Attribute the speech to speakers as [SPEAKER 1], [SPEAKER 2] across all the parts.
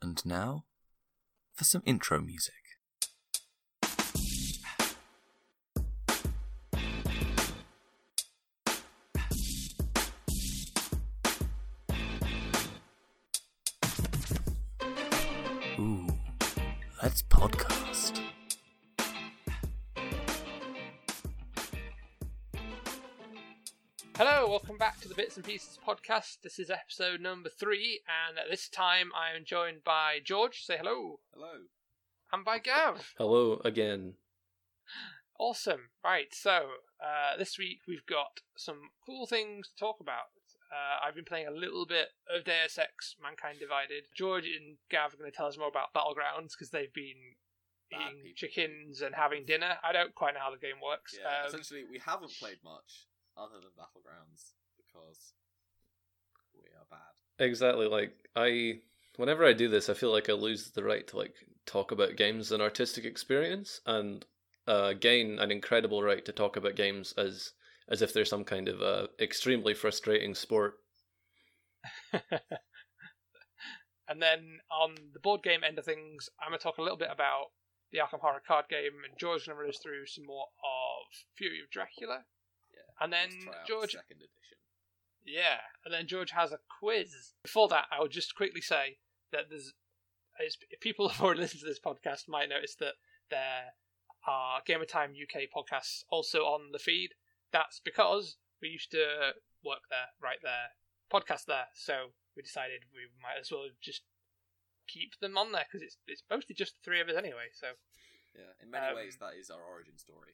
[SPEAKER 1] And now for some intro music. Ooh, let's podcast.
[SPEAKER 2] Hello, welcome back to the Bits and Pieces podcast. This is episode number three, and at this time I am joined by George. Say hello.
[SPEAKER 3] Hello.
[SPEAKER 2] And by Gav.
[SPEAKER 4] Hello again.
[SPEAKER 2] Awesome. Right, so uh, this week we've got some cool things to talk about. Uh, I've been playing a little bit of Deus Ex Mankind Divided. George and Gav are going to tell us more about Battlegrounds because they've been
[SPEAKER 3] Bad
[SPEAKER 2] eating
[SPEAKER 3] people.
[SPEAKER 2] chickens and having dinner. I don't quite know how the game works.
[SPEAKER 3] Yeah,
[SPEAKER 2] Um,
[SPEAKER 3] essentially, we haven't played much other than Battlegrounds because we are bad.
[SPEAKER 4] Exactly. Like I, whenever I do this, I feel like I lose the right to like talk about games as an artistic experience, and uh, gain an incredible right to talk about games as as if they're some kind of uh, extremely frustrating sport.
[SPEAKER 2] And then on the board game end of things, I'm going to talk a little bit about the Arkham Horror card game, and George's going to run us through some more of Fury of Dracula.
[SPEAKER 3] Yeah.
[SPEAKER 2] And then
[SPEAKER 3] Let's try out the
[SPEAKER 2] George,
[SPEAKER 3] second edition.
[SPEAKER 2] yeah, and then George has a quiz. Before that, I will just quickly say that there's is, if people who have already listened to this podcast might notice that there are Gamer Time UK podcasts also on the feed. That's because we used to work there, right there, podcast there. So we decided we might as well just keep them on there because it's it's mostly just the three of us anyway. So
[SPEAKER 3] Yeah, in many
[SPEAKER 2] Um,
[SPEAKER 3] ways, that is our origin story.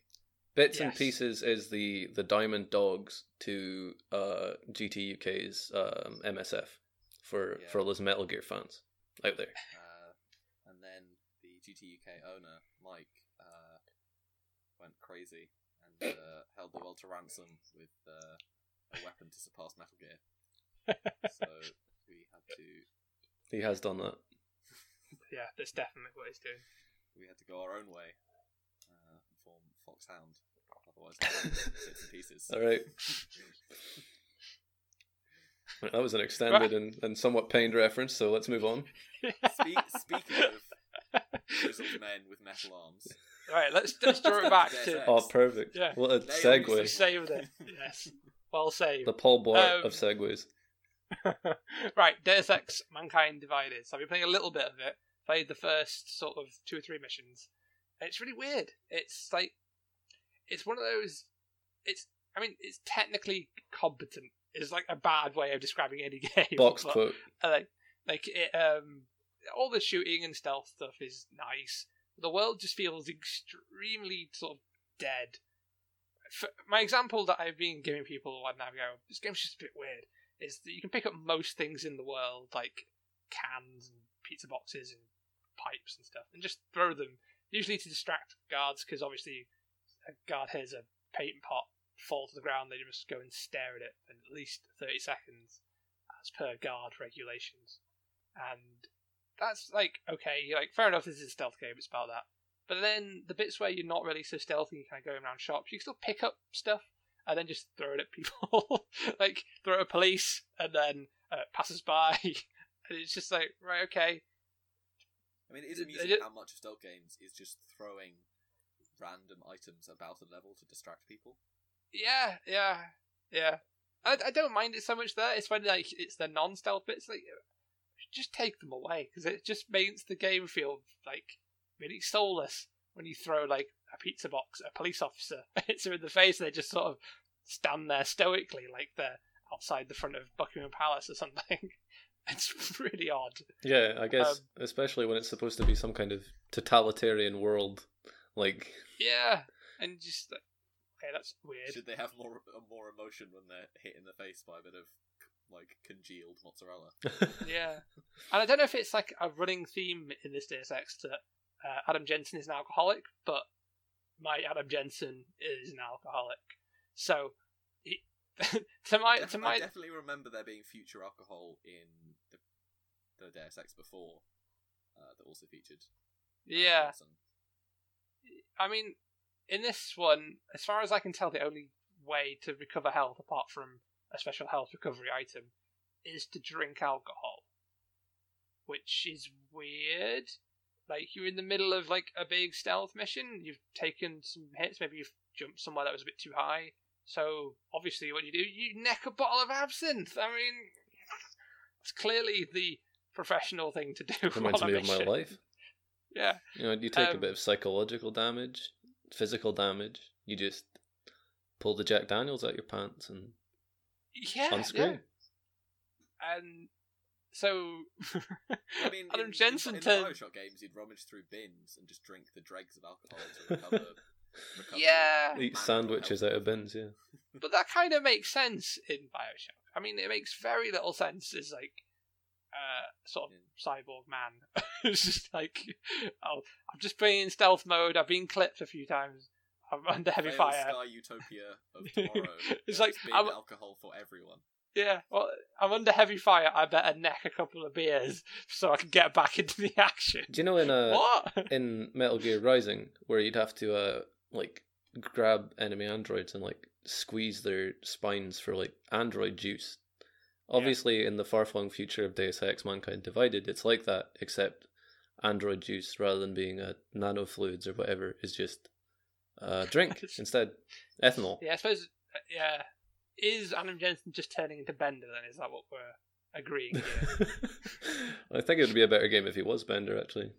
[SPEAKER 4] Bits and
[SPEAKER 2] Yes.
[SPEAKER 4] Pieces is the the Diamond Dogs to uh, GT UK's um, MSF for
[SPEAKER 3] Yeah.
[SPEAKER 4] for all those Metal Gear fans out there.
[SPEAKER 3] Uh, and then the GT UK owner, Mike, uh, went crazy and uh, held the world to ransom with uh, a weapon to surpass Metal Gear. so we had to
[SPEAKER 4] He has done that.
[SPEAKER 2] yeah, that's definitely what he's doing.
[SPEAKER 3] we had to go our own way uh, and form Foxhound. Otherwise, bits and pieces.
[SPEAKER 4] All right. That was an extended and, and somewhat pained reference, so let's move on.
[SPEAKER 3] Speak, speaking of grizzled men with metal arms,
[SPEAKER 2] Right, let's let's draw it back to
[SPEAKER 3] Yes.
[SPEAKER 4] Oh, perfect.
[SPEAKER 2] Yeah.
[SPEAKER 4] What a
[SPEAKER 3] Nailed it.
[SPEAKER 2] we
[SPEAKER 4] segue.
[SPEAKER 2] saved it. Yes, well saved.
[SPEAKER 4] The Paul Blart
[SPEAKER 2] Um,
[SPEAKER 4] of segues.
[SPEAKER 2] right, Deus Ex: Mankind Divided. So I've been playing a little bit of it. Played the first sort of two or three missions. And it's really weird. It's like it's one of those. It's I mean it's technically competent. It's like a bad way of describing any game.
[SPEAKER 4] Box
[SPEAKER 2] but,
[SPEAKER 4] quote.
[SPEAKER 2] uh, like like it, um, all the shooting and stealth stuff is nice. The world just feels extremely sort of dead. For, my example that I've been giving people when I go, this game's just a bit weird, is that you can pick up most things in the world, like cans and pizza boxes and pipes and stuff, and just throw them, usually to distract guards, because obviously a guard hears a paint pot fall to the ground, they just go and stare at it for at least 30 seconds as per guard regulations. And that's like, okay, like fair enough, this is a stealth game, it's about that. But then the bits where you're not really so stealthy, you're kind of going around shops, you can still pick up stuff and then just throw it at people. like, throw it at police and then uh, passers by. and it's just like, right, okay,
[SPEAKER 3] I mean, it is
[SPEAKER 2] I
[SPEAKER 3] amusing
[SPEAKER 2] ju-
[SPEAKER 3] how much of stealth games is just throwing random items about a level to distract people.
[SPEAKER 2] Yeah, yeah, yeah. I, I don't mind it so much there. It's when like it's the non-stealth bits. Like, just take them away because it just makes the game feel like really soulless when you throw like a pizza box, at a police officer, hits them in the face, and they just sort of stand there stoically, like they're outside the front of Buckingham Palace or something. It's really odd.
[SPEAKER 4] Yeah, I guess,
[SPEAKER 2] um,
[SPEAKER 4] especially when it's supposed to be some kind of totalitarian world. Like,
[SPEAKER 2] Yeah, and just like, okay, that's weird.
[SPEAKER 3] Should they have more more emotion when they're hit in the face by a bit of like congealed mozzarella?
[SPEAKER 2] yeah, and I don't know if it's like a running theme in this Deus Ex that uh, Adam Jensen is an alcoholic, but my Adam Jensen is an alcoholic. So, he, to my
[SPEAKER 3] I, def-
[SPEAKER 2] to
[SPEAKER 3] I
[SPEAKER 2] my
[SPEAKER 3] definitely remember there being future alcohol in the, the Deus Ex before uh, that also featured. Alan
[SPEAKER 2] yeah,
[SPEAKER 3] Johnson.
[SPEAKER 2] I mean, in this one, as far as I can tell, the only way to recover health apart from a special health recovery item is to drink alcohol, which is weird. Like you're in the middle of like a big stealth mission, you've taken some hits, maybe you've jumped somewhere that was a bit too high. So obviously, what do you do? You neck a bottle of absinthe. I mean, it's clearly the professional thing to do.
[SPEAKER 4] Reminds
[SPEAKER 2] on a
[SPEAKER 4] me of my
[SPEAKER 2] mission.
[SPEAKER 4] life.
[SPEAKER 2] Yeah,
[SPEAKER 4] You know, you take a
[SPEAKER 2] Um,
[SPEAKER 4] bit of psychological damage, physical damage. You just pull the Jack Daniels out your pants and
[SPEAKER 2] yeah,
[SPEAKER 4] unscrew.
[SPEAKER 2] yeah. And so,
[SPEAKER 3] I mean,
[SPEAKER 2] Adam
[SPEAKER 3] in,
[SPEAKER 2] Jensen
[SPEAKER 3] in, in
[SPEAKER 2] turned-
[SPEAKER 3] the Bioshock games, you'd rummage through bins and just drink the dregs of alcohol to recover. recover
[SPEAKER 2] Yeah.
[SPEAKER 3] your
[SPEAKER 4] Eat
[SPEAKER 3] manual
[SPEAKER 4] sandwiches eh?
[SPEAKER 3] health.
[SPEAKER 4] out of bins. Yeah,
[SPEAKER 2] but that kind of makes sense in Bioshock. I mean, it makes very little sense as like uh, sort of cyborg man. it's just like oh, I'm just playing in stealth mode. I've been clipped a few times. I'm under heavy
[SPEAKER 3] Fail
[SPEAKER 2] fire.
[SPEAKER 3] Sky Utopia of tomorrow.
[SPEAKER 2] It's
[SPEAKER 3] It's
[SPEAKER 2] like,
[SPEAKER 3] like big
[SPEAKER 2] I'm-
[SPEAKER 3] alcohol for everyone.
[SPEAKER 2] Yeah, well, I'm under heavy fire. I better neck a couple of beers so I can get back into the action.
[SPEAKER 4] do you know in uh
[SPEAKER 2] what?
[SPEAKER 4] in Metal Gear Rising where you'd have to uh like grab enemy androids and like squeeze their spines for like android juice. Obviously, in the far-flung future of Deus Ex: Mankind Divided, it's like that, except android juice rather than being a nanofluids or whatever is just uh drink instead ethanol.
[SPEAKER 2] Yeah, I suppose. uh, Yeah, is Adam Jensen just turning into Bender? Then is that what we're agreeing? Here?
[SPEAKER 4] I think it would be a better game if he was Bender actually.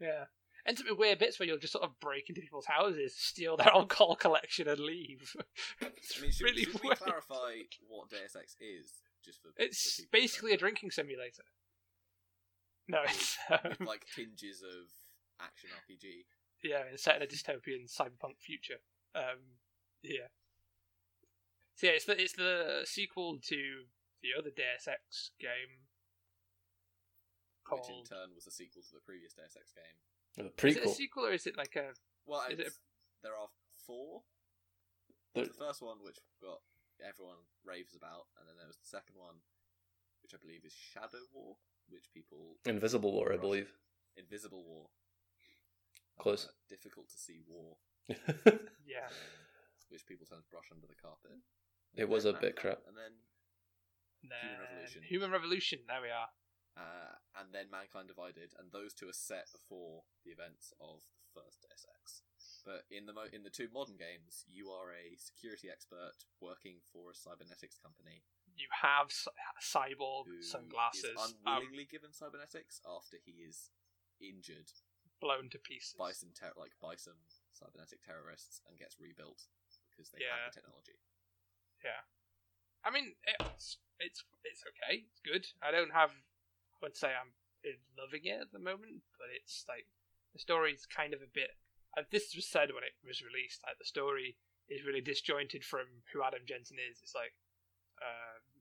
[SPEAKER 2] yeah, ends up with weird bits where you'll just sort of break into people's houses, steal their alcohol collection, and leave. it's
[SPEAKER 3] I mean, should,
[SPEAKER 2] really
[SPEAKER 3] should we
[SPEAKER 2] weird.
[SPEAKER 3] clarify what Deus Ex is? Just for for
[SPEAKER 2] It's
[SPEAKER 3] people who don't
[SPEAKER 2] basically a drinking simulator. No, it's
[SPEAKER 3] know,
[SPEAKER 2] um,
[SPEAKER 3] with, like tinges of action RPG.
[SPEAKER 2] yeah, it's set in a dystopian cyberpunk future. Um, yeah. So yeah, it's the it's the sequel to the other Deus Ex game.
[SPEAKER 3] Which in
[SPEAKER 2] Called
[SPEAKER 3] turn was a sequel to the previous Deus Ex game.
[SPEAKER 2] is
[SPEAKER 4] A
[SPEAKER 2] it a
[SPEAKER 4] prequel.
[SPEAKER 2] sequel or is it like a
[SPEAKER 3] Well,
[SPEAKER 2] Is it
[SPEAKER 3] it's- there are four.
[SPEAKER 4] There-
[SPEAKER 3] There's the first one, which got everyone raves about, and then there was the second one, which I believe is Shadow War, which people
[SPEAKER 4] Invisible War, I believe.
[SPEAKER 3] Invisible War.
[SPEAKER 4] Close.
[SPEAKER 3] Uh, difficult to see war,
[SPEAKER 2] yeah?
[SPEAKER 3] which people tend to brush under the carpet.
[SPEAKER 4] It was a
[SPEAKER 3] Then that-
[SPEAKER 4] bit crap.
[SPEAKER 3] and then
[SPEAKER 2] Human
[SPEAKER 3] Revolution.
[SPEAKER 2] Human Revolution. There we are.
[SPEAKER 3] uh, and then Mankind Divided, and those two are set before the events of the first Deus Ex. But in the mo- in the two modern games, you are a security expert working for a cybernetics company
[SPEAKER 2] You have cy- cyborg
[SPEAKER 3] who is
[SPEAKER 2] sunglasses. Um,
[SPEAKER 3] unwillingly given cybernetics after he is injured
[SPEAKER 2] blown to pieces.
[SPEAKER 3] by some ter- like by some cybernetic terrorists and gets rebuilt because they
[SPEAKER 2] Yeah.
[SPEAKER 3] had the technology.
[SPEAKER 2] I mean, it's it's it's okay. It's good. I don't have. I would say I'm eh, loving it at the moment, but it's like the story's kind of a bit. And this was said when it was released. Like the story is really disjointed from who Adam Jensen is. It's like um,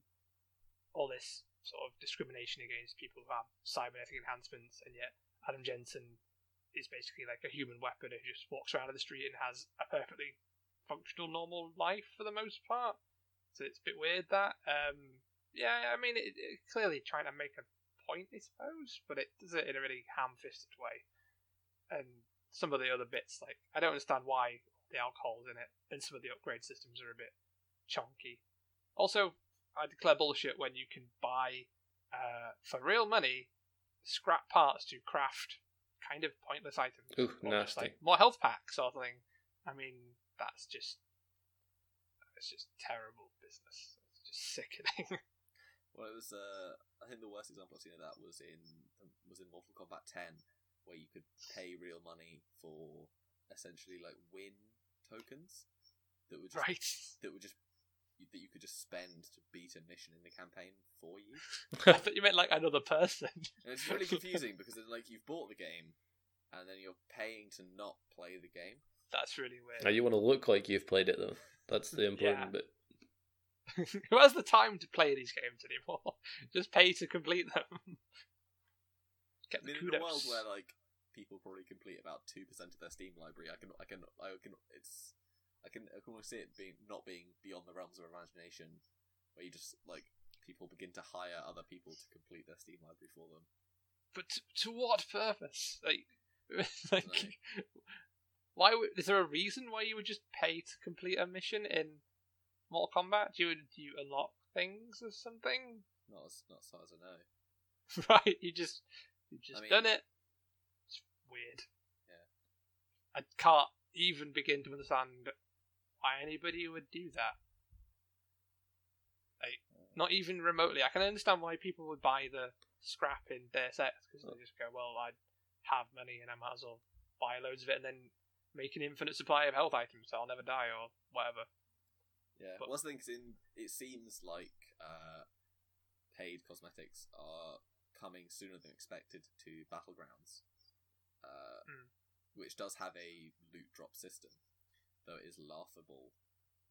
[SPEAKER 2] all this sort of discrimination against people who have cybernetic enhancements, and yet Adam Jensen is basically like a human weapon who just walks around in the street and has a perfectly functional, normal life for the most part. So it's a bit weird that. Um, yeah, I mean, it, it clearly trying to make a point, I suppose, but it does it in a really ham-fisted way. And some of the other bits, like I don't understand why the alcohol's in it, and some of the upgrade systems are a bit chunky. Also, I declare bullshit when you can buy uh, for real money scrap parts to craft kind of pointless items.
[SPEAKER 4] Ooh,
[SPEAKER 2] Or just,
[SPEAKER 4] nasty.
[SPEAKER 2] Like more health packs sort of thing. I mean, that's just it's just terrible business. It's just sickening.
[SPEAKER 3] Well, it was. Uh, I think the worst example I've seen of that was in um, was in Mortal Kombat 10, where you could pay real money for essentially like win tokens that were just
[SPEAKER 2] right.
[SPEAKER 3] that were just that you could just spend to beat a mission in the campaign for you.
[SPEAKER 2] I thought you meant like another person.
[SPEAKER 3] And it's really confusing because it's like you've bought the game, and then you're paying to not play the game.
[SPEAKER 2] That's really weird.
[SPEAKER 4] Now you want to look like you've played it though. That's the important bit.
[SPEAKER 2] Who has the time to play these games anymore? just pay to complete them. Get
[SPEAKER 3] I
[SPEAKER 2] the
[SPEAKER 3] mean, in
[SPEAKER 2] kudos.
[SPEAKER 3] a world where like people probably complete about two percent of their Steam library, I can, I can, I can. It's, I can, I can almost see it being not being beyond the realms of imagination, where you just like people begin to hire other people to complete their Steam library for them.
[SPEAKER 2] But t- to what purpose? Like,
[SPEAKER 3] Dunno.
[SPEAKER 2] like why would, is there a reason why you would just pay to complete a mission in Mortal Kombat? Do you, do you unlock things or something?
[SPEAKER 3] Not as, not as far as I know.
[SPEAKER 2] right? You just you just
[SPEAKER 3] mean-
[SPEAKER 2] done it. It's weird.
[SPEAKER 3] Yeah.
[SPEAKER 2] I can't even begin to understand why anybody would do that. Like,
[SPEAKER 4] Hmm.
[SPEAKER 2] not even remotely. I can understand why people would buy the scrap in their sets because
[SPEAKER 4] Hmm.
[SPEAKER 2] they just go, "Well, I have money and I might as well buy loads of it and then make an infinite supply of health items, so I'll never die or whatever."
[SPEAKER 3] Yeah,
[SPEAKER 2] But-
[SPEAKER 3] well, that's the thing, 'cause in, it seems like uh, paid cosmetics are coming sooner than expected to Battlegrounds, uh,
[SPEAKER 2] Mm.
[SPEAKER 3] which does have a loot drop system, though it is laughable.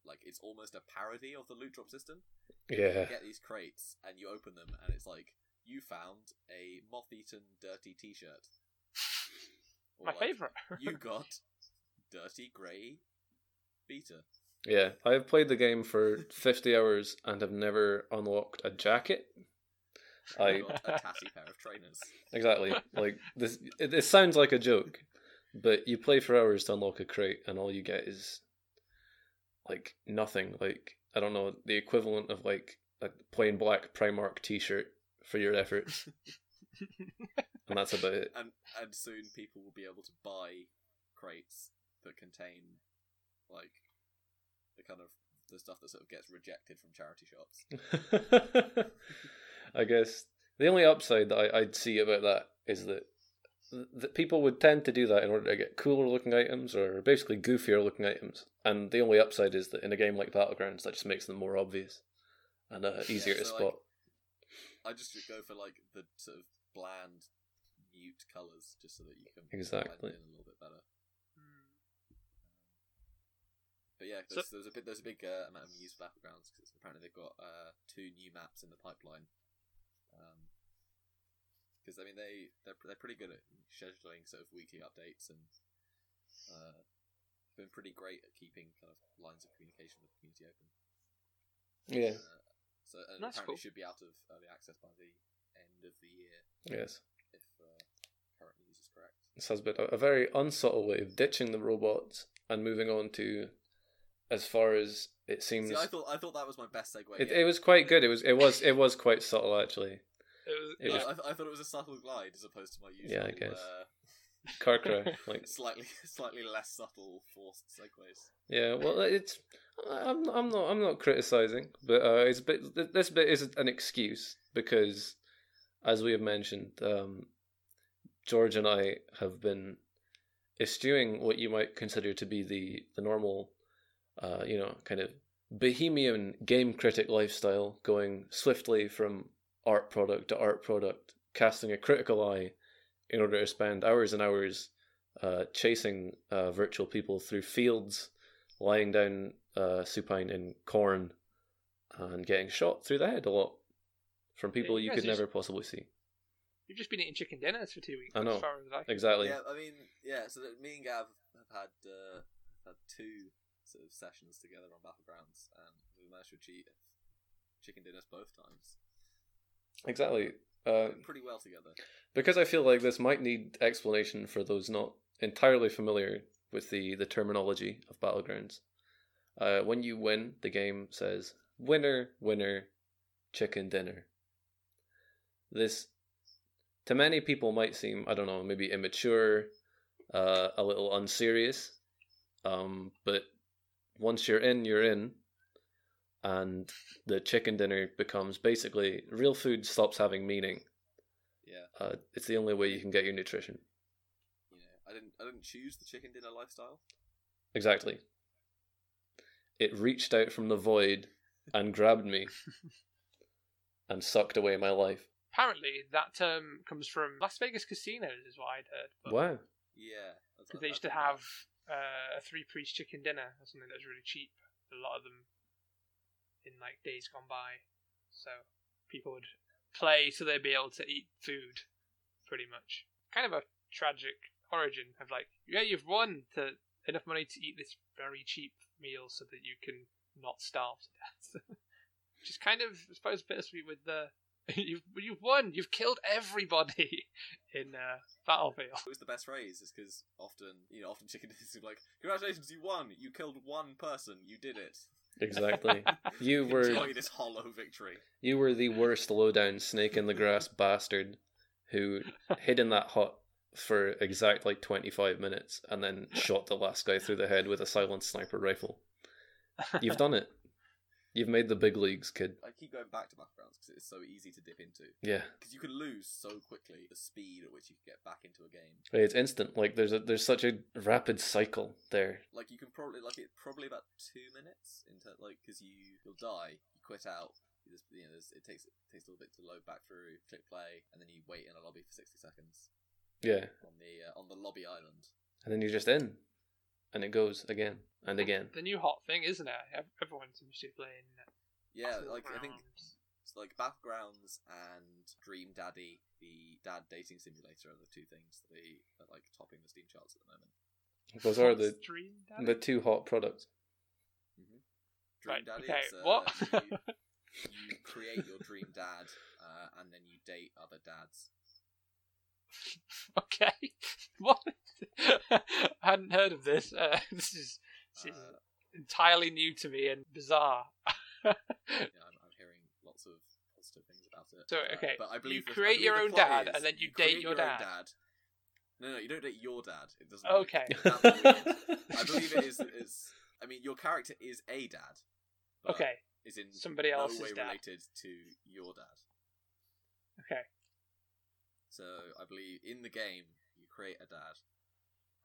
[SPEAKER 3] Like, it's almost a parody of the loot drop system.
[SPEAKER 4] Yeah.
[SPEAKER 3] You get these crates, and you open them, and it's like, you found a moth eaten, dirty t shirt.
[SPEAKER 2] My favorite.
[SPEAKER 3] you got dirty grey beta.
[SPEAKER 4] Yeah. I have played the game for 50 hours and have never unlocked a jacket. I
[SPEAKER 3] You got a tatty pair of trainers.
[SPEAKER 4] exactly like this. It, it sounds like a joke, but you play for hours to unlock a crate, and all you get is like nothing. Like I don't know the equivalent of like a plain black Primark T-shirt for your efforts, and that's about it.
[SPEAKER 3] and and soon people will be able to buy crates that contain like the kind of the stuff that sort of gets rejected from charity shops.
[SPEAKER 4] I guess the only upside that I, I'd see about that is that that people would tend to do that in order to get cooler looking items or basically goofier looking items. And the only upside is that in a game like Battlegrounds, that just makes them more obvious and uh, easier
[SPEAKER 3] Yeah,
[SPEAKER 4] to
[SPEAKER 3] so,
[SPEAKER 4] spot.
[SPEAKER 3] I just go for like the sort of bland, mute colours, just so that you can blend
[SPEAKER 4] Exactly.
[SPEAKER 3] in a little bit better.
[SPEAKER 2] Hmm.
[SPEAKER 3] But yeah,
[SPEAKER 2] So-
[SPEAKER 3] there's, there's a bit there's a big uh, amount of use for battlegrounds because apparently they've got uh, two new maps in the pipeline. Because I mean they they're, they're pretty good at scheduling sort of weekly updates and uh, been pretty great at keeping kind of lines of communication with the community open.
[SPEAKER 4] Yeah.
[SPEAKER 3] Uh, so and
[SPEAKER 2] That's
[SPEAKER 3] apparently
[SPEAKER 2] cool.
[SPEAKER 3] should be out of early access by the end of the year
[SPEAKER 4] Yes.
[SPEAKER 3] if uh, current news is correct.
[SPEAKER 4] This has been a, a very unsubtle way of ditching the robots and moving on to, as far as it seems,
[SPEAKER 3] See, I thought I thought that was my best segue.
[SPEAKER 4] it,
[SPEAKER 3] yet.
[SPEAKER 4] it was quite good. It was it was it was quite subtle actually.
[SPEAKER 2] It was,
[SPEAKER 4] It
[SPEAKER 3] No,
[SPEAKER 4] was
[SPEAKER 3] I, th- I thought it was a subtle glide as opposed to my usual.
[SPEAKER 4] I guess.
[SPEAKER 3] Uh,
[SPEAKER 4] car cry like
[SPEAKER 3] slightly slightly less subtle forced segues.
[SPEAKER 4] Yeah, well, it's I'm I'm not I'm not criticizing, but uh, it's a bit th- this bit is an excuse because, as we have mentioned, um, George and I have been eschewing what you might consider to be the the normal, uh, you know, kind of bohemian game critic lifestyle, going swiftly from art product to art product, casting a critical eye, in order to spend hours and hours. Uh, chasing uh, virtual people through fields lying down uh, supine in corn and getting shot through the head a lot from people
[SPEAKER 2] you
[SPEAKER 4] you
[SPEAKER 2] guys
[SPEAKER 4] could
[SPEAKER 2] just-
[SPEAKER 4] never possibly see.
[SPEAKER 2] You've just been eating chicken dinners for two weeks.
[SPEAKER 4] I know.
[SPEAKER 2] As far as I can.
[SPEAKER 4] Exactly.
[SPEAKER 3] Yeah, I mean, yeah. So that me and Gav have had uh, had two sort of sessions together on battlegrounds, and we managed to achieve chicken dinners both times.
[SPEAKER 4] Exactly. Uh,
[SPEAKER 3] We're pretty well together.
[SPEAKER 4] because I feel like this might need explanation for those not entirely familiar with the, the terminology of battlegrounds. Uh, when you win, the game says winner, winner, chicken dinner. This, to many people, might seem I don't know maybe immature, uh, a little unserious, um, but once you're in, you're in, and the chicken dinner becomes basically real food stops having meaning
[SPEAKER 3] Yeah,
[SPEAKER 4] uh, it's the only way you can get your nutrition.
[SPEAKER 3] you know, I didn't I didn't choose the chicken dinner lifestyle.
[SPEAKER 4] Exactly. It reached out from the void and grabbed me and sucked away my life.
[SPEAKER 2] Apparently, that term comes from Las Vegas casinos, is what I'd heard. but-
[SPEAKER 4] Wow.
[SPEAKER 3] Yeah, that's-
[SPEAKER 2] 'cause they used to
[SPEAKER 3] that's-
[SPEAKER 2] have uh, a three-piece chicken dinner or something that was really cheap. A lot of them in like days gone by, so people would play so they'd be able to eat food, pretty much. Kind of a tragic origin of like, yeah, you've won to enough money to eat this very cheap meal so that you can not starve to death. Which is kind of, I suppose, bittersweet with the you've you've won, you've killed everybody in uh, Battlefield.
[SPEAKER 3] It was the best phrase, is because often you know often chicken dinners is like congratulations you won you killed one person you did it.
[SPEAKER 4] Exactly. You were
[SPEAKER 3] Enjoy this hollow victory.
[SPEAKER 4] you were the worst lowdown snake in the grass bastard who hid in that hut for exact like 25 minutes and then shot the last guy through the head with a silenced sniper rifle. You've done it. You've made the big leagues, kid.
[SPEAKER 3] I keep going back to battlegrounds because it's so easy to dip into.
[SPEAKER 4] Yeah.
[SPEAKER 3] Because you can lose so quickly the speed at which you can get back into a game.
[SPEAKER 4] It's instant. Like there's a there's such a rapid cycle there.
[SPEAKER 3] Like you can probably like it probably about two minutes into like because you you'll die, you quit out. You just, you know, there's- it takes it takes a little bit to load back through, click play, and then you wait in a lobby for sixty seconds
[SPEAKER 4] Yeah.
[SPEAKER 3] on the uh, on the lobby island.
[SPEAKER 4] And then you're just in. And it goes again and again.
[SPEAKER 2] The new hot thing, isn't it? Ev- Everyone seems to be playing.
[SPEAKER 3] Yeah,
[SPEAKER 2] Oh,
[SPEAKER 3] like I think
[SPEAKER 2] Battlegrounds.
[SPEAKER 3] it's like battlegrounds and Dream Daddy, the dad dating simulator, are the two things that are, are like topping the Steam charts at the moment.
[SPEAKER 4] Those are the
[SPEAKER 2] Stream Daddy?
[SPEAKER 4] the two hot products.
[SPEAKER 3] Dream
[SPEAKER 2] Right,
[SPEAKER 3] Daddy
[SPEAKER 2] okay,
[SPEAKER 3] is uh,
[SPEAKER 2] what?
[SPEAKER 3] you, you create your dream dad, uh, and then you date other dads.
[SPEAKER 2] okay. what? I hadn't heard of this. Uh, this is this is
[SPEAKER 3] Uh,
[SPEAKER 2] entirely new to me and bizarre.
[SPEAKER 3] yeah, I'm, I'm hearing lots of positive things about it.
[SPEAKER 2] So,
[SPEAKER 3] Uh,
[SPEAKER 2] okay,
[SPEAKER 3] but I believe
[SPEAKER 2] you
[SPEAKER 3] the- I
[SPEAKER 2] create
[SPEAKER 3] believe
[SPEAKER 2] your
[SPEAKER 3] the
[SPEAKER 2] own
[SPEAKER 3] plot
[SPEAKER 2] dad,
[SPEAKER 3] is
[SPEAKER 2] and then you date
[SPEAKER 3] create
[SPEAKER 2] your
[SPEAKER 3] own
[SPEAKER 2] dad.
[SPEAKER 3] No, no, you don't date your dad. It doesn't. work.
[SPEAKER 2] Okay.
[SPEAKER 3] That's weird. I believe it is. Is I mean, your character is a dad. but
[SPEAKER 2] Okay.
[SPEAKER 3] Is in
[SPEAKER 2] Somebody
[SPEAKER 3] no
[SPEAKER 2] else's
[SPEAKER 3] way
[SPEAKER 2] dad.
[SPEAKER 3] related to your dad.
[SPEAKER 2] Okay.
[SPEAKER 3] So I believe in the game you create a dad,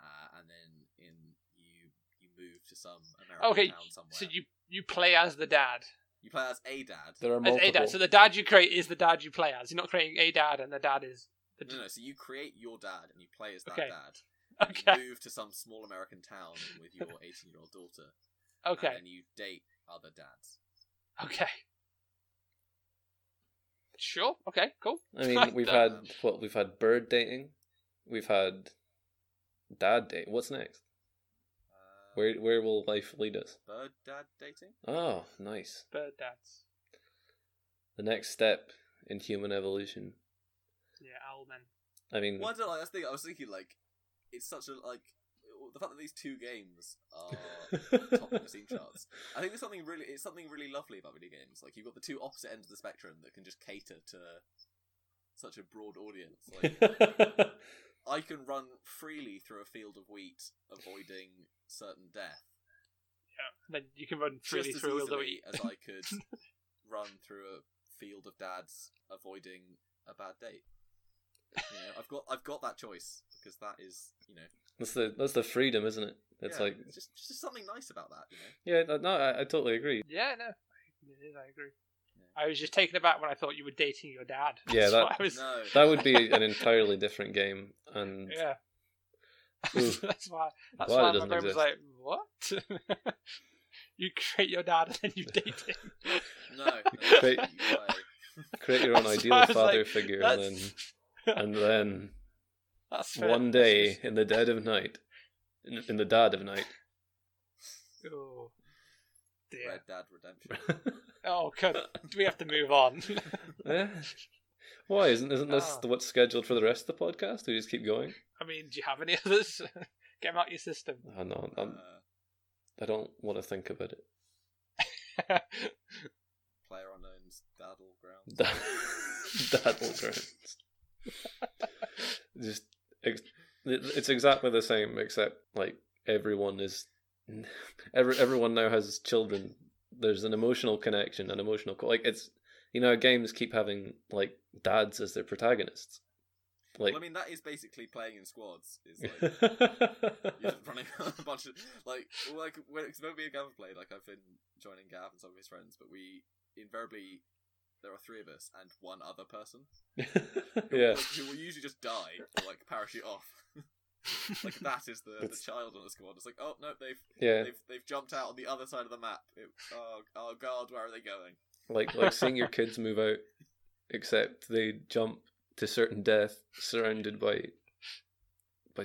[SPEAKER 3] uh, and then in you you move to some American
[SPEAKER 2] Okay,
[SPEAKER 3] town somewhere.
[SPEAKER 2] So you you play as the dad.
[SPEAKER 3] You play as a dad.
[SPEAKER 4] There are
[SPEAKER 2] As
[SPEAKER 4] multiple.
[SPEAKER 2] a dad. So the dad you create is the dad you play as. You're not creating a dad, and the dad is the.
[SPEAKER 3] No, no. So you create your dad, and you play as that
[SPEAKER 2] Okay.
[SPEAKER 3] dad. and
[SPEAKER 2] Okay.
[SPEAKER 3] You move to some small American town with your eighteen-year-old daughter.
[SPEAKER 2] Okay.
[SPEAKER 3] And then you date other dads.
[SPEAKER 2] Okay. Sure. Okay. Cool.
[SPEAKER 4] I mean, we've had
[SPEAKER 3] Done.
[SPEAKER 4] what we've had bird dating, we've had dad date. What's next?
[SPEAKER 3] Uh,
[SPEAKER 4] Where where will life lead us?
[SPEAKER 3] bird dad dating?
[SPEAKER 4] Oh, nice.
[SPEAKER 2] Bird dads.
[SPEAKER 4] The next step in human evolution.
[SPEAKER 2] Yeah, owl men.
[SPEAKER 4] I mean,
[SPEAKER 3] Well, I don't know, that's the thing. I was thinking like, it's such a like the fact that these two games are topping the Steam charts. I think there's something really it's something really lovely about video games. Like you've got the two opposite ends of the spectrum that can just cater to such a broad audience. Like I can run freely through a field of wheat, avoiding certain death
[SPEAKER 2] Yeah. And then you can run freely
[SPEAKER 3] just as
[SPEAKER 2] through E. all the
[SPEAKER 3] easily
[SPEAKER 2] week.
[SPEAKER 3] as I could run through a field of dads, avoiding a bad date. You know, I've got I've got that choice because that is you know
[SPEAKER 4] that's the that's the freedom, isn't it? It's
[SPEAKER 3] yeah,
[SPEAKER 4] like
[SPEAKER 3] it's just, just something nice about that. You know.
[SPEAKER 4] yeah, no, I, I totally agree.
[SPEAKER 2] Yeah. No. It is. I agree.
[SPEAKER 3] Yeah.
[SPEAKER 2] I was just taken aback when I thought you were dating your dad.
[SPEAKER 4] Yeah,
[SPEAKER 2] That's
[SPEAKER 4] that-
[SPEAKER 2] what I was.
[SPEAKER 3] No,
[SPEAKER 4] That would be an entirely different game, and
[SPEAKER 2] Yeah.
[SPEAKER 4] Oof.
[SPEAKER 2] that's why. That's
[SPEAKER 4] Glad
[SPEAKER 2] why
[SPEAKER 4] it
[SPEAKER 2] my
[SPEAKER 4] doesn't
[SPEAKER 2] brain was
[SPEAKER 4] exist.
[SPEAKER 2] like, "What? you create your dad and then you date him."
[SPEAKER 3] no, no,
[SPEAKER 4] Great.
[SPEAKER 3] you play.
[SPEAKER 4] create your own
[SPEAKER 2] That's
[SPEAKER 4] ideal
[SPEAKER 2] why I was
[SPEAKER 4] father
[SPEAKER 2] like,
[SPEAKER 4] figure, and then
[SPEAKER 2] That's,
[SPEAKER 4] and then
[SPEAKER 2] that's fair.
[SPEAKER 4] one day in the dead of night, in, in the dad of night.
[SPEAKER 2] Oh dear.
[SPEAKER 3] Red Dad Redemption.
[SPEAKER 2] Oh, good. Do we have to move on?
[SPEAKER 4] Eh? Why isn't isn't this
[SPEAKER 2] Ah.
[SPEAKER 4] the- what's scheduled for the rest of the podcast? Do we just keep going?
[SPEAKER 2] I mean, do you have any others? Get 'em out your system.
[SPEAKER 4] Oh, no,
[SPEAKER 3] Uh,
[SPEAKER 4] I'm, I don't want to think about it.
[SPEAKER 3] player unknown's Daddleground.
[SPEAKER 4] Da- Daddlegrounds. just ex- it- it's exactly the same, except like everyone is, every, everyone now has children. There's an emotional connection, an emotional co- like it's you know games keep having like dads as their protagonists. Like
[SPEAKER 3] Well, I mean, that is basically playing in squads. Is like you're just running around a bunch of like well, like when, cause when me and Gav have played, like I've been joining Gav and some of his friends, but we invariably there are three of us and one other person
[SPEAKER 4] yeah.
[SPEAKER 3] like, who will usually just die or like parachute off. like that is the, the
[SPEAKER 4] It's-
[SPEAKER 3] child on the squad. It's like oh no, they've
[SPEAKER 4] Yeah,
[SPEAKER 3] they've they've jumped out on the other side of the map. It, oh, oh God, where are they going?
[SPEAKER 4] like like seeing your kids move out, except they jump to certain death, surrounded by by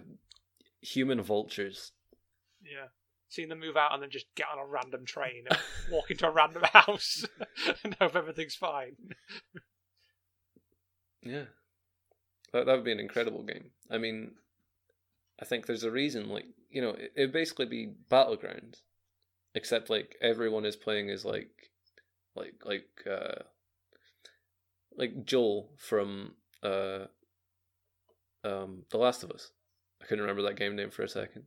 [SPEAKER 4] human vultures.
[SPEAKER 2] yeah. Seeing them move out and then just get on a random train and walk into a random house and hope everything's fine.
[SPEAKER 4] Yeah, that that would be an incredible game. I mean, I think there's a reason. Like you know, it, it'd basically be battlegrounds, except like everyone is playing as like like like uh like Joel from uh um The Last of Us. I couldn't remember that game name for a second.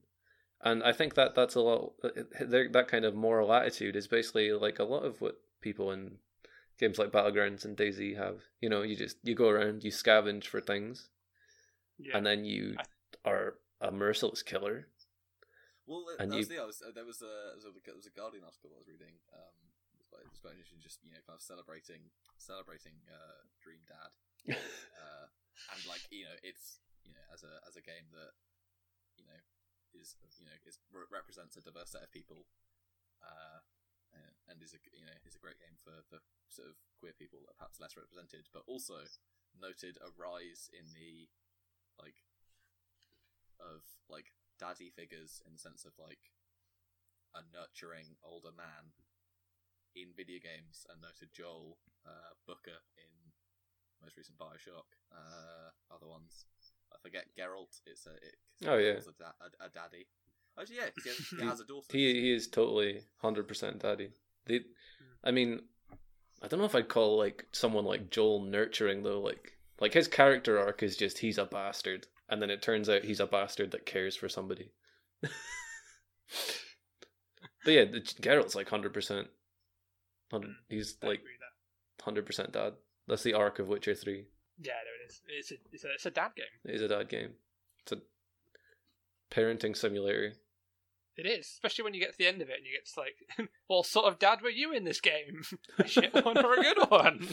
[SPEAKER 4] And I think that that's a lot that that kind of moral attitude is basically like a lot of what people in games like Battlegrounds and Daisy have. You know, you just you go around, you scavenge for things,
[SPEAKER 2] Yeah.
[SPEAKER 4] and then you
[SPEAKER 2] I-
[SPEAKER 4] are a merciless killer.
[SPEAKER 3] Well, that
[SPEAKER 4] And
[SPEAKER 3] that was
[SPEAKER 4] you-
[SPEAKER 3] the, I was, uh, there was a there was a, there was a Guardian article I was reading. Um, it was quite, it was quite interesting, just you know, kind of celebrating celebrating uh, Dream Dad, uh, and like you know, it's you know, as a as a game that you know is you know is re- represents a diverse set of people, uh, and- and is a you know is a great game for, for sort of queer people that are perhaps less represented, but also noted a rise in the like of like daddy figures in the sense of like a nurturing older man in video games and noted Joel uh, Booker in most recent Bioshock uh, other ones I forget Geralt it's a it,
[SPEAKER 4] Oh, yeah.
[SPEAKER 3] it's a, da- a, a daddy actually yeah 'cause he has a daughter
[SPEAKER 4] He he is totally hundred percent daddy. They,
[SPEAKER 2] Hmm.
[SPEAKER 4] I mean, I don't know if I'd call like someone like Joel nurturing though. Like like his character arc is just he's a bastard, and then it turns out he's a bastard that cares for somebody. but yeah, the, Geralt's like hundred percent. He's
[SPEAKER 2] I
[SPEAKER 4] like
[SPEAKER 2] agree with that.
[SPEAKER 4] hundred percent dad. That's the arc of Witcher Three.
[SPEAKER 2] Yeah, there it is. It's a, it's a, it's a dad game.
[SPEAKER 4] It is a dad game. It's a parenting simulator.
[SPEAKER 2] It is, especially when you get to the end of it and you get to like, well, sort of dad were you in this game? A shit one or a good one?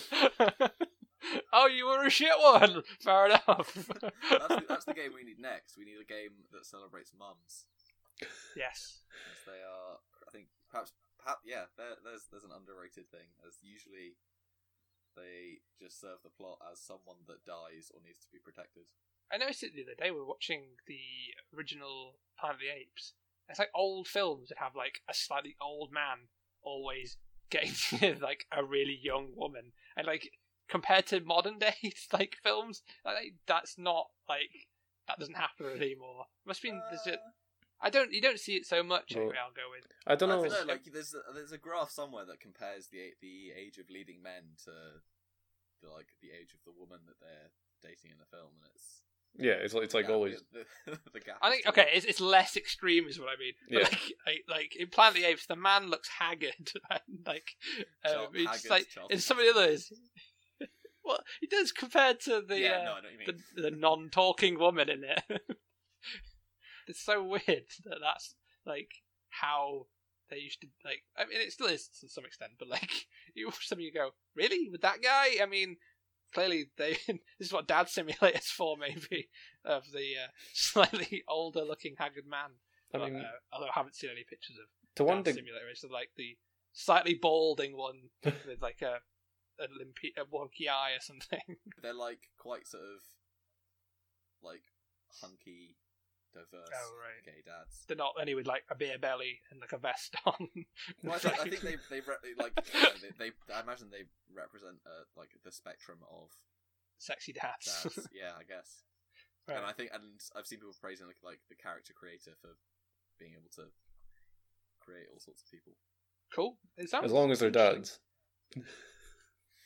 [SPEAKER 2] oh, you were a shit one. Fair enough.
[SPEAKER 3] that's, the, that's the game we need next we need a game that celebrates mums
[SPEAKER 2] yes.
[SPEAKER 3] as they are. I think perhaps, perhaps yeah. There, there's there's an underrated thing as usually they just serve the plot as someone that dies or needs to be protected.
[SPEAKER 2] I noticed it the other day. We were watching the original Planet of the Apes. It's like old films that have like a slightly old man always getting with like a really young woman, and like compared to modern days like films, like, that's not like that doesn't happen anymore. Must be
[SPEAKER 3] Uh,
[SPEAKER 2] there's a, I don't you don't see it so much.
[SPEAKER 4] Well-
[SPEAKER 2] anyway, I'll go with
[SPEAKER 4] I don't
[SPEAKER 3] I
[SPEAKER 4] know.
[SPEAKER 3] don't know. Like there's a, there's a graph somewhere that compares the the age of leading men to the, like the age of the woman that they're dating in the film, and it's
[SPEAKER 4] yeah, it's like it's like
[SPEAKER 3] yeah,
[SPEAKER 4] always
[SPEAKER 3] the, the gap.
[SPEAKER 2] I
[SPEAKER 3] is
[SPEAKER 2] think
[SPEAKER 3] still-
[SPEAKER 2] okay, it's, it's less extreme, is what I mean. But,
[SPEAKER 4] Yeah.
[SPEAKER 2] Like, I- like in Planet of the Apes, the man looks haggard. and, like, um,
[SPEAKER 3] Charl-
[SPEAKER 2] it's just
[SPEAKER 3] haggard,
[SPEAKER 2] like
[SPEAKER 3] Charlton
[SPEAKER 2] in some of the
[SPEAKER 3] Heston.
[SPEAKER 2] others. well, he does compared to the
[SPEAKER 3] yeah,
[SPEAKER 2] uh,
[SPEAKER 3] no, I know what you mean.
[SPEAKER 2] the, the non-talking woman in it. it's so weird that that's like how they used to like. I mean, it still is to some extent, but like you watch something, you go, "Really? With that guy?" I mean, clearly they. this is what Dad Simulator's for, maybe, of the uh, slightly older-looking haggard man.
[SPEAKER 4] I
[SPEAKER 2] But,
[SPEAKER 4] mean,
[SPEAKER 2] uh, although I haven't seen any pictures of
[SPEAKER 4] to one
[SPEAKER 2] Dad
[SPEAKER 4] degree,
[SPEAKER 2] Simulator, it's like the slightly balding one with like a a, limpy, a wonky eye or something.
[SPEAKER 3] They're like quite sort of like hunky, diverse
[SPEAKER 2] Oh, right.
[SPEAKER 3] gay dads.
[SPEAKER 2] They're not any with like a beer belly and like a vest on.
[SPEAKER 3] Well, I, think, I think they they re- like you know, they, they I imagine they represent uh, like the spectrum of
[SPEAKER 2] sexy dads.
[SPEAKER 3] dads. yeah, I guess. And
[SPEAKER 2] Right.
[SPEAKER 3] I think and I've seen people praising like, like the character creator for being able to create all sorts of people.
[SPEAKER 2] Cool. It sounds
[SPEAKER 4] as long as they're
[SPEAKER 2] interesting.
[SPEAKER 4] dads.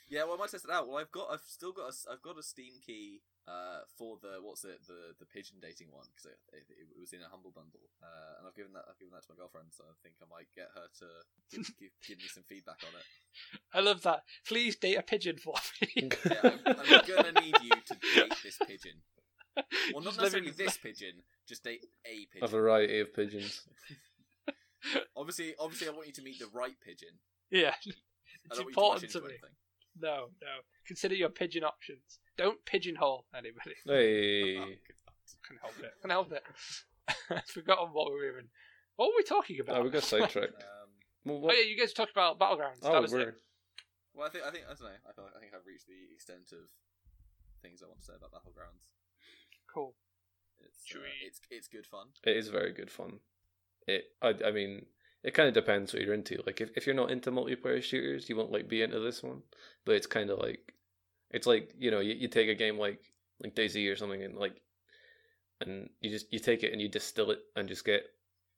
[SPEAKER 3] Yeah, well, I might test it out. Well, I've got I've still got a s- I've got a Steam key uh for the what's it the the pigeon dating one because it, it, it was in a humble bundle uh, and I've given that I've given that to my girlfriend so I think I might get her to give, give, give me some feedback on it.
[SPEAKER 2] I love that. Please date a pigeon for me.
[SPEAKER 3] Yeah, I'm, I'm gonna need you to date this pigeon. Well, not
[SPEAKER 2] Just live in-
[SPEAKER 3] necessarily this pigeon, just date a
[SPEAKER 4] A
[SPEAKER 3] pigeon.
[SPEAKER 4] variety of pigeons.
[SPEAKER 3] Obviously, obviously, I want you to meet the right pigeon.
[SPEAKER 2] Yeah.
[SPEAKER 3] I
[SPEAKER 2] It's
[SPEAKER 3] don't want you
[SPEAKER 2] important
[SPEAKER 3] to
[SPEAKER 2] to
[SPEAKER 3] rush
[SPEAKER 2] me.
[SPEAKER 3] into anything.
[SPEAKER 2] No, no. Consider your pigeon options. Don't pigeonhole anybody.
[SPEAKER 3] Oh,
[SPEAKER 4] Hey,
[SPEAKER 2] Can help it. Can help it. I've forgotten what we were even. What were we talking about?
[SPEAKER 4] oh, we got sidetracked.
[SPEAKER 3] Um,
[SPEAKER 4] Well,
[SPEAKER 2] oh
[SPEAKER 4] what?
[SPEAKER 2] yeah, you guys talked about battlegrounds.
[SPEAKER 4] Oh,
[SPEAKER 2] that was
[SPEAKER 4] we're
[SPEAKER 2] it.
[SPEAKER 3] well, I think I think I don't know. I, feel like, I think I've reached the extent of things I want to say about battlegrounds.
[SPEAKER 2] Cool.
[SPEAKER 3] It's
[SPEAKER 2] Should
[SPEAKER 3] uh,
[SPEAKER 2] we-
[SPEAKER 3] it's it's good fun.
[SPEAKER 4] it is very good fun. It, I, I mean, it kind of depends what you're into. Like, if, if you're not into multiplayer shooters, you won't like be into this one. But it's kind of like, it's like you know, you, you take a game like like Daisy or something, and like, and you just you take it and you distill it and just get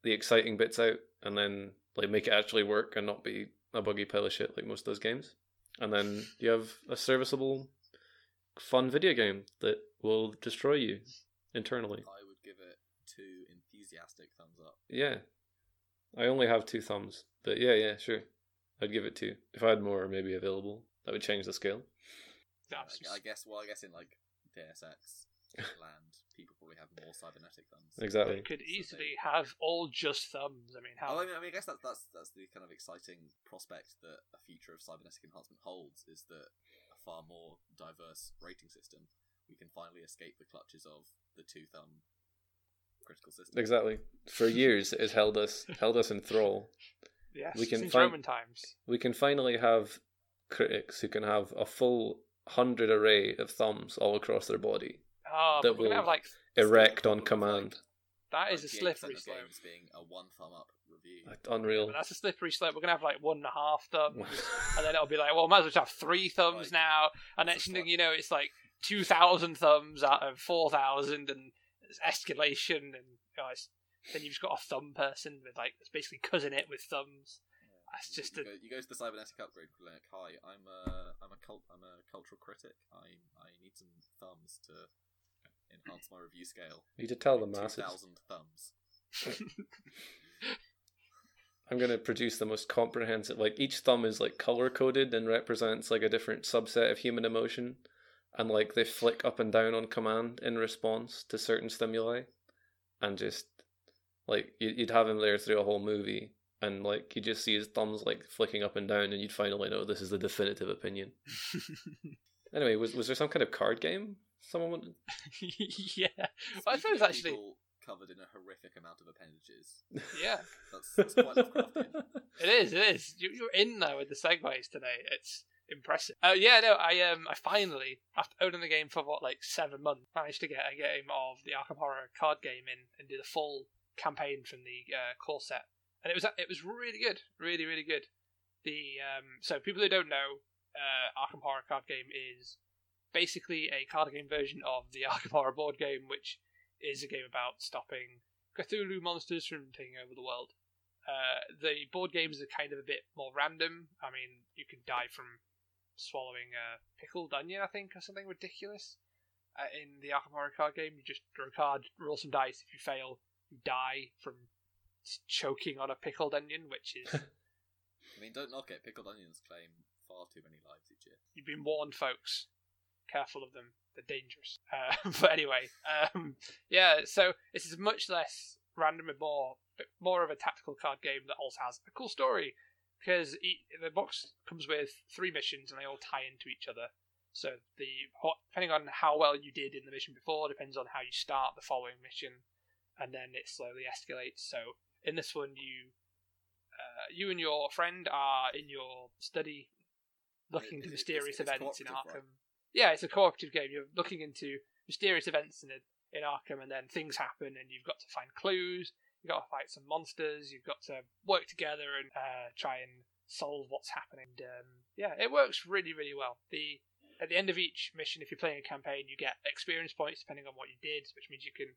[SPEAKER 4] the exciting bits out, and then like make it actually work and not be a buggy pile of shit like most of those games. And then you have a serviceable, fun video game that will destroy you internally.
[SPEAKER 3] I would give it two enthusiastic thumbs up.
[SPEAKER 4] Yeah, I only have two thumbs, but yeah, yeah, sure, I'd give it two. If I had more, maybe available, that would change the scale.
[SPEAKER 3] Uh,
[SPEAKER 2] That's
[SPEAKER 3] I guess. Well, I guess in like Deus Ex land, people probably have more cybernetic thumbs.
[SPEAKER 4] Exactly.
[SPEAKER 2] They could easily have all just thumbs. I mean, how?
[SPEAKER 3] Oh, I mean, I mean, I guess that's that's that's the kind of exciting prospect that a future of cybernetic enhancement holds is that a far more diverse rating system, we can finally escape the clutches of the two thumb critical system.
[SPEAKER 4] Exactly. For years, it has held us held us in thrall.
[SPEAKER 2] yes,
[SPEAKER 4] we can
[SPEAKER 2] since
[SPEAKER 4] find-
[SPEAKER 2] Roman times.
[SPEAKER 4] We can finally have critics who can have a full hundred array of thumbs all across their body,
[SPEAKER 2] Oh,
[SPEAKER 4] That
[SPEAKER 2] but we're gonna have
[SPEAKER 4] will-
[SPEAKER 2] like
[SPEAKER 4] erect on command.
[SPEAKER 2] that is a
[SPEAKER 3] 98%
[SPEAKER 2] slippery
[SPEAKER 3] of
[SPEAKER 2] slope.
[SPEAKER 3] games being a one thumb up review.
[SPEAKER 4] Unreal.
[SPEAKER 2] But that's a slippery slope. We're gonna have like one and a half thumbs, and then it'll be like, well, might as well just have three thumbs
[SPEAKER 3] Like,
[SPEAKER 2] now. And
[SPEAKER 3] that's
[SPEAKER 2] next
[SPEAKER 3] a
[SPEAKER 2] thing
[SPEAKER 3] thought.
[SPEAKER 2] you know, it's like two thousand thumbs out of four thousand, and it's escalation, and oh, it's, then you've just got a thumb person with like it's basically cousin it with thumbs. That's
[SPEAKER 3] You-
[SPEAKER 2] just
[SPEAKER 3] you,
[SPEAKER 2] a
[SPEAKER 3] go, you go to the cybernetic upgrade clinic. Hi, I'm a I'm a cult I'm a cultural critic. I I need some thumbs to enhance my review scale.
[SPEAKER 4] You need to tell the
[SPEAKER 3] Two
[SPEAKER 4] masses.
[SPEAKER 3] thousand thumbs.
[SPEAKER 4] I'm going to produce the most comprehensive. Like each thumb is like color coded and represents like a different subset of human emotion, and like they flick up and down on command in response to certain stimuli, and just like you- you'd have him there through a whole movie, and like you just see his thumbs like flicking up and down, and you'd finally know this is the definitive opinion. Anyway, was was there some kind of card game someone wanted?
[SPEAKER 2] yeah. I
[SPEAKER 3] Speaking
[SPEAKER 2] suppose
[SPEAKER 3] of
[SPEAKER 2] actually-
[SPEAKER 3] people covered in a horrific amount of appendages.
[SPEAKER 2] Yeah,
[SPEAKER 3] That's, that's quite Lovecraftian.
[SPEAKER 2] it is. It is. You, you're in there with the segues today. It's impressive. Oh yeah, no. I um, I finally after owning the game for what like seven months, managed to get a game of the Arkham Horror card game in and do the full campaign from the uh, core set, and it was it was really good, really really good. The um, so people who don't know, uh, Arkham Horror card game is basically a card game version of the Arkham Horror board game, which is a game about stopping Cthulhu monsters from taking over the world. Uh, the board games are kind of a bit more random. I mean, you can die from swallowing a pickled onion, I think, or something ridiculous. Uh, in the Arkham Horror card game, you just draw a card, roll some dice. If you fail, you die from s- choking on a pickled onion, which is
[SPEAKER 3] I mean, don't knock it. Pickled onions claim far too many lives each year.
[SPEAKER 2] you've been warned, folks. Careful of them; they're dangerous. Uh, but anyway, um, yeah. So this is much less random and more, but more of a tactical card game that also has a cool story because e- the box comes with three missions and they all tie into each other. So the ho- depending on how well you did in the mission before depends on how you start the following mission, and then it slowly escalates. So in this one, you uh, you and your friend are in your study looking
[SPEAKER 3] It-
[SPEAKER 2] into
[SPEAKER 3] it- it's-
[SPEAKER 2] mysterious
[SPEAKER 3] it's
[SPEAKER 2] events in Arkham.
[SPEAKER 3] cooperative, right?
[SPEAKER 2] Yeah, it's a cooperative game. You're looking into mysterious events in in Arkham, and then things happen, and you've got to find clues. You've got to fight some monsters. You've got to work together and uh, try and solve what's happening. And, um, yeah, it works really, really well. The at the end of each mission, if you're playing a campaign, you get experience points depending on what you did, which means you can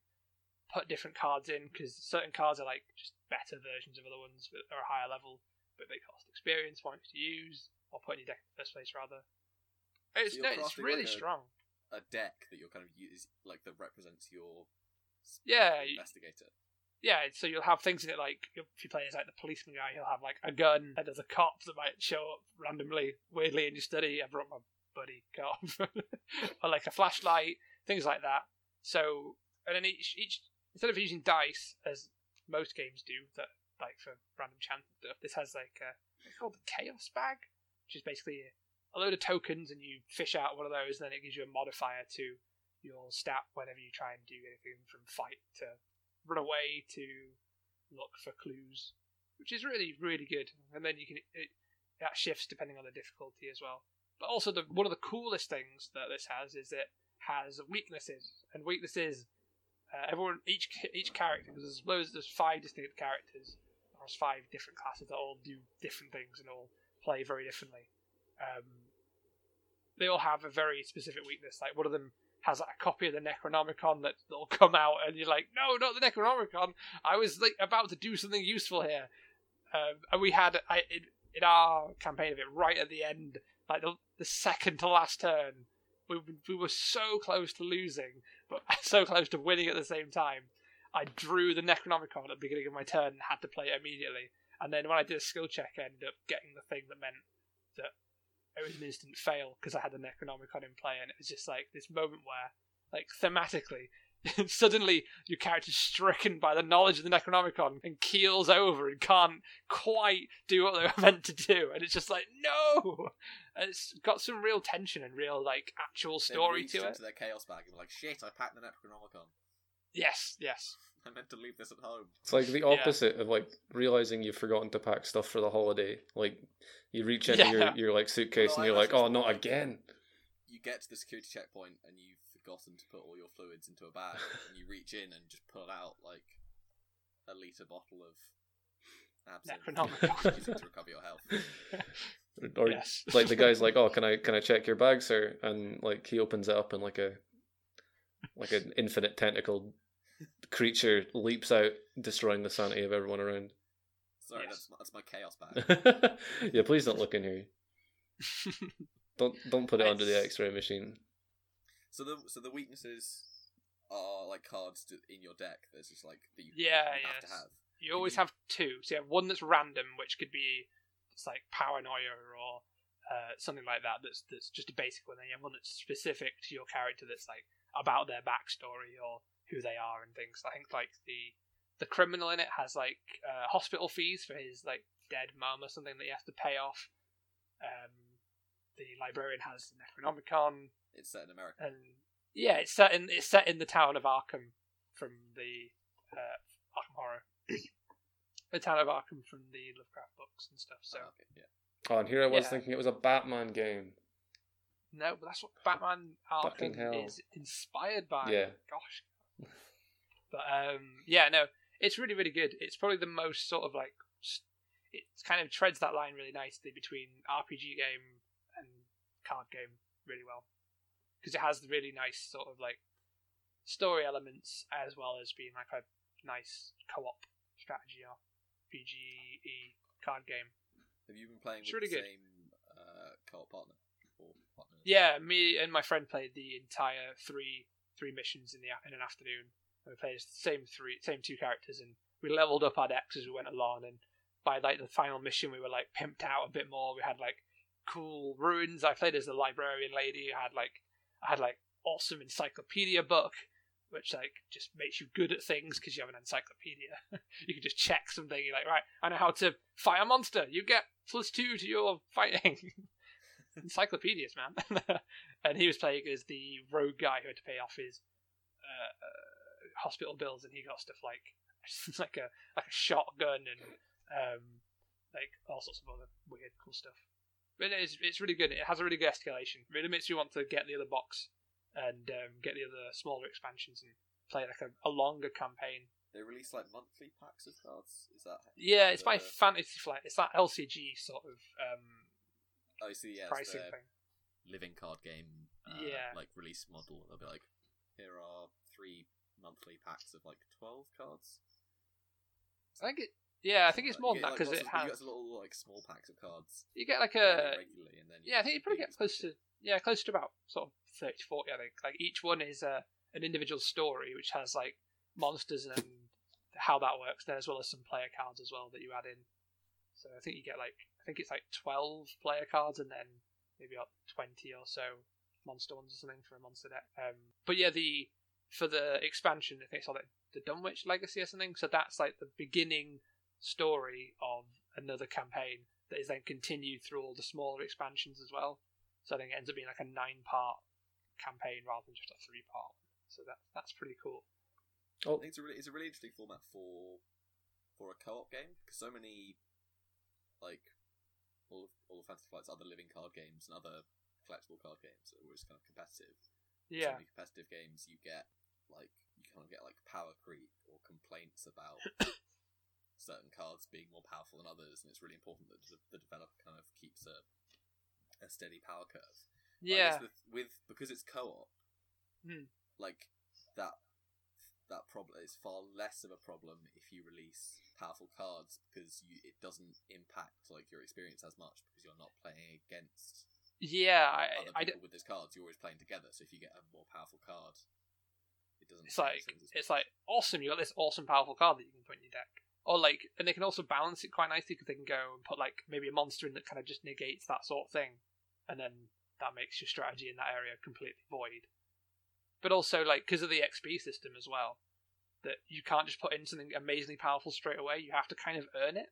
[SPEAKER 2] put different cards in because certain cards are like just better versions of other ones that are a higher level, but they cost experience points to use or put in your deck in the first place rather. It's,
[SPEAKER 3] you're
[SPEAKER 2] no, it's
[SPEAKER 3] crafting
[SPEAKER 2] really
[SPEAKER 3] like a-
[SPEAKER 2] strong.
[SPEAKER 3] A deck that you're kind of use like that represents your s-
[SPEAKER 2] Yeah, you-
[SPEAKER 3] investigator.
[SPEAKER 2] yeah, so you'll have things in it like if you play as like the policeman guy, he'll have like a gun, and there's a cop that might show up randomly, weirdly in your study. I brought my buddy cop, or like a flashlight, things like that. So, and then each each instead of using dice as most games do that like for random chance and stuff, this has like a it's called the chaos bag, which is basically a, a load of tokens, and you fish out one of those, and then it gives you a modifier to your stat whenever you try and do anything from fight to run away to look for clues, which is really really good. And then you can it, that shifts depending on the difficulty as well. But also the one of the coolest things that this has is it has weaknesses, and weaknesses uh, everyone each each character because there's loads there's five distinct characters. There's five different classes that all do different things and all play very differently. Um, they all have a very specific weakness. Like one of them has like a copy of the Necronomicon that, that'll come out, and you're like, no, not the Necronomicon. I was like about to do something useful here, Um, and we had I, in, in our campaign of it right at the end, like the, the second to last turn, we we were so close to losing, but so close to winning at the same time. I drew the Necronomicon at the beginning of my turn and had to play it immediately. And then when I did a skill check, I ended up getting the thing that meant that it was an instant fail because I had the Necronomicon in play, and it was just like this moment where, like thematically, suddenly your character's stricken by the knowledge of the Necronomicon and keels over and can't quite do what they were meant to do, and it's just like no, And it's got some real tension and real like actual
[SPEAKER 3] They
[SPEAKER 2] story
[SPEAKER 3] reached
[SPEAKER 2] to it.
[SPEAKER 3] into their chaos bag and were like, "Shit, I packed the Necronomicon.
[SPEAKER 2] Yes, yes,
[SPEAKER 3] I meant to leave this at home."
[SPEAKER 4] It's like the
[SPEAKER 2] Yeah.
[SPEAKER 4] opposite of like realizing you've forgotten to pack stuff for the holiday. Like you reach into
[SPEAKER 2] Yeah.
[SPEAKER 4] your, your like
[SPEAKER 3] No, I
[SPEAKER 4] suitcase and you're like,
[SPEAKER 3] imagine
[SPEAKER 4] oh,
[SPEAKER 3] it's
[SPEAKER 4] not
[SPEAKER 3] like-
[SPEAKER 4] again.
[SPEAKER 3] You get to the security checkpoint and you've forgotten to put all your fluids into a bag, and you reach in and just pull out like a liter bottle of absinthe,
[SPEAKER 2] Necronomicon.
[SPEAKER 3] using to recover your health.
[SPEAKER 4] Or
[SPEAKER 2] yes.
[SPEAKER 4] like the guy's like, oh, can I can I check your bag, sir? And like he opens it up and like a like an infinite tentacled creature leaps out, destroying the sanity of everyone around.
[SPEAKER 3] Sorry,
[SPEAKER 2] Yes.
[SPEAKER 3] that's, my- that's my chaos bag.
[SPEAKER 4] yeah, please don't look in here. Don't don't put it under the
[SPEAKER 2] It's-
[SPEAKER 4] X-ray machine.
[SPEAKER 3] So the so the weaknesses are like cards to, in your deck. There's just like that you,
[SPEAKER 2] Yeah,
[SPEAKER 3] you have to
[SPEAKER 2] yes.
[SPEAKER 3] have.
[SPEAKER 2] You always have two. So you have one that's random, which could be it's like paranoia or uh, something like that. That's that's just a basic one. Then you have one that's specific to your character. That's like about their backstory or who they are and things. I think like the the criminal in it has like uh, hospital fees for his like dead mum or something that he has to pay off. Um, the librarian has the Necronomicon
[SPEAKER 3] It's set in America.
[SPEAKER 2] and yeah, it's set in it's set in the town of Arkham from the uh, Arkham Horror, the town of Arkham from the Lovecraft books and stuff. So
[SPEAKER 3] Ah, okay, yeah.
[SPEAKER 4] Oh, and here I was
[SPEAKER 2] Yeah.
[SPEAKER 4] thinking it was a Batman game.
[SPEAKER 2] no, but that's what Batman
[SPEAKER 4] Fucking hell.
[SPEAKER 2] Arkham is inspired by.
[SPEAKER 4] Yeah.
[SPEAKER 2] Gosh. But um, yeah, no, it's really really good. It's probably the most sort of like s- it kind of treads that line really nicely between RPG game and card game really well because it has the really nice sort of like story elements as well as being like a nice co-op strategy RPG E card game.
[SPEAKER 3] Have you been playing
[SPEAKER 2] It's
[SPEAKER 3] with
[SPEAKER 2] really
[SPEAKER 3] the
[SPEAKER 2] good.
[SPEAKER 3] same uh, co-op partner? Or partner?
[SPEAKER 2] Yeah, me and my friend played the entire three three missions in the a- in an afternoon. And we played the same three same two characters, and we leveled up our decks as we went along. And by like the final mission, we were like pimped out a bit more. We had like cool ruins. I played as the librarian lady. I had like I had like awesome encyclopedia book. Which like just makes you good at things because you have an encyclopedia. you can just check something. You're like, right, I know how to fight a monster. You get plus two to your fighting. encyclopedias, man. and he was playing as the rogue guy who had to pay off his uh, uh, hospital bills, and he got stuff like like a like a shotgun and um, like all sorts of other weird cool stuff. But it is, it's really good. It has a really good escalation. Really makes you want to get the other box and um, get the other smaller expansions and play like a, a longer campaign.
[SPEAKER 3] They release like monthly packs of cards. Is that?
[SPEAKER 2] Yeah, it's by
[SPEAKER 3] the-
[SPEAKER 2] Fantasy Flight. It's that LCG sort of um,
[SPEAKER 3] Oh, you see, yeah, it's
[SPEAKER 2] pricing
[SPEAKER 3] their
[SPEAKER 2] thing.
[SPEAKER 3] living card game. Uh,
[SPEAKER 2] Yeah.
[SPEAKER 3] Like release model. They'll be like, here are three monthly packs of like twelve cards.
[SPEAKER 2] I think it. Yeah, I think it's
[SPEAKER 3] Like,
[SPEAKER 2] more
[SPEAKER 3] you
[SPEAKER 2] than that
[SPEAKER 3] get, like,
[SPEAKER 2] because it
[SPEAKER 3] lots of- You get
[SPEAKER 2] has.
[SPEAKER 3] little like small packs of cards
[SPEAKER 2] You get like a
[SPEAKER 3] fairly regularly, and then you
[SPEAKER 2] yeah, I think you probably
[SPEAKER 3] big
[SPEAKER 2] get close to yeah, close to about sort of 30, 40, I think. Like each one is a an individual story which has like monsters and how that works then as well as some player cards as well that you add in. So I think you get like I think it's like twelve player cards and then maybe like twenty or so monster ones or something for a monster deck. Um, but yeah, the for the expansion I think it's called like the Dunwich Legacy or something. So that's like the beginning story of another campaign that is then continued through all the smaller expansions as well. So I think it ends up being like a nine part campaign rather than just a three part. So that that's pretty cool.
[SPEAKER 3] I
[SPEAKER 4] Oh,
[SPEAKER 3] think it's a really it's a really interesting format for for a co-op game because so many like all of, all of Fantasy Flight's other living card games and other collectible card games are always kind of competitive. So
[SPEAKER 2] Yeah,
[SPEAKER 3] many competitive games you get like you kind of get like power creep or complaints about certain cards being more powerful than others, and it's really important that the, the developer kind of keeps a a steady power curve. But I
[SPEAKER 2] yeah,
[SPEAKER 3] guess with, with because it's co-op,
[SPEAKER 2] Hmm.
[SPEAKER 3] like that that problem is far less of a problem if you release powerful cards because you, it doesn't impact like your experience as much because you're not playing against
[SPEAKER 2] Yeah, I,
[SPEAKER 3] other
[SPEAKER 2] I,
[SPEAKER 3] people with those cards. You're always playing together. So if you get a more powerful card, it doesn't.
[SPEAKER 2] it's like
[SPEAKER 3] change things
[SPEAKER 2] it's
[SPEAKER 3] as much.
[SPEAKER 2] like awesome. You got this awesome powerful card that you can put in your deck, or like, and they can also balance it quite nicely because they can go and put like maybe a monster in that kind of just negates that sort of thing, and then that makes your strategy in that area completely void. But also like because of the XP system as well, that you can't just put in something amazingly powerful straight away. You have to kind of earn it,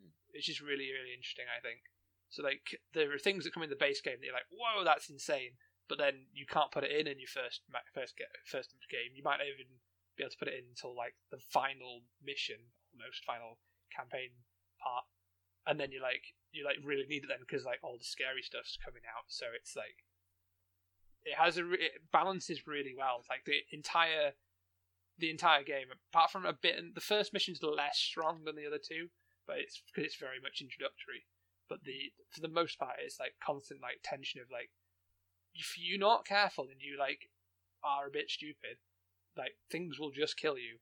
[SPEAKER 3] Hmm.
[SPEAKER 2] which is really really interesting. I think. So like there are things that come in the base game that you're like, whoa, that's insane but then you can't put it in in your first ma- first ga- first game. You might not even be able to put it in until like the final mission, almost final campaign part, and then you like you like really need it then because like all the scary stuff's coming out. So it's like it has a re- it balances really well. Like the entire the entire game, apart from a bit, and the first mission's less strong than the other two, but it's because it's very much introductory. But the for the most part, it's like constant like tension of like if you're not careful and you like are a bit stupid, like things will just kill you.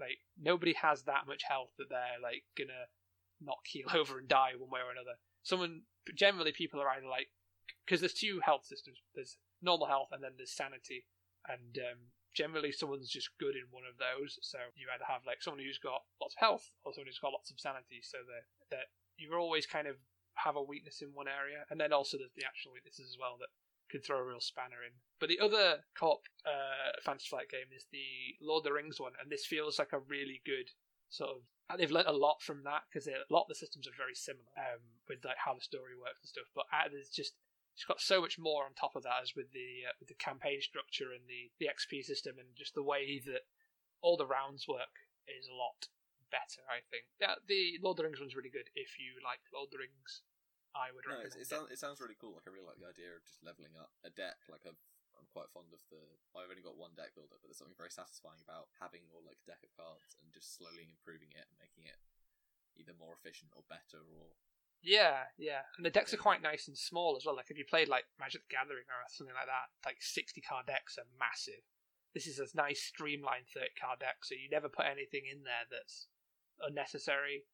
[SPEAKER 2] Like nobody has that much health that they're like gonna not keel over and die one way or another. Someone generally people are either like because there's two health systems. There's normal health and then there's sanity, and um, generally someone's just good in one of those. So you either have like someone who's got lots of health or someone who's got lots of sanity. So that that you're always kind of have a weakness in one area, and then also there's the actual weaknesses as well that could throw a real spanner in. But the other cop uh, Fantasy Flight game is the Lord of the Rings one, and this feels like a really good sort of. and They've learnt a lot from that because a lot of the systems are very similar um, with like how the story works and stuff. But uh, there's just it's got so much more on top of that, as with the uh, with the campaign structure and the the XP system and just the way that all the rounds work is a lot better. I think yeah, the Lord of the Rings one's really good if you like Lord of the Rings. I would
[SPEAKER 3] No,
[SPEAKER 2] recommend
[SPEAKER 3] it, it
[SPEAKER 2] it.
[SPEAKER 3] sounds it sounds really cool. Like I really like the idea of just leveling up a deck. Like I've, I'm quite fond of the. I've only got one deck builder, but there's something very satisfying about having your like deck of cards and just slowly improving it and making it either more efficient or better or
[SPEAKER 2] Yeah, yeah. And the decks are quite nice and small as well. Like if you played like Magic the Gathering or something like that, like sixty card decks are massive. This is a nice streamlined thirty card deck, so you never put anything in there that's unnecessary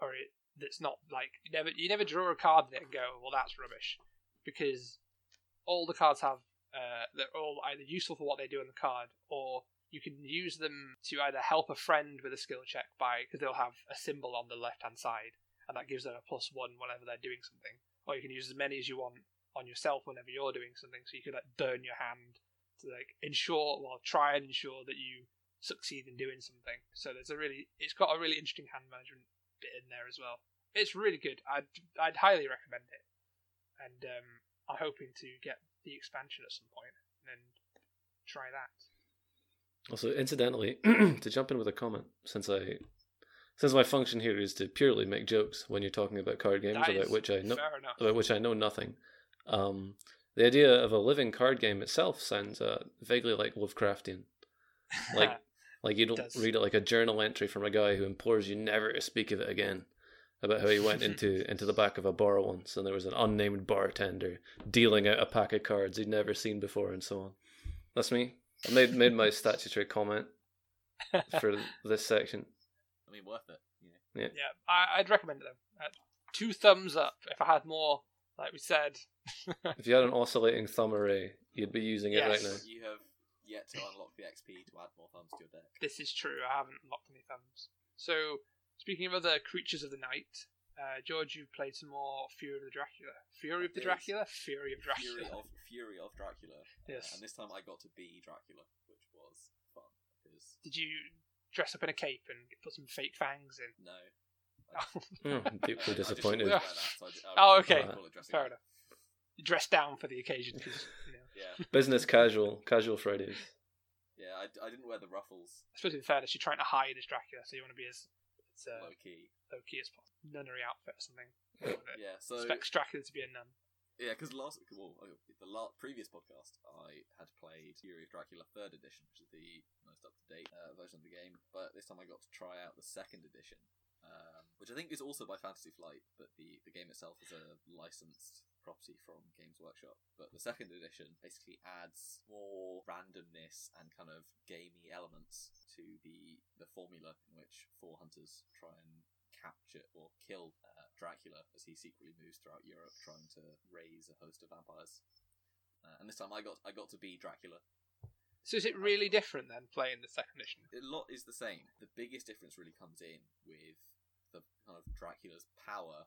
[SPEAKER 2] or it that's not like you never you never draw a card in it and go, Well that's rubbish because all the cards have uh, they're all either useful for what they do on the card or you can use them to either help a friend with a skill check by because they'll have a symbol on the left hand side and that gives them a plus one whenever they're doing something. Or you can use as many as you want on yourself whenever you're doing something, so you could like burn your hand to like ensure, well, try and ensure that you succeed in doing something. So there's a really, it's got a really interesting hand management bit in there as well. It's really good. I'd I'd highly recommend it, and um, I'm hoping to get the expansion at some point and then try that.
[SPEAKER 4] Also, incidentally, to jump in with a comment, since I since my function here is to purely make jokes when you're talking about card games,
[SPEAKER 2] That
[SPEAKER 4] about
[SPEAKER 2] is
[SPEAKER 4] which I know
[SPEAKER 2] fair enough.
[SPEAKER 4] about which I know nothing. Um, the idea of a living card game itself sounds uh, vaguely like Lovecraftian. Like like you don't
[SPEAKER 2] does.
[SPEAKER 4] read it like a journal entry from a guy who implores you never to speak of it again. About how he went into into the back of a bar once, and there was an unnamed bartender dealing out a pack of cards he'd never seen before, and so on. That's me. I made made my statutory comment for this section.
[SPEAKER 3] I mean, worth it. You know,
[SPEAKER 2] yeah, I, I'd recommend it though. Uh, two thumbs up. If I had more, like we said,
[SPEAKER 4] If you had an oscillating thumb array, you'd be using it
[SPEAKER 2] Yes.
[SPEAKER 4] right now.
[SPEAKER 3] you have yet to unlock the XP to add more thumbs to your deck.
[SPEAKER 2] this is true. I haven't locked any thumbs. So, speaking of other creatures of the night, uh, George, you've played some more Fury of the Dracula. Fury of the
[SPEAKER 3] Yes.
[SPEAKER 2] Dracula? Fury of Dracula.
[SPEAKER 3] Fury of Fury of Dracula. Uh,
[SPEAKER 2] Yes.
[SPEAKER 3] and this time I got to be Dracula, which was fun because
[SPEAKER 2] Did you dress up in a cape and put some fake fangs in?
[SPEAKER 3] no.
[SPEAKER 4] Oh, I'm
[SPEAKER 3] I
[SPEAKER 4] deeply
[SPEAKER 3] just
[SPEAKER 4] disappointed.
[SPEAKER 3] wouldn't wear that, so I d- I
[SPEAKER 2] Oh,
[SPEAKER 3] wouldn't
[SPEAKER 2] okay.
[SPEAKER 3] call it dressing
[SPEAKER 2] Fair
[SPEAKER 3] up.
[SPEAKER 2] enough. You dressed down for the occasion 'cause, you know,
[SPEAKER 3] Yeah.
[SPEAKER 4] Business casual, casual Fridays.
[SPEAKER 3] Yeah, I, d- I didn't wear the ruffles
[SPEAKER 2] I suppose in fairness, you're trying to hide as Dracula, so you want to be as as, uh,
[SPEAKER 3] low key.
[SPEAKER 2] low key as possible. Nunnery outfit or something. Yeah.
[SPEAKER 3] Yeah, so
[SPEAKER 2] Expects Dracula to be a nun.
[SPEAKER 3] yeah, because last well, oh, the la- previous podcast I had played Fury of Dracula Third Edition, which is the most up to date uh, version of the game. But this time I got to try out the second edition, um, which I think is also by Fantasy Flight, but the the game itself is a licensed property from Games Workshop. But the second edition basically adds more randomness and kind of gamey elements to to the the formula in which four hunters try and capture or kill uh, Dracula as he secretly moves throughout Europe trying to raise a host of vampires. Uh, and this time I got I got to be Dracula.
[SPEAKER 2] So is it really different then playing the second edition?
[SPEAKER 3] A lot is the same. The biggest difference really comes in with the kind of Dracula's power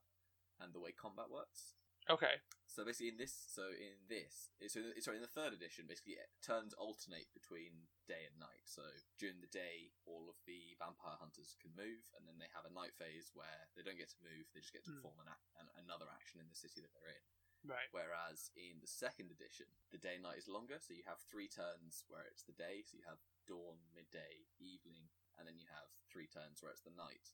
[SPEAKER 3] and the way combat works.
[SPEAKER 2] Okay.
[SPEAKER 3] So basically, in this, so in this, so in the, sorry, in the third edition, basically it turns alternate between day and night. So during the day, all of the vampire hunters can move, and then they have a night phase where they don't get to move; they just get to
[SPEAKER 2] Hmm.
[SPEAKER 3] perform an, ac- an, another action in the city that they're in.
[SPEAKER 2] Right.
[SPEAKER 3] Whereas in the second edition, the day and night is longer, so you have three turns where it's the day, so you have dawn, midday, evening, and then you have three turns where it's the night.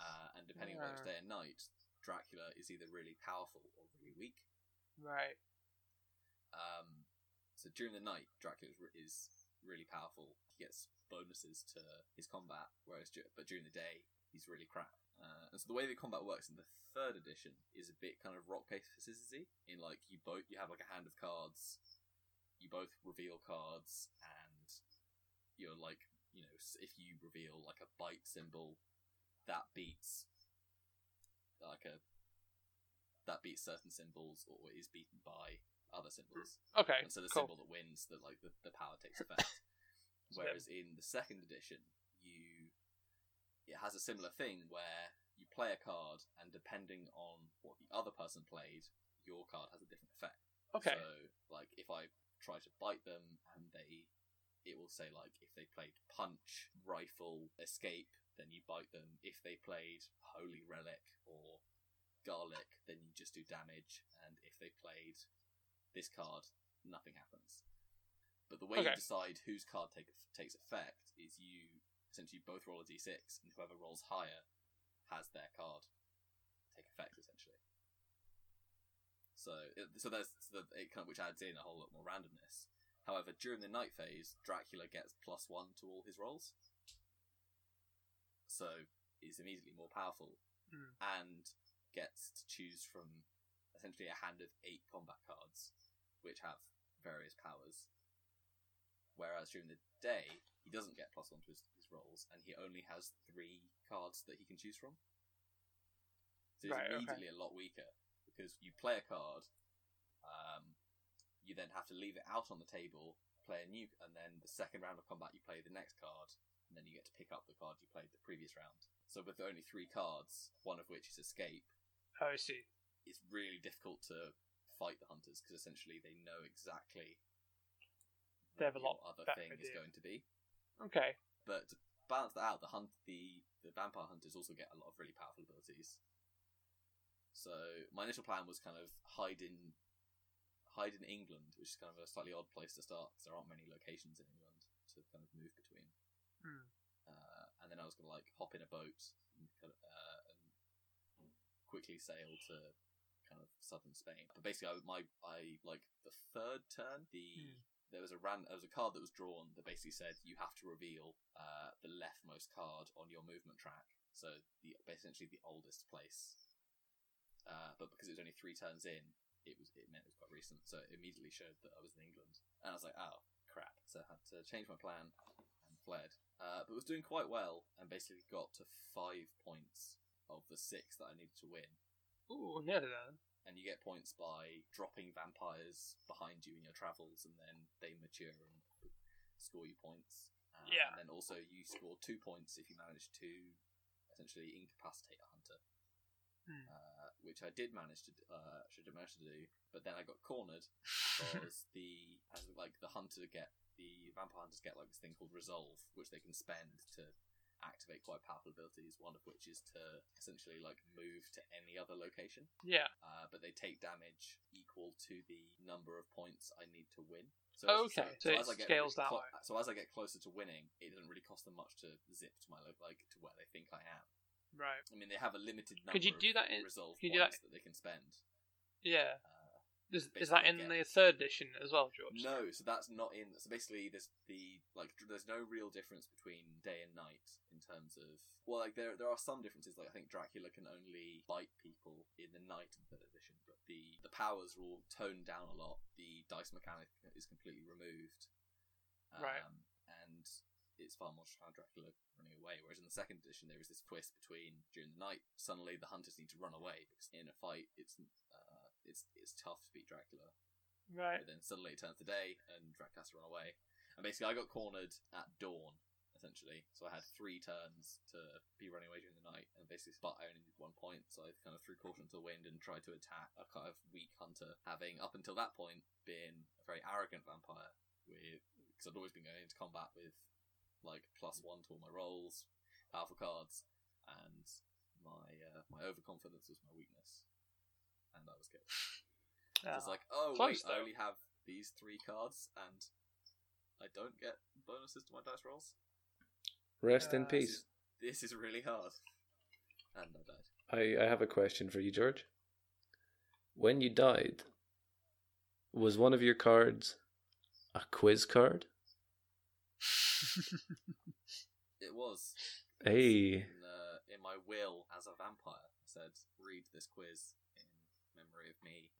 [SPEAKER 3] Uh, and depending on whether it's
[SPEAKER 2] Yeah.
[SPEAKER 3] day and night, Dracula is either really powerful or really weak.
[SPEAKER 2] Right.
[SPEAKER 3] Um, so during the night, Dracula is, re- is really powerful. He gets bonuses to his combat, whereas du- but during the day, he's really crap. Uh, and so the way the combat works in the third edition is a bit kind of rock paper scissors In like you both you have like a hand of cards, you both reveal cards, and you're like you know s- if you reveal like a bite symbol, that beats like a that beats certain symbols or is beaten by other symbols.
[SPEAKER 2] Mm. Okay.
[SPEAKER 3] And so the
[SPEAKER 2] cool.
[SPEAKER 3] symbol that wins, that like the, the power takes effect.
[SPEAKER 2] So then-
[SPEAKER 3] Whereas in the second edition, you it has a similar thing where you play a card, and depending on what the other person played, your card has a different effect.
[SPEAKER 2] Okay.
[SPEAKER 3] So like if I try to bite them, and they, it will say like if they played punch, rifle, escape, then you bite them. If they played holy relic or garlic, then you just do damage. And if they played this card, nothing happens. But the way
[SPEAKER 2] Okay.
[SPEAKER 3] you decide whose card take, takes effect is you essentially both roll a d6, and whoever rolls higher has their card take effect essentially. So, it- so there's so that it kind of, which adds in a whole lot more randomness. However, during the night phase, Dracula gets plus one to all his rolls, so is immediately more powerful,
[SPEAKER 2] Hmm.
[SPEAKER 3] and gets to choose from essentially a hand of eight combat cards, which have various powers. Whereas during the day, he doesn't get plus one to his, his rolls, and he only has three cards that he can choose from. So he's
[SPEAKER 2] Right, okay.
[SPEAKER 3] immediately a lot weaker because you play a card, um, you then have to leave it out on the table, play a new, and then the second round of combat you play the next card, and then you get to pick up the card you played the previous round. So with only three cards, one of which is escape,
[SPEAKER 2] Oh, I see.
[SPEAKER 3] it's really difficult to fight the hunters because essentially they know exactly
[SPEAKER 2] They have a
[SPEAKER 3] your
[SPEAKER 2] lot
[SPEAKER 3] other
[SPEAKER 2] better
[SPEAKER 3] thing is
[SPEAKER 2] idea.
[SPEAKER 3] going to be.
[SPEAKER 2] Okay.
[SPEAKER 3] But to balance that out, the hunt the, the vampire hunters also get a lot of really powerful abilities. So my initial plan was kind of hide in hide in England, which is kind of a slightly odd place to start because there aren't many locations in England to kind of move between.
[SPEAKER 2] Hmm.
[SPEAKER 3] Uh, and then I was gonna like hop in a boat and, kind of, uh, and quickly sail to kind of southern Spain. But basically, I my I like the third turn the
[SPEAKER 2] Hmm.
[SPEAKER 3] there was a ran there was a card that was drawn that basically said you have to reveal uh, the leftmost card on your movement track. So the essentially the oldest place. Uh, but because it was only three turns in, it was it meant it was quite recent, so it immediately showed that I was in England, and I was like, oh crap! So I had to change my plan and fled. Uh, but was doing quite well, and basically got to five points of the six that I needed to win,
[SPEAKER 2] Ooh, nearly there.
[SPEAKER 3] and you get points by dropping vampires behind you in your travels, and then they mature and score you points. Uh,
[SPEAKER 2] Yeah.
[SPEAKER 3] And then also you score two points if you manage to essentially incapacitate a hunter,
[SPEAKER 2] Hmm.
[SPEAKER 3] uh, which I did manage to d- uh, should have managed to do, but then I got cornered because the as like the hunter get the vampire hunters get like this thing called resolve, which they can spend to activate quite powerful abilities. One of which is to essentially like move to any other location
[SPEAKER 2] Yeah.
[SPEAKER 3] uh, but they take damage equal to the number of points I need to win. So
[SPEAKER 2] Oh, okay. So it scales
[SPEAKER 3] really
[SPEAKER 2] that
[SPEAKER 3] clo-
[SPEAKER 2] way.
[SPEAKER 3] So as I get closer to winning, it doesn't really cost them much to zip to my lo- like to where they think I am.
[SPEAKER 2] Right.
[SPEAKER 3] I mean, they have a limited number.
[SPEAKER 2] Could you do that in-
[SPEAKER 3] Of resolve
[SPEAKER 2] could you do
[SPEAKER 3] points that they can spend.
[SPEAKER 2] Yeah.
[SPEAKER 3] Uh,
[SPEAKER 2] Is,
[SPEAKER 3] Basically,
[SPEAKER 2] is that in
[SPEAKER 3] yeah.
[SPEAKER 2] the third edition as well, George?
[SPEAKER 3] no, so that's not in. So basically, there's the like, dr- there's no real difference between day and night in terms of. Well, like there there are some differences. Like I think Dracula can only bite people in the night in third edition, but the the powers are all toned down a lot. The dice mechanic is completely removed.
[SPEAKER 2] Right.
[SPEAKER 3] Um, And it's far more just how Dracula running away. Whereas in the second edition, there is this twist between during the night, suddenly the hunters need to run away because in a fight, it's uh, it's it's tough to beat Dracula.
[SPEAKER 2] Right.
[SPEAKER 3] But then suddenly it turns to day, and Dracula has to run away. And basically, I got cornered at dawn, essentially. So I had three turns to be running away during the night, and basically, but I only did one point, so I kind of threw caution to the wind and tried to attack a kind of weak hunter, having up until that point been a very arrogant vampire. With because I'd always been going into combat with like plus one to all my rolls, powerful cards, and my uh, my overconfidence was my weakness, and I was killed.
[SPEAKER 2] Ah.
[SPEAKER 3] It's like, oh,
[SPEAKER 2] Close,
[SPEAKER 3] wait, I
[SPEAKER 2] though.
[SPEAKER 3] only have these three cards, and I don't get bonuses to my dice rolls.
[SPEAKER 4] Rest in
[SPEAKER 2] Uh,
[SPEAKER 4] peace.
[SPEAKER 3] This is really hard. And I died.
[SPEAKER 4] I, I have a question for you, George. When you died, was one of your cards a quiz card?
[SPEAKER 2] Ah.
[SPEAKER 3] It was
[SPEAKER 4] Hey.
[SPEAKER 3] in, uh, in my will as a vampire. I said, read this quiz in memory of me,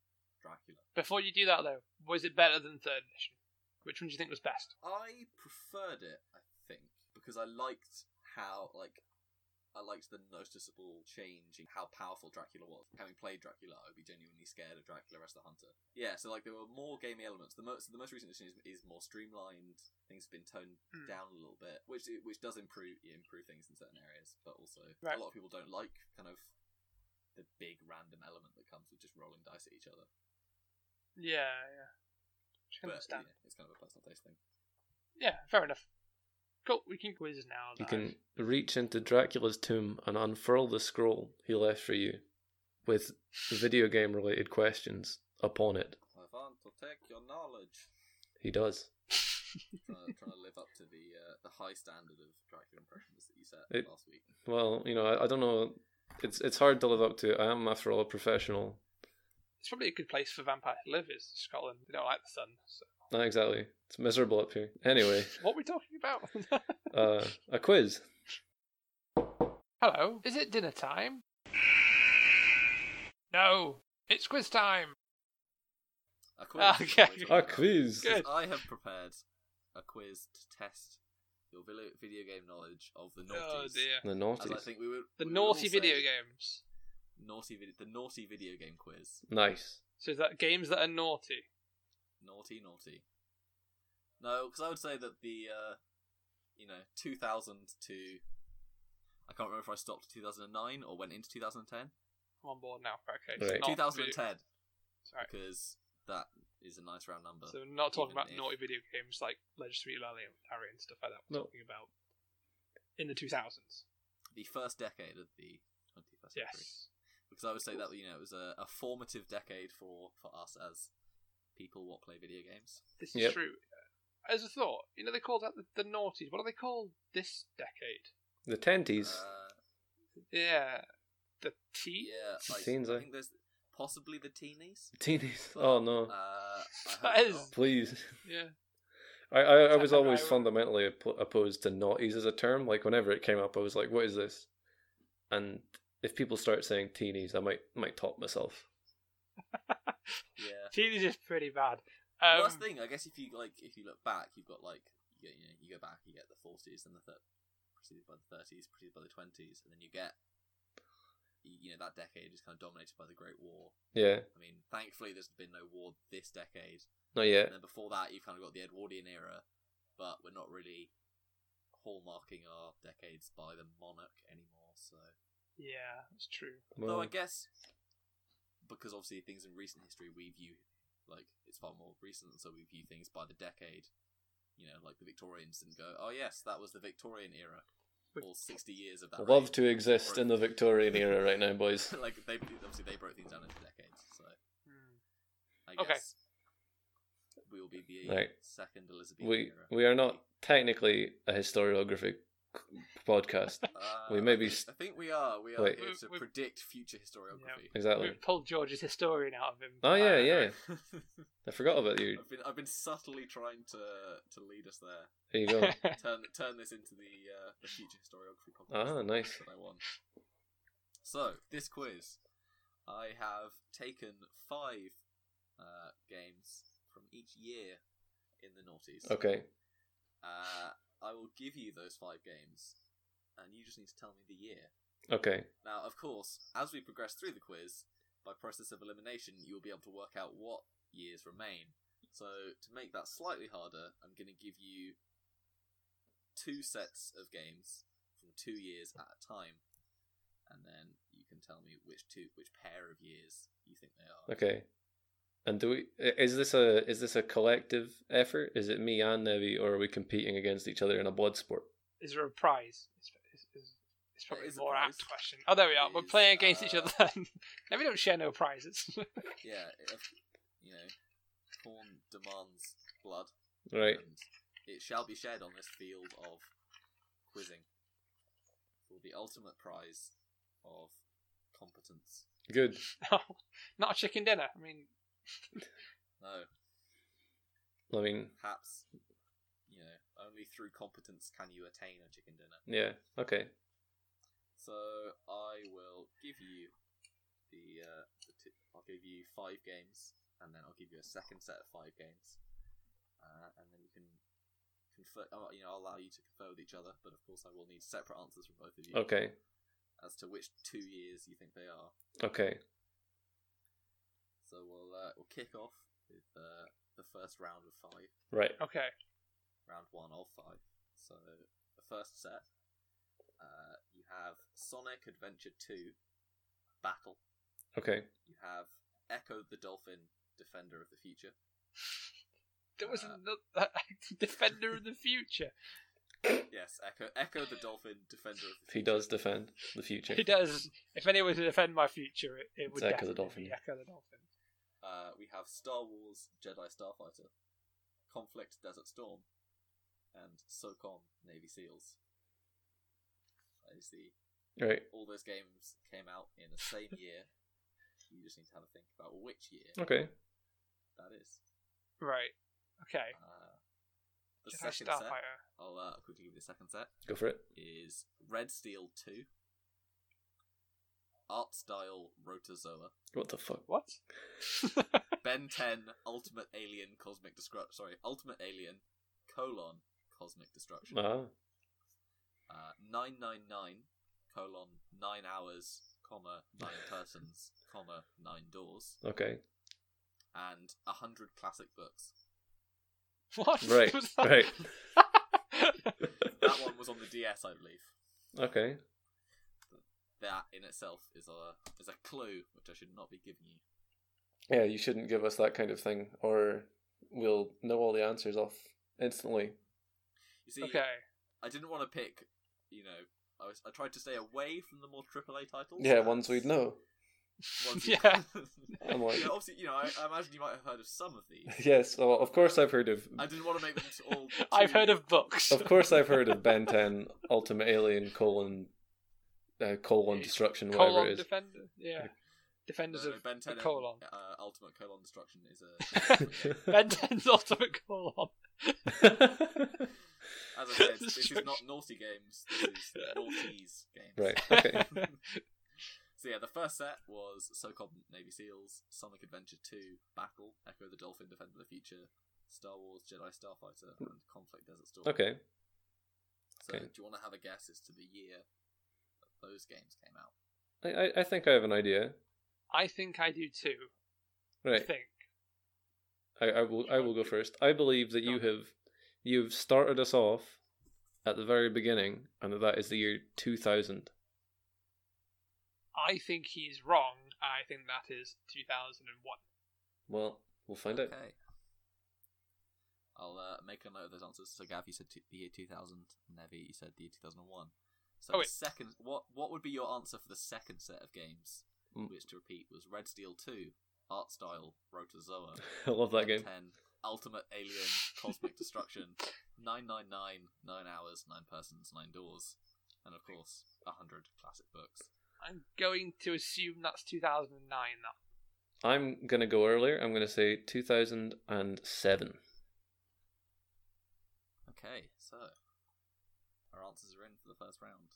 [SPEAKER 3] Dracula.
[SPEAKER 2] Before you do that, though, was it better than third edition? Which one do you think was best?
[SPEAKER 3] I preferred it, I think, because I liked how like I liked the noticeable change in how powerful Dracula was. Having played Dracula, I would be genuinely scared of Dracula as the Hunter. Yeah, so like there were more gamey elements. The most the most recent edition is, is more streamlined. Things have been toned
[SPEAKER 2] Hmm.
[SPEAKER 3] down a little bit, which which does improve improve things in certain areas, but also
[SPEAKER 2] Right.
[SPEAKER 3] a lot of people don't like kind of the big random element that comes with just rolling dice at each other.
[SPEAKER 2] Yeah, yeah. Which I can
[SPEAKER 3] But
[SPEAKER 2] understand.
[SPEAKER 3] yeah, it's kind of a personal taste thing.
[SPEAKER 2] Yeah. fair enough. Cool. We can quiz now.
[SPEAKER 4] You
[SPEAKER 2] that
[SPEAKER 4] can
[SPEAKER 2] I've-
[SPEAKER 4] reach into Dracula's tomb and unfurl the scroll he left for you with video game related questions upon it.
[SPEAKER 3] I want to take your knowledge.
[SPEAKER 4] He does.
[SPEAKER 3] trying, to, trying to live up to the uh, the high standard of Dracula impressions that you set
[SPEAKER 4] It-
[SPEAKER 3] last week.
[SPEAKER 4] Well, you know, I, I don't know. It's it's hard to live up to. I am, after all, a professional.
[SPEAKER 2] It's probably a good place for vampires to live. Is Scotland? They don't like the sun. So.
[SPEAKER 4] Not exactly. It's miserable up here. Anyway,
[SPEAKER 2] What are we talking about?
[SPEAKER 4] uh, a quiz.
[SPEAKER 2] Hello. Is it dinner time? No. It's quiz time.
[SPEAKER 3] A
[SPEAKER 2] Ah,
[SPEAKER 3] quiz.
[SPEAKER 2] okay.
[SPEAKER 3] We're
[SPEAKER 4] A
[SPEAKER 3] talking
[SPEAKER 4] quiz.
[SPEAKER 2] Good.
[SPEAKER 3] about- I have prepared a quiz to test your video, video game knowledge of the naughties.
[SPEAKER 2] Oh dear.
[SPEAKER 4] The
[SPEAKER 3] As
[SPEAKER 4] naughty.
[SPEAKER 3] I think we would
[SPEAKER 2] The
[SPEAKER 3] we would
[SPEAKER 2] naughty
[SPEAKER 3] all
[SPEAKER 2] video
[SPEAKER 3] say,
[SPEAKER 2] games.
[SPEAKER 3] Naughty video. The naughty video game quiz.
[SPEAKER 4] Nice.
[SPEAKER 2] So is that games that are naughty?
[SPEAKER 3] Naughty, naughty. No, because I would say that the uh, you know 2000 to I can't remember if I stopped 2009 or went into 2010.
[SPEAKER 2] I'm on board now. Okay. so
[SPEAKER 4] Right.
[SPEAKER 2] not
[SPEAKER 3] 2010
[SPEAKER 2] Sorry.
[SPEAKER 3] because that is a nice round number.
[SPEAKER 2] So we're not talking
[SPEAKER 3] even
[SPEAKER 2] about
[SPEAKER 3] if-
[SPEAKER 2] naughty video games like Legislative Valley and Harry and stuff like that. We're
[SPEAKER 4] No.
[SPEAKER 2] talking about in the two thousands.
[SPEAKER 3] the first decade of the 21st century.
[SPEAKER 2] Yes.
[SPEAKER 3] Because I would say that you know it was a, a formative decade for for us as people what play video games.
[SPEAKER 2] This is
[SPEAKER 4] Yep.
[SPEAKER 2] true. As a thought, you know they called that the, the naughties. What do they call this decade?
[SPEAKER 4] The tenties.
[SPEAKER 3] Uh,
[SPEAKER 2] Yeah. The T
[SPEAKER 3] yeah, I,
[SPEAKER 4] Teens, eh?
[SPEAKER 3] I think there's possibly the teenies.
[SPEAKER 4] Teenies. Oh
[SPEAKER 3] Uh,
[SPEAKER 4] no.
[SPEAKER 3] I hope
[SPEAKER 2] That is-
[SPEAKER 4] Oh.
[SPEAKER 3] not.
[SPEAKER 4] Please.
[SPEAKER 2] Yeah.
[SPEAKER 4] I, I, I was
[SPEAKER 2] Second
[SPEAKER 4] always
[SPEAKER 2] row.
[SPEAKER 4] fundamentally oppo- opposed to naughties as a term. Like whenever it came up, I was like, "What is this?" And if people start saying teenies, I might might top myself.
[SPEAKER 3] yeah.
[SPEAKER 2] Teenage is pretty bad.
[SPEAKER 3] Well,
[SPEAKER 2] Um,
[SPEAKER 3] that's the thing. I guess if you like, if you look back, you've got like you, get, you know you go back, you get the 40s, then the thir- preceded by the 30s, preceded by the 20s, and then you get you you know that decade is kind of dominated by the Great War.
[SPEAKER 4] Yeah,
[SPEAKER 3] I mean, thankfully, there's been no war this decade.
[SPEAKER 4] not yet.
[SPEAKER 3] And then before that, you've kind of got the Edwardian era, but we're not really hallmarking our decades by the monarch anymore. So,
[SPEAKER 2] yeah, that's true.
[SPEAKER 3] though
[SPEAKER 4] Well,
[SPEAKER 3] I guess because obviously things in recent history we view like it's far more recent, so we view things by the decade. You know, like the Victorians didn't go, oh yes, that was the Victorian era,
[SPEAKER 2] But-
[SPEAKER 3] all sixty years of that.
[SPEAKER 4] love
[SPEAKER 3] reign."
[SPEAKER 4] to exist in the Victorian era right now, boys.
[SPEAKER 3] like they obviously they broke things down into decades, so
[SPEAKER 2] Hmm.
[SPEAKER 3] I
[SPEAKER 2] Okay.
[SPEAKER 3] guess we will be the
[SPEAKER 4] Right.
[SPEAKER 3] second Elizabethan
[SPEAKER 4] We
[SPEAKER 3] era.
[SPEAKER 4] we are not technically a historiographic c- podcast.
[SPEAKER 3] Uh,
[SPEAKER 4] We may be
[SPEAKER 3] I
[SPEAKER 4] s-
[SPEAKER 3] think, I think we are. We are
[SPEAKER 4] Wait.
[SPEAKER 3] here to
[SPEAKER 2] We- we-
[SPEAKER 3] predict future historiography.
[SPEAKER 4] Exactly.
[SPEAKER 2] We've pulled George's historian out of him.
[SPEAKER 4] Oh yeah,
[SPEAKER 2] Uh,
[SPEAKER 4] yeah. I forgot about you.
[SPEAKER 3] I've been I've been subtly trying to to lead us there.
[SPEAKER 4] There you go.
[SPEAKER 3] Turn turn this into the uh, the future historiography podcast
[SPEAKER 4] Ah, nice.
[SPEAKER 3] that I want. So this quiz, I have taken five uh, games from each year in the noughties.
[SPEAKER 4] Okay.
[SPEAKER 3] Uh, I will give you those five games, and you just need to tell me the year.
[SPEAKER 4] Okay.
[SPEAKER 3] Now, of course, as we progress through the quiz, by process of elimination, you'll be able to work out what years remain. So, to make that slightly harder, I'm going to give you two sets of games from two years at a time, and then you can tell me which two, which pair of years you think they are.
[SPEAKER 4] Okay. And do we i- is this a is this a collective effort? Is it me and Nevi, or are we competing against each other in a blood sport?
[SPEAKER 2] Is there a prize? It's, it's, it's, it's probably
[SPEAKER 3] is a
[SPEAKER 2] a more
[SPEAKER 3] prize.
[SPEAKER 2] apt question. Oh, there we
[SPEAKER 3] It
[SPEAKER 2] are. We're
[SPEAKER 3] is,
[SPEAKER 2] playing against
[SPEAKER 3] uh,
[SPEAKER 2] each other. then. Now we don't share no prizes.
[SPEAKER 3] Yeah, if, you know, corn demands blood,
[SPEAKER 4] Right.
[SPEAKER 3] and it shall be shared on this field of quizzing for the ultimate prize of competence.
[SPEAKER 4] Good.
[SPEAKER 2] Not a chicken dinner. I mean,
[SPEAKER 3] No,
[SPEAKER 4] I mean,
[SPEAKER 3] perhaps you know only through competence can you attain a chicken dinner.
[SPEAKER 4] yeah. Okay.
[SPEAKER 3] So I will give you the, uh, the t- I'll give you five games, and then I'll give you a second set of five games, uh, and then you can confer. Oh, you know, I'll allow you to confer with each other, but of course I will need separate answers from both of you
[SPEAKER 4] Okay.
[SPEAKER 3] as to which two years you think they are.
[SPEAKER 4] Okay.
[SPEAKER 3] So we'll uh, we'll kick off with uh, the first round of five,
[SPEAKER 4] Right.
[SPEAKER 2] okay.
[SPEAKER 3] round one of five. So the first set, uh, you have Sonic Adventure Two, Battle.
[SPEAKER 4] Okay.
[SPEAKER 3] You have Echo the Dolphin, Defender of the Future.
[SPEAKER 2] There was
[SPEAKER 3] Uh,
[SPEAKER 2] another Defender of the Future.
[SPEAKER 3] Yes, Echo Echo the Dolphin, Defender of the
[SPEAKER 4] He
[SPEAKER 3] Future.
[SPEAKER 4] does defend the future.
[SPEAKER 2] He does. If anyone to defend my future, it, it would
[SPEAKER 4] It's Echo the
[SPEAKER 2] definitely
[SPEAKER 4] Dolphin.
[SPEAKER 2] be Echo the Dolphin.
[SPEAKER 3] Uh, we have Star Wars Jedi Starfighter, Conflict Desert Storm, and SOCOM Navy SEAls. That is the
[SPEAKER 4] Right.
[SPEAKER 3] all those games came out in the same year. You just need to have a think about which year
[SPEAKER 4] Okay.
[SPEAKER 3] that is.
[SPEAKER 2] Right. Okay.
[SPEAKER 3] Uh, the
[SPEAKER 2] Jedi
[SPEAKER 3] second set,
[SPEAKER 2] Starfighter.
[SPEAKER 3] I'll uh, quickly give you the second set.
[SPEAKER 4] Go for it.
[SPEAKER 3] is Red Steel 2, Art Style Rotozoa,
[SPEAKER 4] What the fuck?
[SPEAKER 2] What?
[SPEAKER 3] Ben 10 Ultimate Alien Cosmic Destruction, sorry, Ultimate Alien colon Cosmic Destruction,
[SPEAKER 4] Ah.
[SPEAKER 3] uh, 999 colon 9 hours, comma 9 persons, comma 9 doors,
[SPEAKER 4] Okay.
[SPEAKER 3] and 100 classic books.
[SPEAKER 2] what?
[SPEAKER 4] Right.
[SPEAKER 2] was that?
[SPEAKER 4] Right.
[SPEAKER 3] That one was on the DS, I believe.
[SPEAKER 4] okay.
[SPEAKER 3] That in itself is a is a clue which I should not be giving you.
[SPEAKER 4] Yeah, you shouldn't give us that kind of thing, or we'll know all the answers off instantly.
[SPEAKER 3] You see,
[SPEAKER 2] okay.
[SPEAKER 3] I didn't want to pick, you know, I was I tried to stay away from the more AAA titles.
[SPEAKER 4] Yeah,
[SPEAKER 3] and
[SPEAKER 4] ones we'd know.
[SPEAKER 3] ones we'd-
[SPEAKER 2] Yeah.
[SPEAKER 4] I'm like,
[SPEAKER 3] You know, obviously, you know, I, I imagine you might have heard of some of these.
[SPEAKER 4] yes, well, of course I've heard of.
[SPEAKER 3] I didn't want to make them t- all.
[SPEAKER 2] I've
[SPEAKER 3] too-
[SPEAKER 2] heard of books.
[SPEAKER 4] Of course I've heard of Ben 10, Ultimate Alien, colon, uh, colon
[SPEAKER 2] Yeah,
[SPEAKER 4] destruction, whatever
[SPEAKER 2] colon
[SPEAKER 4] it is.
[SPEAKER 2] defender. Yeah.
[SPEAKER 3] no,
[SPEAKER 2] Defenders
[SPEAKER 3] no,
[SPEAKER 2] of
[SPEAKER 3] Ben 10
[SPEAKER 2] the colon.
[SPEAKER 3] And, uh, Ultimate Colon Destruction is a.
[SPEAKER 2] Ben 10's ultimate colon.
[SPEAKER 3] As I said, this is not Naughty Games. This is Naughty's Games.
[SPEAKER 4] right, okay.
[SPEAKER 3] So yeah, the first set was SOCOM Navy SEAls, Sonic Adventure 2, Battle, Echo the Dolphin, Defender of the Future, Star Wars Jedi Starfighter, and Conflict Desert Storm.
[SPEAKER 4] Okay.
[SPEAKER 3] So,
[SPEAKER 4] Okay.
[SPEAKER 3] do you want to have a guess as to the year that those games came out?
[SPEAKER 4] I, I, I think I have an idea.
[SPEAKER 2] I think I do too. I
[SPEAKER 4] Right.
[SPEAKER 2] think.
[SPEAKER 4] I, I will I will go first. I believe that you have you've started us off at the very beginning, and that, that is the year two thousand.
[SPEAKER 2] I think he's wrong. I think that is 2001.
[SPEAKER 4] Well, we'll find out.
[SPEAKER 3] Okay. I'll uh, make a note of those answers. So, Gav, you said t- the year 2000. Nevi, you said the year 2001. So,
[SPEAKER 2] Oh,
[SPEAKER 3] the
[SPEAKER 2] wait.
[SPEAKER 3] second, what what would be your answer for the second set of games,
[SPEAKER 4] Mm.
[SPEAKER 3] which to repeat was Red Steel 2, Art Style, Rotozoa,
[SPEAKER 4] I love that game.
[SPEAKER 3] 10, Ultimate Alien, Cosmic Destruction, 999, 9 Hours, 9 Persons, 9 Doors, and of course, 100 classic books.
[SPEAKER 2] I'm going to assume that's 2009. That
[SPEAKER 4] I'm gonna go earlier. I'm gonna say two thousand and seven.
[SPEAKER 3] Okay, so our answers are in for the first round.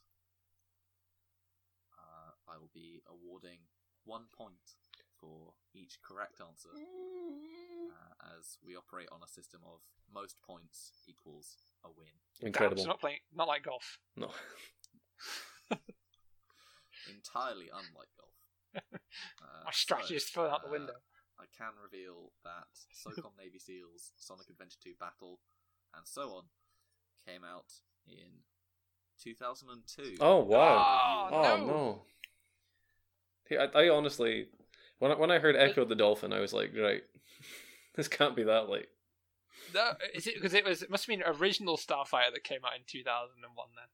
[SPEAKER 3] Uh, I will be awarding one point for each correct answer, uh, as we operate on a system of most points equals a win.
[SPEAKER 4] Incredible.
[SPEAKER 2] Damn, so not playing, not like golf.
[SPEAKER 4] No.
[SPEAKER 3] Entirely unlike golf. Uh,
[SPEAKER 2] My strategy is
[SPEAKER 3] so,
[SPEAKER 2] thrown out the
[SPEAKER 3] uh,
[SPEAKER 2] window.
[SPEAKER 3] I can reveal that SOCOM Navy SEALs, Sonic Adventure 2 Battle, and so on came out in 2002.
[SPEAKER 4] Oh wow!
[SPEAKER 2] Oh,
[SPEAKER 4] oh
[SPEAKER 2] no.
[SPEAKER 4] no! Hey, I, I honestly, when I, when I heard Echo the Dolphin, I was like, right, this can't be that late.
[SPEAKER 2] No, is it because it was? It must have been original Starfighter that came out in two thousand and one. Then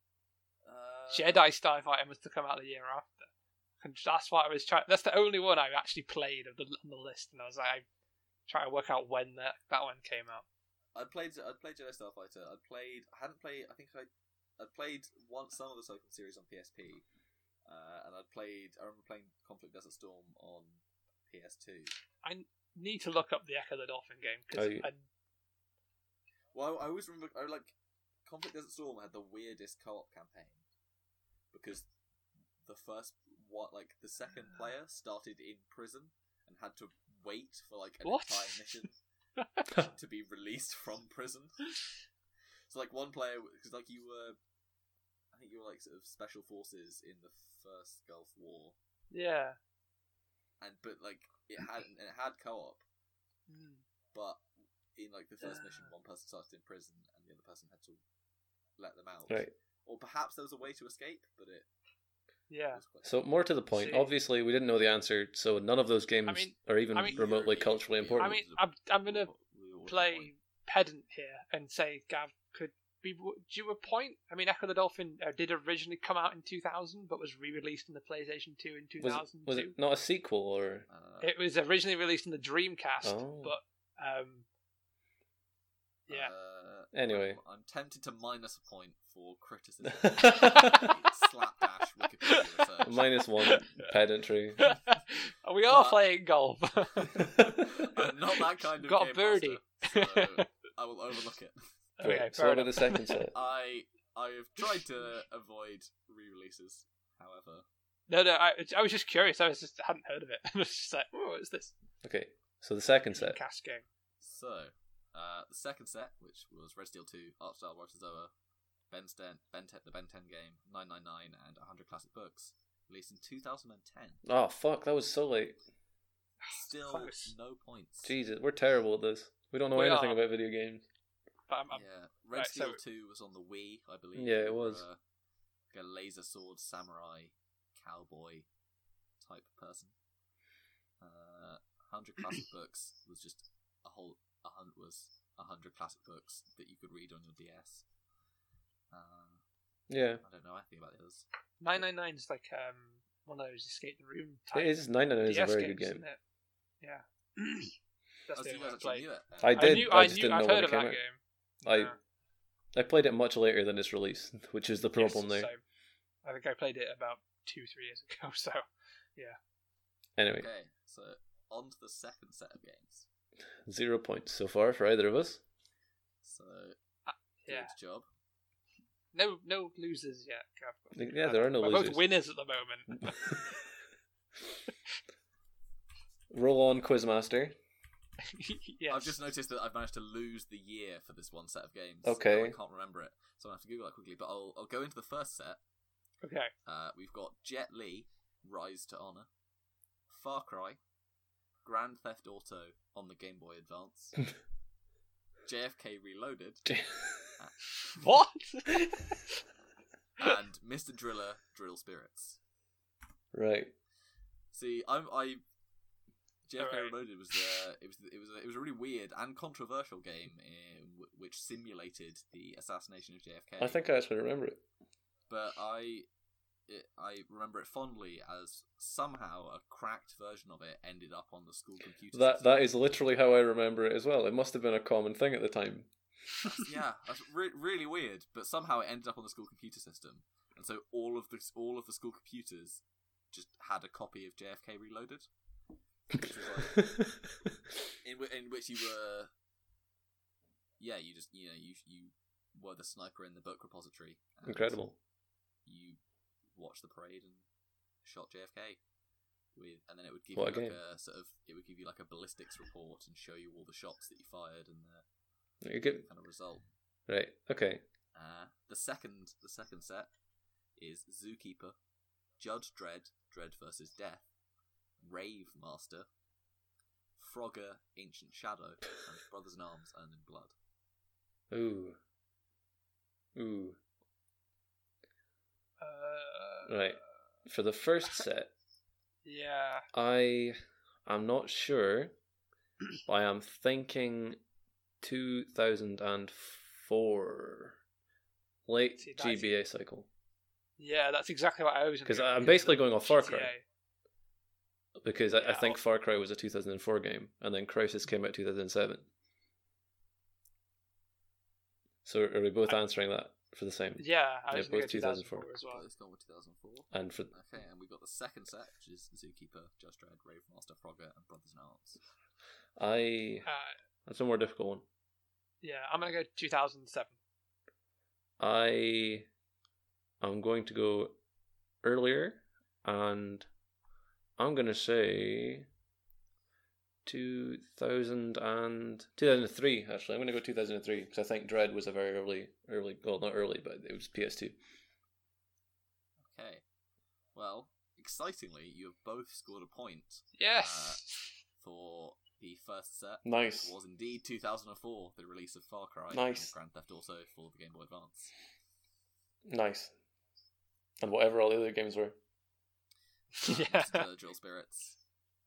[SPEAKER 3] Uh,
[SPEAKER 2] Jedi Starfighter must have come out the year after. And that's what I was trying. That's the only one I actually played of the on the list, and I was like, I trying to work out when that that one came out.
[SPEAKER 3] I played I played Jedi Starfighter. I played I hadn't played I think I I played once some of the Socom series on PSP, uh, and I played I remember playing Conflict Desert Storm on PS2.
[SPEAKER 2] I need to look up the Echo the Dolphin game because
[SPEAKER 4] I-
[SPEAKER 3] Well, I always remember I like Conflict Desert Storm had the weirdest co-op campaign because the first what like the second player started in prison and had to wait for like an
[SPEAKER 2] What?
[SPEAKER 3] entire mission to be released from prison. So like one player because like you were, I think you were like sort of special forces in the first Gulf War,
[SPEAKER 2] yeah,
[SPEAKER 3] and but like it had and it had co-op,
[SPEAKER 2] mm,
[SPEAKER 3] but in like the first mission, one person started in prison and the other person had to let them out.
[SPEAKER 4] Right.
[SPEAKER 3] Or perhaps there was a way to escape, but it
[SPEAKER 2] yeah.
[SPEAKER 3] was quite.
[SPEAKER 4] So more to the
[SPEAKER 2] See.
[SPEAKER 4] point, obviously we didn't know the answer, so none of those games
[SPEAKER 2] I mean-
[SPEAKER 4] are even
[SPEAKER 2] I mean-
[SPEAKER 4] remotely
[SPEAKER 3] Yeah,
[SPEAKER 4] culturally
[SPEAKER 3] yeah.
[SPEAKER 4] important.
[SPEAKER 2] I mean, I'm, I'm gonna
[SPEAKER 3] We were all at the
[SPEAKER 2] play
[SPEAKER 3] point.
[SPEAKER 2] pedant here and say Gav could be do you a point. I mean, Echo the Dolphin uh, did originally come out in 2000, but was re-released in the PlayStation 2 in 2002.
[SPEAKER 4] was, it, was it not a sequel or?
[SPEAKER 3] Uh,
[SPEAKER 2] It was originally released in the Dreamcast,
[SPEAKER 4] Oh.
[SPEAKER 2] but um, yeah,
[SPEAKER 3] Uh,
[SPEAKER 4] Anyway.
[SPEAKER 3] I'm- I'm tempted to minus a point for criticism. Slapdash Wikipedia research.
[SPEAKER 4] Minus one pedantry.
[SPEAKER 2] we are
[SPEAKER 3] but-
[SPEAKER 2] playing golf.
[SPEAKER 3] I'm not that kind of
[SPEAKER 2] Got a
[SPEAKER 3] game
[SPEAKER 2] birdie.
[SPEAKER 3] master, so I will overlook it.
[SPEAKER 4] Right,
[SPEAKER 2] okay,
[SPEAKER 4] so
[SPEAKER 2] fair
[SPEAKER 4] what about
[SPEAKER 2] enough.
[SPEAKER 4] the second set?
[SPEAKER 3] I I have tried to avoid re-releases. However,
[SPEAKER 2] No, no, I, I was just curious. I was just hadn't heard of it. I was just like, oh, what is this
[SPEAKER 4] Okay, so the second set.
[SPEAKER 2] Dreamcast game?
[SPEAKER 3] so uh, the second set, which was Red Steel Two, Artstyle Warriors Ben Ten, Ben 10, the Ben Ten game, Nine Nine Nine, and Hundred Classic Books, released in 2010.
[SPEAKER 4] Oh fuck, that was so late.
[SPEAKER 3] Still
[SPEAKER 2] Close.
[SPEAKER 3] no points.
[SPEAKER 4] Jesus, we're terrible at this. We don't know
[SPEAKER 2] We
[SPEAKER 4] anything
[SPEAKER 2] are.
[SPEAKER 4] about video games.
[SPEAKER 2] But um, I'm, I'm,
[SPEAKER 3] Yeah, Red
[SPEAKER 2] Right,
[SPEAKER 3] Steel
[SPEAKER 2] so-
[SPEAKER 3] Two was on the Wii, I believe.
[SPEAKER 4] Yeah, it
[SPEAKER 3] You were
[SPEAKER 4] was.
[SPEAKER 3] A, like a laser sword samurai cowboy type person. Uh, hundred classic books was just a whole a hundred was a hundred classic books that you could read on your DS. Uh,
[SPEAKER 4] Yeah,
[SPEAKER 3] I don't know anything about the others.
[SPEAKER 2] 999 is like um, one of those escape the room type.
[SPEAKER 4] it is. Nine Nine is a
[SPEAKER 2] DS
[SPEAKER 4] very
[SPEAKER 2] games,
[SPEAKER 4] good game.
[SPEAKER 2] isn't it? Yeah. That's
[SPEAKER 3] Oh,
[SPEAKER 2] the
[SPEAKER 3] so you
[SPEAKER 2] only one
[SPEAKER 3] guys
[SPEAKER 2] I
[SPEAKER 3] actually
[SPEAKER 2] played.
[SPEAKER 3] knew it. then?
[SPEAKER 4] I did. I,
[SPEAKER 2] knew,
[SPEAKER 4] just
[SPEAKER 2] knew,
[SPEAKER 4] didn't know
[SPEAKER 2] I've
[SPEAKER 4] when
[SPEAKER 2] heard
[SPEAKER 4] it
[SPEAKER 2] of that
[SPEAKER 4] came out.
[SPEAKER 2] game. Uh,
[SPEAKER 4] I-
[SPEAKER 2] Yeah.
[SPEAKER 4] I played it much later than its release, which is the
[SPEAKER 2] Yes,
[SPEAKER 4] problem there.
[SPEAKER 2] so I think I played it about two, three years ago. So
[SPEAKER 4] Anyway,
[SPEAKER 3] Okay, so on to the second set of games.
[SPEAKER 4] zero points so far for either of us.
[SPEAKER 3] So
[SPEAKER 2] Uh, yeah,
[SPEAKER 3] good job.
[SPEAKER 2] no, no losers yet. Gav.
[SPEAKER 4] Yeah, there are no
[SPEAKER 2] We're
[SPEAKER 4] losers.
[SPEAKER 2] both winners at the moment.
[SPEAKER 4] Roll on, Quizmaster.
[SPEAKER 2] yes.
[SPEAKER 3] I've just noticed that I've managed to lose the year for this one set of games.
[SPEAKER 4] Okay.
[SPEAKER 3] Now I can't remember it, so I have to Google that quickly. But I'll, I'll go into the first set.
[SPEAKER 2] okay.
[SPEAKER 3] Uh, we've got Jet Li, Rise to Honor, Far Cry, Grand Theft Auto on the Game Boy Advance, JFK Reloaded,
[SPEAKER 2] What?
[SPEAKER 3] and Mr. Driller, Drill Spirits.
[SPEAKER 4] right.
[SPEAKER 3] See, I'm I. JFK
[SPEAKER 2] Alright.
[SPEAKER 3] Reloaded was uh, it was it was a, it was a really weird and controversial game in, w- which simulated the assassination of JFK.
[SPEAKER 4] I think I actually remember it.
[SPEAKER 3] but I it, I remember it fondly as somehow a cracked version of it ended up on the school computer.
[SPEAKER 4] That
[SPEAKER 3] system.
[SPEAKER 4] that is literally how I remember it as well. It must have been a common thing at the time.
[SPEAKER 3] yeah, that's re- really weird. But somehow it ended up on the school computer system, and so all of the all of the school computers just had a copy of JFK Reloaded, which was like, in, w- in which you were, yeah, you just you know you you were the sniper in the book repository. and
[SPEAKER 4] Incredible.
[SPEAKER 3] You watched the parade and shot JFK. with, and then it would give
[SPEAKER 4] What a
[SPEAKER 3] you like
[SPEAKER 4] game.
[SPEAKER 3] a sort of it would give you like a ballistics report and show you all the shots that you fired and the
[SPEAKER 4] You get
[SPEAKER 3] kind of result.
[SPEAKER 4] right. Okay.
[SPEAKER 3] Uh, the second the second set is Zookeeper, Judge Dread, Dread versus Death, Rave Master, Frogger, Ancient Shadow, and Brothers in Arms and in Blood.
[SPEAKER 4] Ooh. Ooh.
[SPEAKER 2] Uh,
[SPEAKER 4] Right. For the first set,
[SPEAKER 2] Yeah.
[SPEAKER 4] I I'm not sure. but I am thinking 2004 late
[SPEAKER 2] See, that's-
[SPEAKER 4] GBA cycle
[SPEAKER 2] Yeah, that's exactly what I was.
[SPEAKER 4] because
[SPEAKER 2] thinking,
[SPEAKER 4] I'm basically going off Far Cry
[SPEAKER 2] GTA.
[SPEAKER 4] because I, I
[SPEAKER 2] Yeah,
[SPEAKER 4] think Far Cry was a 2004 game and then Crisis came out 2007. So are we both
[SPEAKER 2] I-
[SPEAKER 4] answering that for the same?
[SPEAKER 2] Yeah, I
[SPEAKER 4] Yeah,
[SPEAKER 2] was thinking
[SPEAKER 4] both 2004.
[SPEAKER 2] 2004 as well.
[SPEAKER 3] Well, it's gone with 2004.
[SPEAKER 4] And for
[SPEAKER 3] Okay, and we've got the second set, which is Zookeeper, Judge Dredd, Rave Master, Frogger, and Brothers in Arms.
[SPEAKER 4] I
[SPEAKER 2] Uh,
[SPEAKER 4] that's a more difficult one.
[SPEAKER 2] yeah, I'm gonna go 2007.
[SPEAKER 4] I I'm going to go earlier and I'm going to say 2000 and 2003 actually. I'm going to go 2003 because I think Dread was a very early early well not early but it was PS2.
[SPEAKER 3] Okay. Well, excitingly, you have both scored a point
[SPEAKER 2] Yes.
[SPEAKER 3] for the first set.
[SPEAKER 4] Nice.
[SPEAKER 3] was indeed 2004, the release of Far Cry
[SPEAKER 4] Nice.
[SPEAKER 3] and Grand Theft Auto for the Game Boy Advance.
[SPEAKER 4] Nice. And whatever all the other games were.
[SPEAKER 2] yeah.
[SPEAKER 3] Uh, Drill Spirits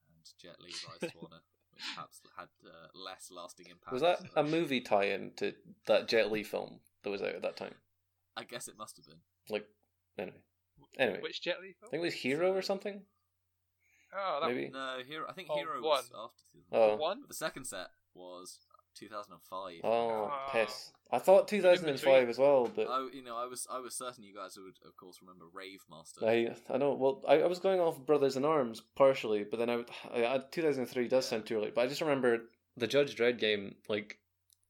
[SPEAKER 3] and Jet Li Rise to Honor, which perhaps had uh, less lasting impact.
[SPEAKER 4] Was that um, a movie tie-in to that Jet Li film that was out at that time?
[SPEAKER 3] I guess it must have been.
[SPEAKER 4] Like anyway. Anyway,
[SPEAKER 2] Which Jet Li? film?
[SPEAKER 4] I think it was Hero or something.
[SPEAKER 2] oh, that
[SPEAKER 4] Maybe.
[SPEAKER 3] No, Hero. I think
[SPEAKER 2] Oh,
[SPEAKER 3] Hero was after 2004.
[SPEAKER 4] Oh.
[SPEAKER 2] one.
[SPEAKER 3] But The second set was 2005.
[SPEAKER 4] Oh,
[SPEAKER 2] Oh.
[SPEAKER 4] piss. I thought 2005 as well, but
[SPEAKER 3] I, you know, I was I was certain you guys would, of course, remember Rave Master.
[SPEAKER 4] I I know. Well, I, I was going off Brothers in Arms partially, but then I, I, I 2003 does sound too early. But I just remember the Judge Dredd game. Like,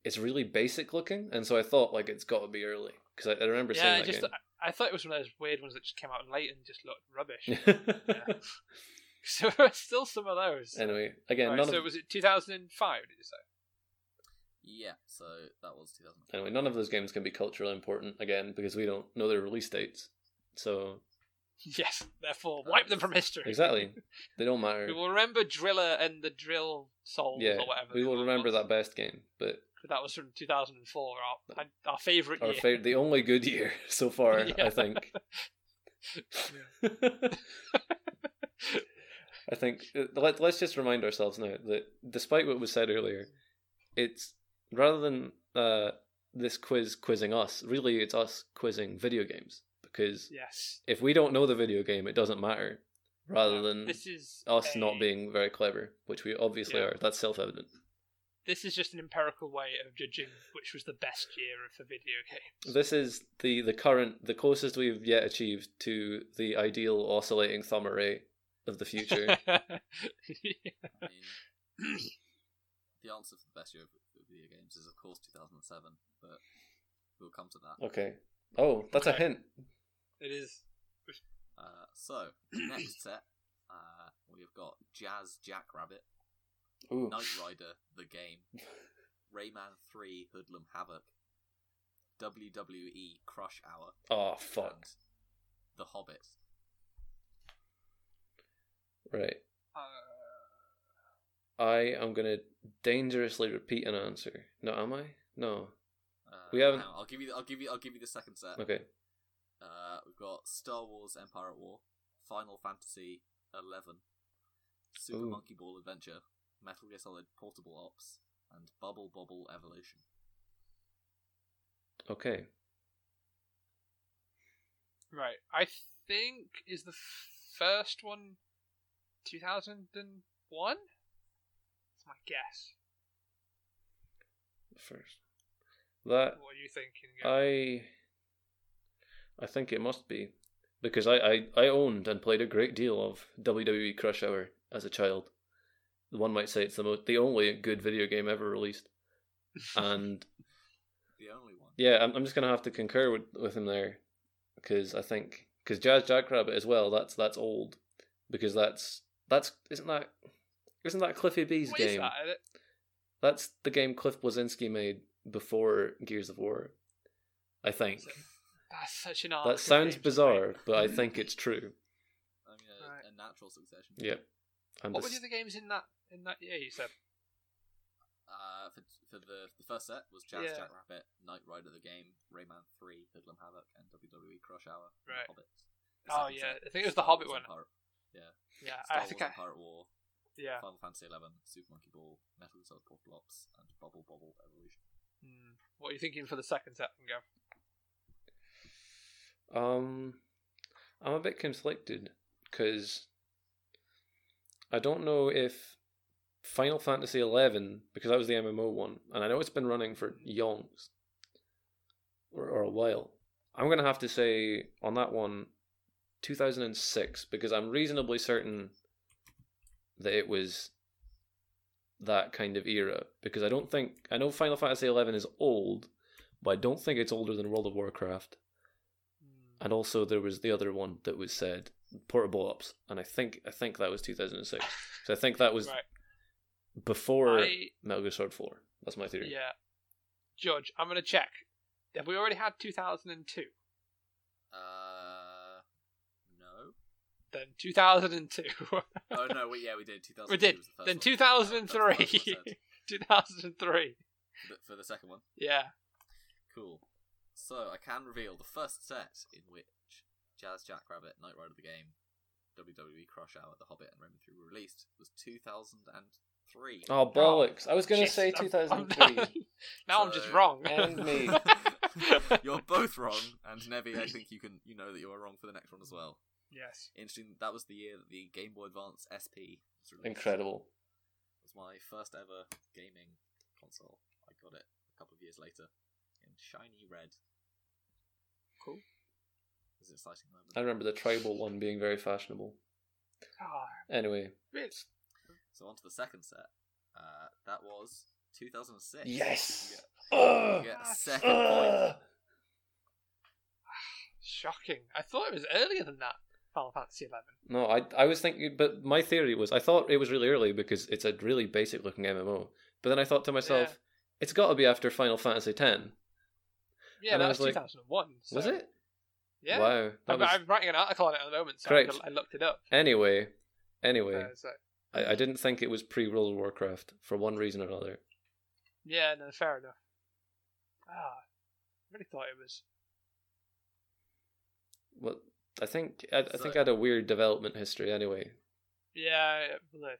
[SPEAKER 4] it's really basic looking, and so I thought like it's got to be early because I, I remember
[SPEAKER 2] Yeah,
[SPEAKER 4] seeing
[SPEAKER 2] I
[SPEAKER 4] that
[SPEAKER 2] just
[SPEAKER 4] game.
[SPEAKER 2] I, I thought it was one of those weird ones that just came out late and just looked rubbish.
[SPEAKER 4] Yeah.
[SPEAKER 2] so there's still some of those.
[SPEAKER 4] anyway, again,
[SPEAKER 2] Right,
[SPEAKER 4] none
[SPEAKER 2] so
[SPEAKER 4] of
[SPEAKER 2] was it 2005? Did you say?
[SPEAKER 3] Yeah, so that was 2005.
[SPEAKER 4] anyway none of those games can be culturally important again because we don't know their release dates. So
[SPEAKER 2] Yes. Therefore, wipe them from history.
[SPEAKER 4] exactly, they don't matter.
[SPEAKER 2] We will remember Driller and the Drill Souls
[SPEAKER 4] yeah,
[SPEAKER 2] or whatever.
[SPEAKER 4] we
[SPEAKER 2] the
[SPEAKER 4] will
[SPEAKER 2] name
[SPEAKER 4] remember
[SPEAKER 2] was.
[SPEAKER 4] that best game, but
[SPEAKER 2] That was from 2004, our, our favourite
[SPEAKER 4] our
[SPEAKER 2] year.
[SPEAKER 4] favorite, the only good year so far,
[SPEAKER 2] Yeah.
[SPEAKER 4] I think. I think uh, let let's just remind ourselves now that despite what was said earlier, it's rather than uh, this quiz quizzing us, really it's us quizzing video games because
[SPEAKER 2] yes.
[SPEAKER 4] if we don't know the video game, it doesn't matter. Rather than
[SPEAKER 2] this is
[SPEAKER 4] us
[SPEAKER 2] a-
[SPEAKER 4] not being very clever, which we obviously
[SPEAKER 2] Yeah.
[SPEAKER 4] are. That's self evident.
[SPEAKER 2] This is just an empirical way of judging which was the best year for video games.
[SPEAKER 4] This is the the current the closest we've yet achieved to the ideal oscillating thumb array of the future.
[SPEAKER 3] I mean, the answer for the best year of of video games is, of course, 2007, but we'll come to that.
[SPEAKER 4] okay. Oh, that's a
[SPEAKER 2] Okay.
[SPEAKER 4] hint.
[SPEAKER 2] it is.
[SPEAKER 3] Uh, so, next set, uh, we have got Jazz Jackrabbit,
[SPEAKER 4] Ooh.
[SPEAKER 3] Knight Rider, The Game, Rayman 3, Hoodlum Havoc, E, WWE Crush Hour,
[SPEAKER 4] Oh fuck.
[SPEAKER 3] and The Hobbit.
[SPEAKER 4] Right.
[SPEAKER 2] Uh,
[SPEAKER 4] I am gonna dangerously repeat an answer. No, am I? No.
[SPEAKER 3] Uh,
[SPEAKER 4] We haven't-
[SPEAKER 3] hang on, I'll give you. The, I'll give you. I'll give you the second set.
[SPEAKER 4] Okay.
[SPEAKER 3] Uh, we've got Star Wars: Empire at War, Final Fantasy Eleven, Super
[SPEAKER 4] Ooh.
[SPEAKER 3] Monkey Ball Adventure, Metal Gear Solid Portable Ops, and Bubble Bobble Evolution.
[SPEAKER 4] Okay.
[SPEAKER 2] right. I think is the first one 2001? That's my guess.
[SPEAKER 4] First. That
[SPEAKER 2] What are you thinking? Gabe?
[SPEAKER 4] Uh, I I think it must be. Because I, I, I owned and played a great deal of WWE Crush Hour as a child. One might say it's the most the only good video game ever released. And
[SPEAKER 3] The only one.
[SPEAKER 4] Yeah, I'm, I'm just gonna have to concur with, with him there, because I think because Jazz Jackrabbit as well. That's that's old, because that's That's isn't that isn't that Cliffy B's
[SPEAKER 2] What is
[SPEAKER 4] game?
[SPEAKER 2] that?
[SPEAKER 4] That's the game Cliff Blazinski made before Gears of War. I think.
[SPEAKER 2] That's such an.
[SPEAKER 4] That sounds bizarre, but I think it's true.
[SPEAKER 3] I mean, a,
[SPEAKER 2] Right.
[SPEAKER 3] a natural succession.
[SPEAKER 4] Yep. I'm
[SPEAKER 2] What were
[SPEAKER 4] just-
[SPEAKER 2] the other games in that in that year? You said
[SPEAKER 3] Uh, for, for the the first set was Jazz
[SPEAKER 2] Yeah.
[SPEAKER 3] Jackrabbit, Knight Rider the Game, Rayman Three, Fiddlin' Havoc, and WWE Crush Hour. and The
[SPEAKER 2] Right.
[SPEAKER 3] Hobbit. The
[SPEAKER 2] Oh,
[SPEAKER 3] second
[SPEAKER 2] yeah,
[SPEAKER 3] set,
[SPEAKER 2] I think it was the
[SPEAKER 3] Star
[SPEAKER 2] Hobbit
[SPEAKER 3] Wars
[SPEAKER 2] one.
[SPEAKER 3] Empire- yeah,
[SPEAKER 2] yeah. I
[SPEAKER 3] Star Wars
[SPEAKER 2] think I,
[SPEAKER 3] Empire at War,
[SPEAKER 2] yeah.
[SPEAKER 3] Final Fantasy Eleven, Super Monkey Ball, Metal Gear Solid Four Blops, and Bubble Bobble Evolution.
[SPEAKER 2] Hmm. What are you thinking for the second set, Gav?
[SPEAKER 4] Um, I'm a bit conflicted because I don't know if Final Fantasy Eleven because that was the MMO one, and I know it's been running for yonks or, or a while. I'm gonna have to say on that one, 2006, because I'm reasonably certain that it was that kind of era. Because I don't think I know Final Fantasy Eleven is old, but I don't think it's older than World of Warcraft.
[SPEAKER 2] Hmm.
[SPEAKER 4] And also there was the other one that was said portable ops, and I think I think that was 2006. So I think that was
[SPEAKER 2] Right.
[SPEAKER 4] before
[SPEAKER 2] I,
[SPEAKER 4] Metal Gear Solid 4. That's my theory.
[SPEAKER 2] yeah. Judge, I'm gonna check. Have we already had 2002?
[SPEAKER 3] Uh, no.
[SPEAKER 2] Then 2002.
[SPEAKER 3] Oh no, we, yeah, we did. 2002
[SPEAKER 2] we did.
[SPEAKER 3] Was the first
[SPEAKER 2] Then
[SPEAKER 3] one. Uh, that's the first
[SPEAKER 2] 2003.
[SPEAKER 3] one I said.
[SPEAKER 2] 2003.
[SPEAKER 3] For the- for the second one.
[SPEAKER 2] Yeah.
[SPEAKER 3] Cool. So I can reveal the first set in which Jazz Jackrabbit, Night Rider the Game, WWE Crush Hour, The Hobbit, and Rayman 3 were released was 2003.
[SPEAKER 4] Oh bollocks! I was gonna
[SPEAKER 2] Shit,
[SPEAKER 4] say
[SPEAKER 2] I'm- I'm
[SPEAKER 4] 2003.
[SPEAKER 2] done. now I'm just
[SPEAKER 3] So-
[SPEAKER 2] wrong.
[SPEAKER 4] And me.
[SPEAKER 3] You're both wrong, and Nevi, I think you can you know that you are wrong for the next one as well.
[SPEAKER 2] Yes.
[SPEAKER 3] Interesting. That was the year that the Game Boy Advance SP was released.
[SPEAKER 4] Incredible.
[SPEAKER 3] It was my first ever gaming console. I got it a couple of years later in shiny red.
[SPEAKER 2] Cool.
[SPEAKER 3] It was an exciting moment.
[SPEAKER 4] I remember the tribal one being very fashionable.
[SPEAKER 2] Ah,
[SPEAKER 4] Anyway,
[SPEAKER 2] it's
[SPEAKER 3] So on to the second set. Uh, that was 2006.
[SPEAKER 4] yes.
[SPEAKER 3] You
[SPEAKER 4] Ugh!
[SPEAKER 3] get, you get a
[SPEAKER 2] Ugh.
[SPEAKER 3] second point.
[SPEAKER 4] Ugh!
[SPEAKER 2] shocking. I thought it was earlier than that. Final Fantasy 11.
[SPEAKER 4] No, I I was thinking, but my theory was I thought it was really early because it's a really basic looking MMO. But then I thought to myself,
[SPEAKER 2] Yeah.
[SPEAKER 4] it's got to be after Final Fantasy X.
[SPEAKER 2] Yeah,
[SPEAKER 4] And I
[SPEAKER 2] that was,
[SPEAKER 4] was like-
[SPEAKER 2] 2001. so-
[SPEAKER 4] Was it?
[SPEAKER 2] Yeah.
[SPEAKER 4] Wow. That
[SPEAKER 2] I'm,
[SPEAKER 4] was...
[SPEAKER 2] I'm writing an article on it at the moment, so I,
[SPEAKER 4] Correct.
[SPEAKER 2] I looked it up.
[SPEAKER 4] Anyway, anyway,
[SPEAKER 2] Uh, so-
[SPEAKER 4] I, I didn't think it was pre World of Warcraft for one reason or another.
[SPEAKER 2] yeah, no, fair enough. Ah, I really thought it was.
[SPEAKER 4] Well, I think I, I
[SPEAKER 3] So-
[SPEAKER 4] think I had a weird development history. Anyway,
[SPEAKER 2] Yeah, it blew, it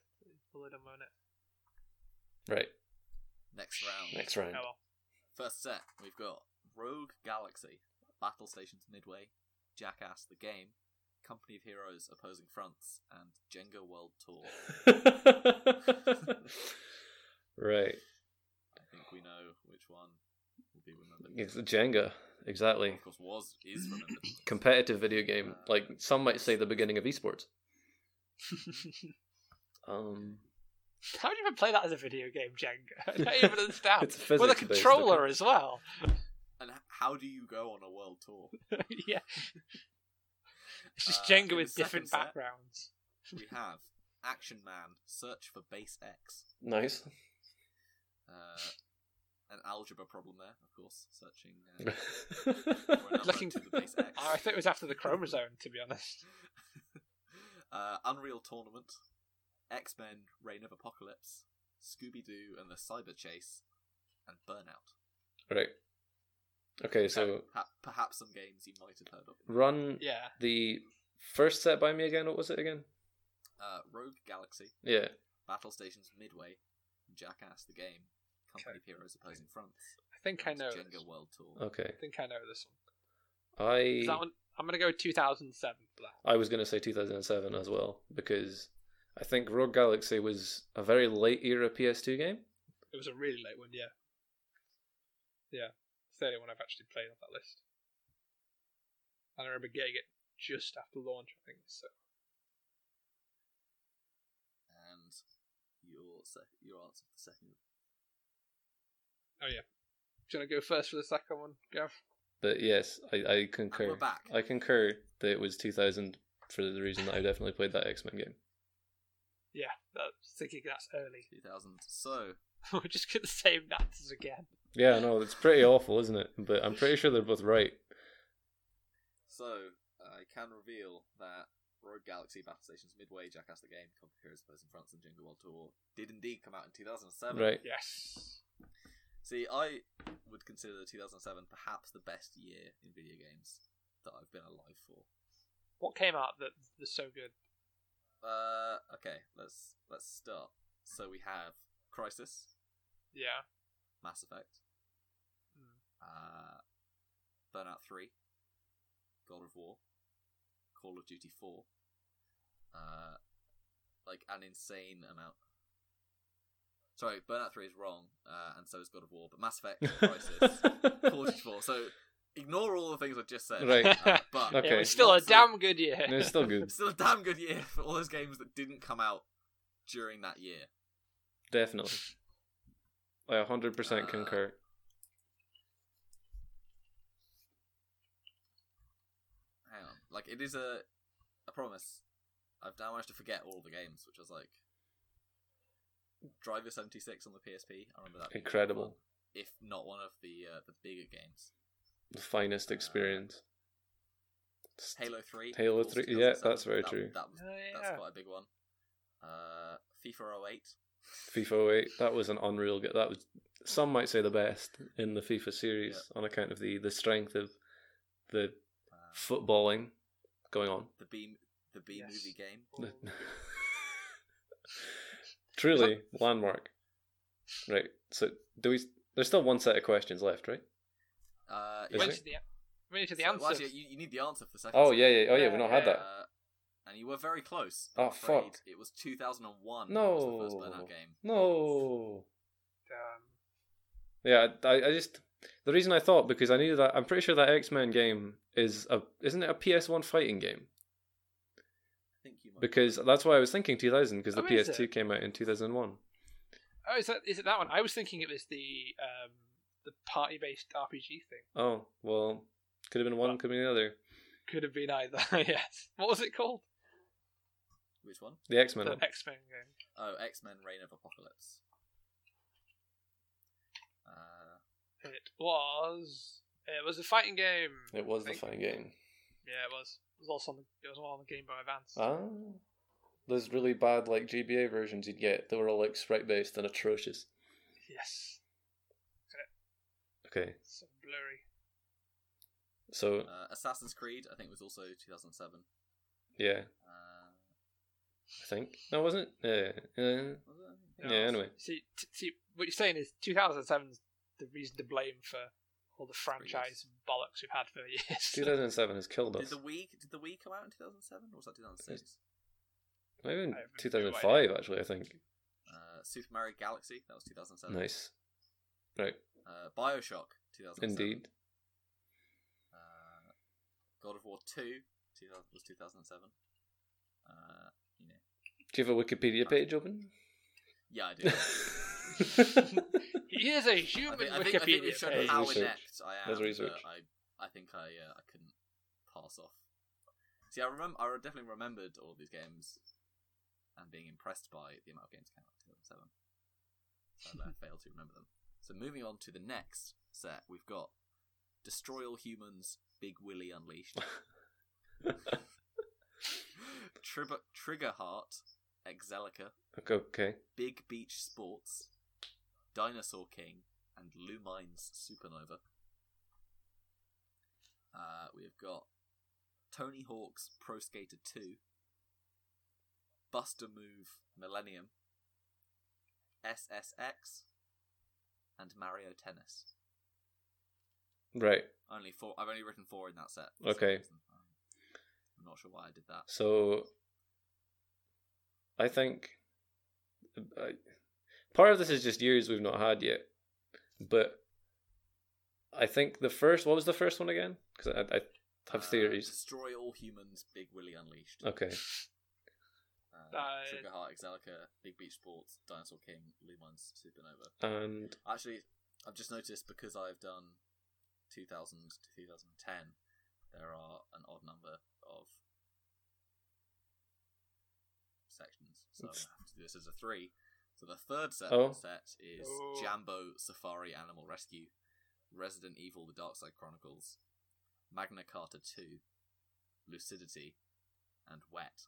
[SPEAKER 2] blew them on it.
[SPEAKER 4] right.
[SPEAKER 3] Next round.
[SPEAKER 4] Next round.
[SPEAKER 2] Oh well.
[SPEAKER 3] First set, we've got Rogue Galaxy, Battle Stations Midway, Jackass the Game, Company of Heroes Opposing Fronts, and Jenga World Tour.
[SPEAKER 4] right.
[SPEAKER 3] I think we know which one will be remembered.
[SPEAKER 4] It's Jenga. Exactly.
[SPEAKER 3] Of course, was is remembered.
[SPEAKER 4] Competitive video game. Like some might say the beginning of esports. Um
[SPEAKER 2] How do you even play that as a video game, Jenga? I don't even understand.
[SPEAKER 4] It's
[SPEAKER 2] With a
[SPEAKER 4] physics-based, isn't
[SPEAKER 2] controller
[SPEAKER 4] it?
[SPEAKER 2] as well.
[SPEAKER 3] And h- how do you go on a world tour?
[SPEAKER 2] yeah. It's just
[SPEAKER 3] Uh,
[SPEAKER 2] Jenga
[SPEAKER 3] in
[SPEAKER 2] with
[SPEAKER 3] the
[SPEAKER 2] different
[SPEAKER 3] second set-
[SPEAKER 2] backgrounds.
[SPEAKER 3] We have Action Man, Search for Base X,
[SPEAKER 4] nice.
[SPEAKER 3] uh, an algebra problem there, of course, searching. Uh, for a number
[SPEAKER 2] Looking-
[SPEAKER 3] to the base X.
[SPEAKER 2] I think it was after the chromosome, to be honest.
[SPEAKER 3] uh, Unreal Tournament, X Men: Reign of Apocalypse, Scooby Doo and the Cyber Chase, and Burnout.
[SPEAKER 4] right. Okay, so
[SPEAKER 3] Ha- perhaps some games you might have heard of.
[SPEAKER 4] run
[SPEAKER 2] Yeah.
[SPEAKER 4] the first set by me again. What was it again?
[SPEAKER 3] Uh, Rogue Galaxy,
[SPEAKER 4] Yeah.
[SPEAKER 3] Battle Stations Midway, Jackass the Game, Company of Heroes Opposing Fronts,
[SPEAKER 2] I think I
[SPEAKER 3] and
[SPEAKER 2] know.
[SPEAKER 3] Jenga
[SPEAKER 2] this.
[SPEAKER 3] World Tour.
[SPEAKER 4] Okay.
[SPEAKER 2] I think I know this one.
[SPEAKER 4] I
[SPEAKER 2] Is that one? I'm gonna go 2007 for that.
[SPEAKER 4] I was going to say 2007 as well because I think Rogue Galaxy was a very late era PS2 game.
[SPEAKER 2] It was a really late one, yeah. Yeah, it's the only one I've actually played on that list. And I remember getting it just after launch, I think. So
[SPEAKER 3] And your se- your answer for the second.
[SPEAKER 2] do you want to go first for the second one, Gav?
[SPEAKER 4] But yes, I, I
[SPEAKER 3] And
[SPEAKER 4] concur.
[SPEAKER 3] we're back.
[SPEAKER 4] I concur that it was 2000 for the reason that I definitely played that X Men game.
[SPEAKER 2] Yeah, that's thinking that's early.
[SPEAKER 3] 2000. So,
[SPEAKER 2] We're just gonna save answers again.
[SPEAKER 4] Yeah, no, it's pretty awful, isn't it? But I'm pretty sure they're both right.
[SPEAKER 3] so I can reveal that Rogue Galaxy Battle Stations Midway, Jackass the Game, Conquer Heroes First in France, and Jingle World Tour did indeed come out in 2007.
[SPEAKER 4] Right.
[SPEAKER 2] Yes.
[SPEAKER 3] See, I would consider 2007 perhaps the best year in video games that I've been alive for.
[SPEAKER 2] What came out that that's so good?
[SPEAKER 3] Uh, okay, let's let's start. So we have Crisis,
[SPEAKER 2] Yeah.
[SPEAKER 3] Mass Effect,
[SPEAKER 2] Mm.
[SPEAKER 3] uh, Burnout 3, God of War, Call of Duty 4, uh, like an insane amount. Sorry, Burnout 3 is wrong, uh, and so is God of War, but Mass Effect, Crisis, Call of Duty 4. So ignore all the things I just said.
[SPEAKER 4] Right.
[SPEAKER 3] uh, but
[SPEAKER 4] Okay.
[SPEAKER 2] It was still a
[SPEAKER 3] Lots of-
[SPEAKER 2] damn good year.
[SPEAKER 4] No, it's still good.
[SPEAKER 3] It's still a damn good year for all those games that didn't come out during that year.
[SPEAKER 4] Definitely. I 100% concur.
[SPEAKER 3] Hang on. Like, it is a. I promise. I've now managed to forget all the games, which was like. Driver 76 on the PSP. I remember that. being
[SPEAKER 4] Incredible.
[SPEAKER 3] one- If not one of the uh, the bigger games.
[SPEAKER 4] The finest experience.
[SPEAKER 3] Halo 3.
[SPEAKER 4] Halo
[SPEAKER 3] of course,
[SPEAKER 4] 3, yeah,
[SPEAKER 3] 2007.
[SPEAKER 4] that's very
[SPEAKER 3] That-
[SPEAKER 4] true.
[SPEAKER 3] That was,
[SPEAKER 2] Oh, yeah.
[SPEAKER 3] That's quite a big one. Uh, FIFA 08.
[SPEAKER 4] FIFA 08, that was an unreal game. That was, some might say, the best in the FIFA series on account of the, the strength of the
[SPEAKER 3] Uh,
[SPEAKER 4] footballing going on.
[SPEAKER 3] the B, the B
[SPEAKER 2] Yes.
[SPEAKER 3] movie game.
[SPEAKER 4] Truly, landmark. Right. So, do we? There's still one set of questions left, right?
[SPEAKER 3] Uh,
[SPEAKER 4] Is
[SPEAKER 2] Went
[SPEAKER 4] it?
[SPEAKER 2] to the, went to the
[SPEAKER 3] So- well,
[SPEAKER 2] answer.
[SPEAKER 3] actually, you, you need the answer for the second.
[SPEAKER 4] Oh
[SPEAKER 3] one.
[SPEAKER 4] yeah, yeah. Oh yeah, we've not had that.
[SPEAKER 3] Uh, and you were very close.
[SPEAKER 4] Oh,
[SPEAKER 3] I'm afraid.
[SPEAKER 4] fuck.
[SPEAKER 3] It was 2001.
[SPEAKER 4] No.
[SPEAKER 3] Was the first Burnout game.
[SPEAKER 4] No.
[SPEAKER 2] Um,
[SPEAKER 4] Yeah, I, I just the reason I thought because I knew that I'm pretty sure that X Men game is a isn't it a PS1 fighting game?
[SPEAKER 3] I think you might.
[SPEAKER 4] Because that's why I was thinking 2000 because the
[SPEAKER 2] Oh, is
[SPEAKER 4] PS2 came out in 2001.
[SPEAKER 2] oh, is that is it that one? I was thinking it was the um, the party based RPG thing.
[SPEAKER 4] Oh well, could have been one, could have been the other.
[SPEAKER 2] Could have been either. yes. What was it called?
[SPEAKER 3] Which one?
[SPEAKER 4] The X Men.
[SPEAKER 2] The X Men game.
[SPEAKER 3] Oh, X Men: Reign of Apocalypse. Uh,
[SPEAKER 2] It was. It was a fighting game.
[SPEAKER 4] It was
[SPEAKER 2] I
[SPEAKER 4] the
[SPEAKER 2] think.
[SPEAKER 4] fighting game.
[SPEAKER 2] Yeah, it was. It was also on the, it was on the Game Boy Advance.
[SPEAKER 4] Ah, those really bad like GBA versions you'd get. They were all like sprite based and atrocious.
[SPEAKER 2] Yes.
[SPEAKER 4] Okay,
[SPEAKER 2] So blurry.
[SPEAKER 4] so
[SPEAKER 3] uh, Assassin's Creed, I think, was also 2007.
[SPEAKER 4] yeah,
[SPEAKER 3] Uh,
[SPEAKER 4] I think no, wasn't it? Yeah, yeah, yeah.
[SPEAKER 3] was it?
[SPEAKER 4] Yeah, anyway.
[SPEAKER 2] See, t- see, what you're saying is 2007 is the reason to blame for all the franchise bollocks we've had for years.
[SPEAKER 4] 2007 has killed
[SPEAKER 3] Did
[SPEAKER 4] us.
[SPEAKER 3] the Wii did the Wii come out in 2007 or was that 2006?
[SPEAKER 4] Not even
[SPEAKER 2] I have no
[SPEAKER 4] 2005 actually. I think
[SPEAKER 3] Uh, Super Mario Galaxy, that was 2007.
[SPEAKER 4] nice, right?
[SPEAKER 3] Uh, Bioshock, 2007.
[SPEAKER 4] Indeed,
[SPEAKER 3] Uh, God of War 2 2000, was 2007. Uh,
[SPEAKER 4] do you have a Wikipedia page open?
[SPEAKER 3] yeah, I do. I
[SPEAKER 2] he is a
[SPEAKER 3] think,
[SPEAKER 2] human
[SPEAKER 3] I think, I think we've
[SPEAKER 2] Wikipedia
[SPEAKER 3] shown
[SPEAKER 2] page.
[SPEAKER 3] how
[SPEAKER 4] Research.
[SPEAKER 3] inept I am.
[SPEAKER 4] There's
[SPEAKER 3] but
[SPEAKER 4] research.
[SPEAKER 3] I, I think I, uh, I couldn't pass off. See, I remember, I definitely remembered all these games and being impressed by the amount of games that came out in 2007. And I failed to remember them. So moving on to the next set, we've got Destroy All Humans, Big Willy Unleashed. Trigger Triggerheart, Exelica,
[SPEAKER 4] okay, okay.
[SPEAKER 3] Big Beach Sports, Dinosaur King, and Lumines Supernova. Uh, we've got Tony Hawk's Pro Skater 2, Buster Move Millennium, SSX, and Mario Tennis.
[SPEAKER 4] right.
[SPEAKER 3] Only four. I've only written four in that set. for some
[SPEAKER 4] Okay.
[SPEAKER 3] reason. Um, I'm not sure why I did that.
[SPEAKER 4] So, I think I, part of this is just years we've not had yet, but I think the first what was the first one again? Because I, I have
[SPEAKER 3] Uh,
[SPEAKER 4] theories.
[SPEAKER 3] Destroy all humans. Big Willy Unleashed.
[SPEAKER 4] Okay,
[SPEAKER 3] Uh,
[SPEAKER 2] Uh,
[SPEAKER 3] Sugar Heart, Exelica, Big Beach Sports, Dinosaur King, Lumines, Supernova.
[SPEAKER 4] and
[SPEAKER 3] Actually, I've just noticed because I've done 2000 to 2010, there are an odd number of
[SPEAKER 1] sections, so I'm gonna have to do this as a three. So the third set,
[SPEAKER 4] Oh.
[SPEAKER 1] set is
[SPEAKER 2] Oh.
[SPEAKER 1] Jambo Safari Animal Rescue, Resident Evil: The Dark Side Chronicles, Magna Carta Two, Lucidity, and Wet.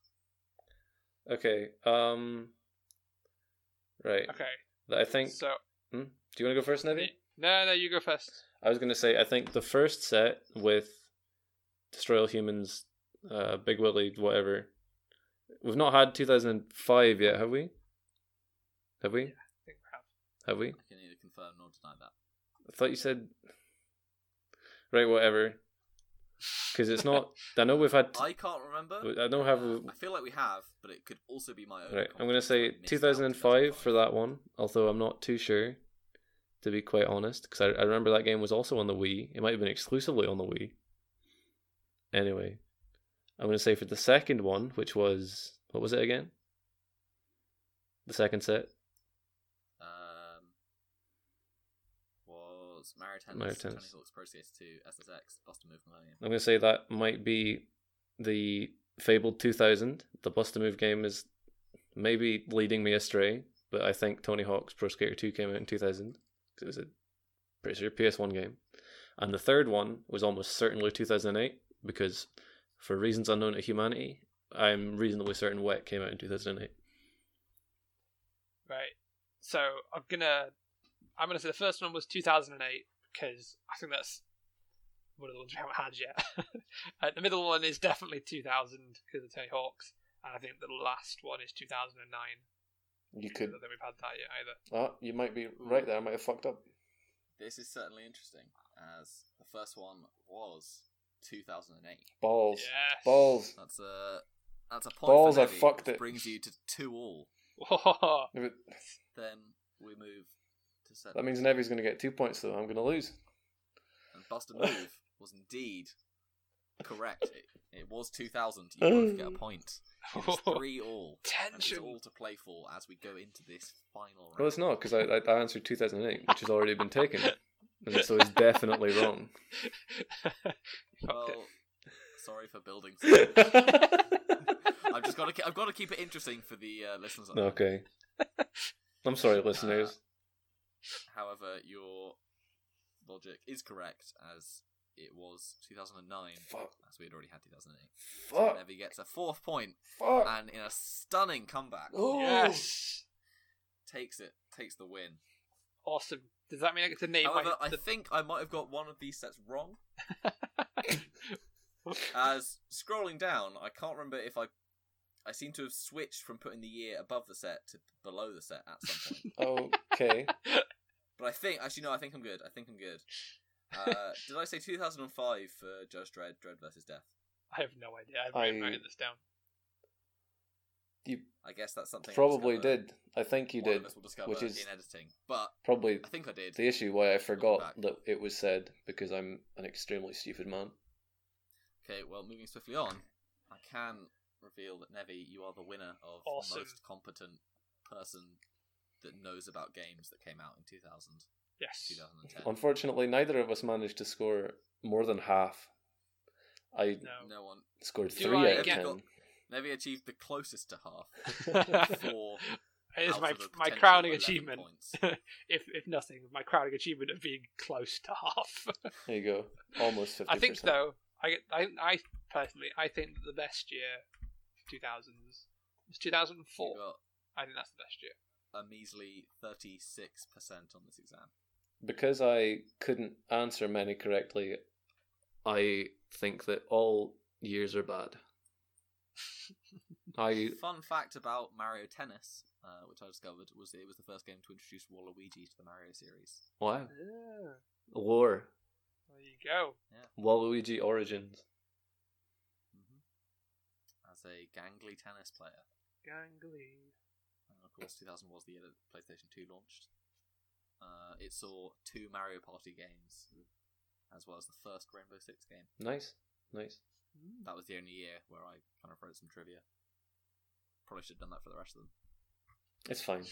[SPEAKER 4] Okay. Um. Right.
[SPEAKER 2] Okay,
[SPEAKER 4] I think.
[SPEAKER 2] so
[SPEAKER 4] Hmm? Do you want to go first, Nevi?
[SPEAKER 2] no, no, you go first.
[SPEAKER 4] I was gonna say I think the first set with Destroy All Humans, uh, Big Willy, whatever. We've not had 2005 yet, have we? Have we?
[SPEAKER 2] I think we have.
[SPEAKER 4] Have we?
[SPEAKER 1] I can neither confirm nor deny that.
[SPEAKER 4] I thought you said. Right, whatever. Because it's not. I know we've had.
[SPEAKER 1] I can't remember.
[SPEAKER 4] I don't have.
[SPEAKER 3] Uh,
[SPEAKER 4] a-
[SPEAKER 1] I feel like we have, but it could also be my own.
[SPEAKER 4] Right, I'm
[SPEAKER 1] confidence
[SPEAKER 4] gonna
[SPEAKER 1] that
[SPEAKER 4] say
[SPEAKER 1] I missed out
[SPEAKER 4] 2005 for that one, although I'm not too sure, to be quite honest, because I, I remember that game was also on the Wii. It might have been exclusively on the Wii. Anyway, I'm gonna say for the second one, which was what was it again? The second set,
[SPEAKER 1] Um, was Mario Tennis,
[SPEAKER 4] Mario
[SPEAKER 1] Tony
[SPEAKER 4] Tennis.
[SPEAKER 1] Hawk's Pro Skater 2, SSX, Buster Move Millennium.
[SPEAKER 4] I'm gonna say that might be the fabled 2000. The Buster Move game is maybe leading me astray, but I think Tony Hawk's Pro Skater 2 came out in 2000 because it was a pretty sure PS1 game, and the third one was almost certainly 2008 because for reasons unknown to humanity, I'm reasonably certain Wet came out in 2008.
[SPEAKER 2] Right. So I'm gonna I'm gonna say the first one was 2008 because I think that's one of the ones we haven't had yet. uh, the middle one is definitely 2000 because of Tony Hawk's, and I think the last one is 2009.
[SPEAKER 4] You
[SPEAKER 2] I don't think we've had that yet either.
[SPEAKER 4] Oh, you might be
[SPEAKER 1] right
[SPEAKER 4] there. I might have fucked up.
[SPEAKER 1] This is certainly interesting, as the first one was 2008.
[SPEAKER 4] Balls.
[SPEAKER 2] Yes.
[SPEAKER 1] That's a that's a point.
[SPEAKER 4] Balls,
[SPEAKER 1] for
[SPEAKER 4] I
[SPEAKER 1] Nevi,
[SPEAKER 4] fucked
[SPEAKER 1] which
[SPEAKER 4] it.
[SPEAKER 1] Brings you to two all.
[SPEAKER 2] Whoa.
[SPEAKER 1] Then we move to set.
[SPEAKER 4] Nevy's going to get two points, though. I'm going to lose.
[SPEAKER 1] And Buster Move was indeed correct. It, it was 2000. You both get a point. It is three all. And it's
[SPEAKER 2] Tension.
[SPEAKER 1] all to play for as we go into this final round.
[SPEAKER 4] Well, it's not because I, I I answered 2008, which has already been taken, and so it's definitely wrong.
[SPEAKER 2] Fucked it.
[SPEAKER 1] Well, sorry for building.
[SPEAKER 4] okay,
[SPEAKER 1] I've just got to. I've got to keep it interesting for the uh, listeners. at home.
[SPEAKER 4] I'm sorry, listeners.
[SPEAKER 1] However, your logic is correct as it was 2009,
[SPEAKER 4] Fuck,
[SPEAKER 1] as we had already had 2008. So
[SPEAKER 4] fuck,
[SPEAKER 1] Nevi gets a fourth point,
[SPEAKER 4] fuck.
[SPEAKER 1] and in a stunning comeback,
[SPEAKER 4] Oh.
[SPEAKER 2] Yes.
[SPEAKER 1] takes it, takes the win.
[SPEAKER 2] Awesome. Does that mean I get to name
[SPEAKER 1] However,
[SPEAKER 2] my?
[SPEAKER 1] I think I might have got one of these sets wrong. As scrolling down, I can't remember if I. I seem to have switched from putting the year above the set to below the set at some point.
[SPEAKER 4] Oh, Okay.
[SPEAKER 1] but I think, actually, no, I think I'm good. I think I'm good. Uh, did I say 2005 for Judge Dredd, Dredd versus Death?
[SPEAKER 2] I have no idea. I'm
[SPEAKER 4] I-
[SPEAKER 2] writing this down.
[SPEAKER 4] You
[SPEAKER 1] I guess that's something. I'll
[SPEAKER 4] probably
[SPEAKER 2] uh,
[SPEAKER 1] discover-
[SPEAKER 4] did. I think you
[SPEAKER 1] one
[SPEAKER 4] did,
[SPEAKER 1] Of us will discover
[SPEAKER 4] which is
[SPEAKER 1] in editing, but
[SPEAKER 4] probably
[SPEAKER 1] I think I did.
[SPEAKER 4] the issue why I forgot
[SPEAKER 1] back.
[SPEAKER 4] that it was said because I'm an extremely stupid man.
[SPEAKER 1] Okay, well, moving swiftly on, I can reveal that Nevi, you are the winner of
[SPEAKER 2] Awesome.
[SPEAKER 1] most competent person that knows about games that came out in 2000,
[SPEAKER 2] Yes.
[SPEAKER 1] 2010.
[SPEAKER 4] Unfortunately, neither of us managed to score more than half. I
[SPEAKER 2] No.
[SPEAKER 1] No one.
[SPEAKER 4] scored
[SPEAKER 2] Do
[SPEAKER 4] three
[SPEAKER 2] I
[SPEAKER 4] out of
[SPEAKER 2] get-
[SPEAKER 4] ten.
[SPEAKER 1] Nevi achieved the closest to half. Four.
[SPEAKER 2] it is
[SPEAKER 1] out
[SPEAKER 2] my
[SPEAKER 1] of the
[SPEAKER 2] my
[SPEAKER 1] potential 11
[SPEAKER 2] crowning achievement.
[SPEAKER 1] points.
[SPEAKER 2] if if nothing, my crowning achievement of being close to half.
[SPEAKER 4] There you go. Almost fifty.
[SPEAKER 2] I think though, I, I I personally I think the best year, two thousands, was two thousand and
[SPEAKER 1] You
[SPEAKER 2] four.
[SPEAKER 1] got
[SPEAKER 2] I think that's the best year.
[SPEAKER 1] a measly 36% on this exam.
[SPEAKER 4] because I couldn't answer many correctly, I think that all years are bad. I
[SPEAKER 1] Fun fact about Mario Tennis, uh, which I discovered, was it was the first game to introduce Waluigi to the Mario series.
[SPEAKER 4] wow
[SPEAKER 2] Ah,
[SPEAKER 4] lore
[SPEAKER 2] there you go.
[SPEAKER 4] Waluigi Origins.
[SPEAKER 1] hmm as a gangly tennis player.
[SPEAKER 2] Gangly.
[SPEAKER 1] And of course, 2000 was the year that PlayStation 2 launched. Uh, it saw two Mario Party games, as well as the first Rainbow Six game.
[SPEAKER 4] Nice, nice.
[SPEAKER 1] That was the only year where I kind of wrote some trivia. Probably should have done that for the rest of them.
[SPEAKER 4] It's fine.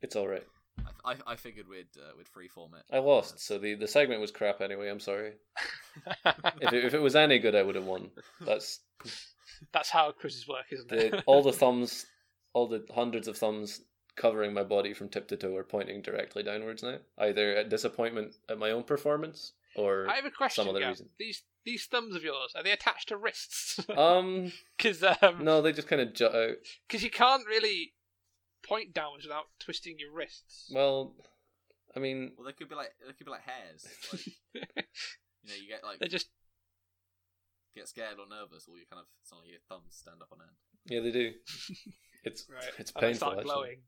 [SPEAKER 4] It's all right.
[SPEAKER 1] I, I, I figured we'd uh, we'd freeform it.
[SPEAKER 4] I lost, so the the segment was crap anyway. I'm sorry. If
[SPEAKER 2] Mm.
[SPEAKER 4] it, if it was any good, I would have won. That's
[SPEAKER 2] that's how Chris's work, isn't it?
[SPEAKER 4] the all the thumbs all the hundreds of thumbs covering my body from tip to toe are pointing directly downwards now, either at disappointment at my own performance or
[SPEAKER 2] I have a question.
[SPEAKER 4] some other
[SPEAKER 2] Gav.
[SPEAKER 4] reason.
[SPEAKER 2] These these thumbs of yours are they attached to wrists?
[SPEAKER 4] um
[SPEAKER 2] Because um,
[SPEAKER 4] no, they just uh, kind of jut out.
[SPEAKER 2] Because you can't really point downwards without twisting your wrists.
[SPEAKER 4] Well, I mean,
[SPEAKER 3] Well, they could be like they could be like hairs. Like, you know, you get like
[SPEAKER 2] They're just
[SPEAKER 3] get scared or nervous, or you kind of suddenly your thumbs stand up on end.
[SPEAKER 4] yeah, they do. It's
[SPEAKER 2] right.
[SPEAKER 4] it's
[SPEAKER 2] and they
[SPEAKER 4] painful.
[SPEAKER 2] Start
[SPEAKER 4] actually.
[SPEAKER 2] glowing.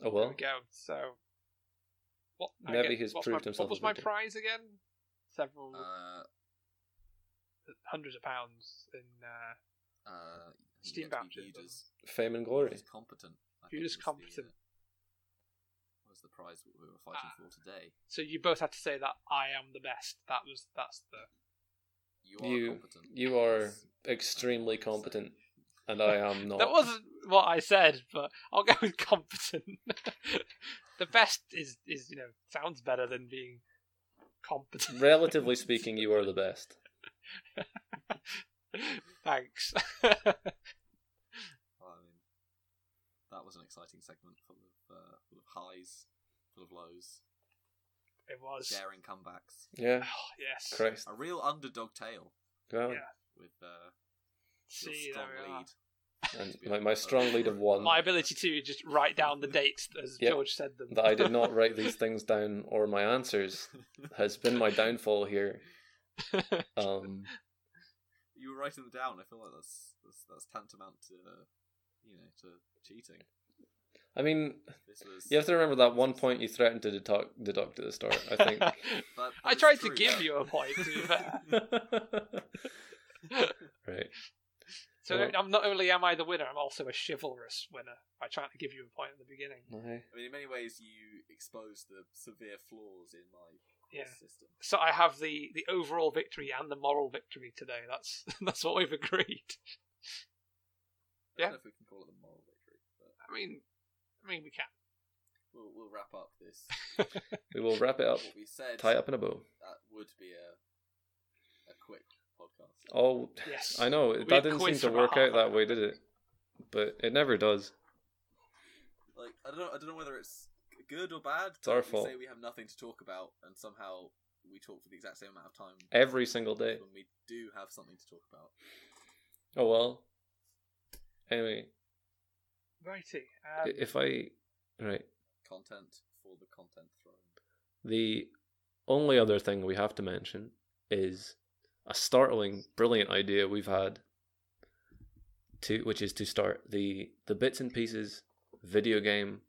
[SPEAKER 4] Oh
[SPEAKER 2] There
[SPEAKER 4] well,
[SPEAKER 2] we go. So, what? I
[SPEAKER 4] Maybe
[SPEAKER 2] get-
[SPEAKER 4] he's
[SPEAKER 2] what's
[SPEAKER 4] proved
[SPEAKER 2] my,
[SPEAKER 4] himself
[SPEAKER 2] What was
[SPEAKER 4] a
[SPEAKER 2] my
[SPEAKER 4] victim.
[SPEAKER 2] prize again? Several
[SPEAKER 3] Uh,
[SPEAKER 2] hundreds of pounds in uh,
[SPEAKER 3] uh, you
[SPEAKER 2] Steam
[SPEAKER 3] get to be
[SPEAKER 2] vouchers,
[SPEAKER 3] viewed as-
[SPEAKER 4] fame and
[SPEAKER 3] viewed
[SPEAKER 4] glory.
[SPEAKER 3] as competent. I
[SPEAKER 2] Viewed
[SPEAKER 3] think
[SPEAKER 2] as
[SPEAKER 3] was the, uh,
[SPEAKER 2] competent. Ah.
[SPEAKER 3] what was the prize we were fighting for today?
[SPEAKER 2] So you both had to say that I am the best. That was that's the
[SPEAKER 3] You are
[SPEAKER 4] You
[SPEAKER 3] competent.
[SPEAKER 4] you are
[SPEAKER 3] Yes.
[SPEAKER 4] extremely
[SPEAKER 3] That's what it
[SPEAKER 4] competent, and I am not.
[SPEAKER 2] that wasn't what I said, but I'll go with competent. the best is is you know sounds better than being competent.
[SPEAKER 4] Relatively speaking, you are the best.
[SPEAKER 2] Thanks.
[SPEAKER 3] Well, I mean, that was an exciting segment full of uh, full of highs, full of lows,
[SPEAKER 2] it was
[SPEAKER 3] daring comebacks,
[SPEAKER 4] Yeah,
[SPEAKER 2] Oh, yes.
[SPEAKER 4] Christ.
[SPEAKER 3] a real underdog tale
[SPEAKER 4] Well,
[SPEAKER 2] Yeah.
[SPEAKER 3] with uh, your
[SPEAKER 2] See, there
[SPEAKER 3] strong
[SPEAKER 2] we are.
[SPEAKER 3] lead.
[SPEAKER 4] And my, my strong lead of one
[SPEAKER 2] My ability to just write down the dates as
[SPEAKER 4] Yep.
[SPEAKER 2] George said them.
[SPEAKER 4] that I did not write these things down or my answers has been my downfall here. Um,
[SPEAKER 3] you were writing them down. I feel like that's that's, that's tantamount to uh, you know to cheating.
[SPEAKER 4] I mean,
[SPEAKER 3] This was
[SPEAKER 4] you have to remember that one point you threatened to deduct, deduct at the start. I think.
[SPEAKER 3] That- that
[SPEAKER 2] I
[SPEAKER 3] is
[SPEAKER 2] tried to
[SPEAKER 3] true,
[SPEAKER 2] give
[SPEAKER 3] yeah.
[SPEAKER 2] you a point. To be fair.
[SPEAKER 4] right.
[SPEAKER 2] So
[SPEAKER 4] Well-
[SPEAKER 2] I'm not only am I the winner, I'm also a chivalrous winner by trying to give you a point at the beginning.
[SPEAKER 4] My-
[SPEAKER 3] I mean, in many ways, you exposed the severe flaws in my
[SPEAKER 2] Yeah.
[SPEAKER 3] system.
[SPEAKER 2] So I have the, the overall victory and the moral victory today. That's that's what we've agreed.
[SPEAKER 3] I
[SPEAKER 2] Yeah.
[SPEAKER 3] don't know if we can call it a moral victory, but
[SPEAKER 2] I mean, I mean we can.
[SPEAKER 3] we'll we'll wrap up this.
[SPEAKER 4] We will wrap it up,
[SPEAKER 3] What we said
[SPEAKER 4] tie up in a bow.
[SPEAKER 3] that would be a a quick podcast.
[SPEAKER 4] Oh,
[SPEAKER 2] Yes.
[SPEAKER 4] I know
[SPEAKER 2] We
[SPEAKER 4] that
[SPEAKER 2] had
[SPEAKER 4] didn't seem
[SPEAKER 2] quiz
[SPEAKER 4] to
[SPEAKER 2] for about
[SPEAKER 4] work out
[SPEAKER 2] half an
[SPEAKER 4] that way, did it? But it never does.
[SPEAKER 3] Like I don't know, I don't know whether it's good or bad.
[SPEAKER 4] It's our
[SPEAKER 3] we
[SPEAKER 4] fault.
[SPEAKER 3] Say we have nothing to talk about, and somehow we talk for the exact same amount of time
[SPEAKER 4] Every single day.
[SPEAKER 3] when we do have something to talk about.
[SPEAKER 4] Oh well. Anyway,
[SPEAKER 2] Righty.
[SPEAKER 4] i-
[SPEAKER 2] Um,
[SPEAKER 4] if I right,
[SPEAKER 3] Content for the content throne.
[SPEAKER 4] the only other thing we have to mention is a startling, brilliant idea we've had to which is to start the the bits and pieces video game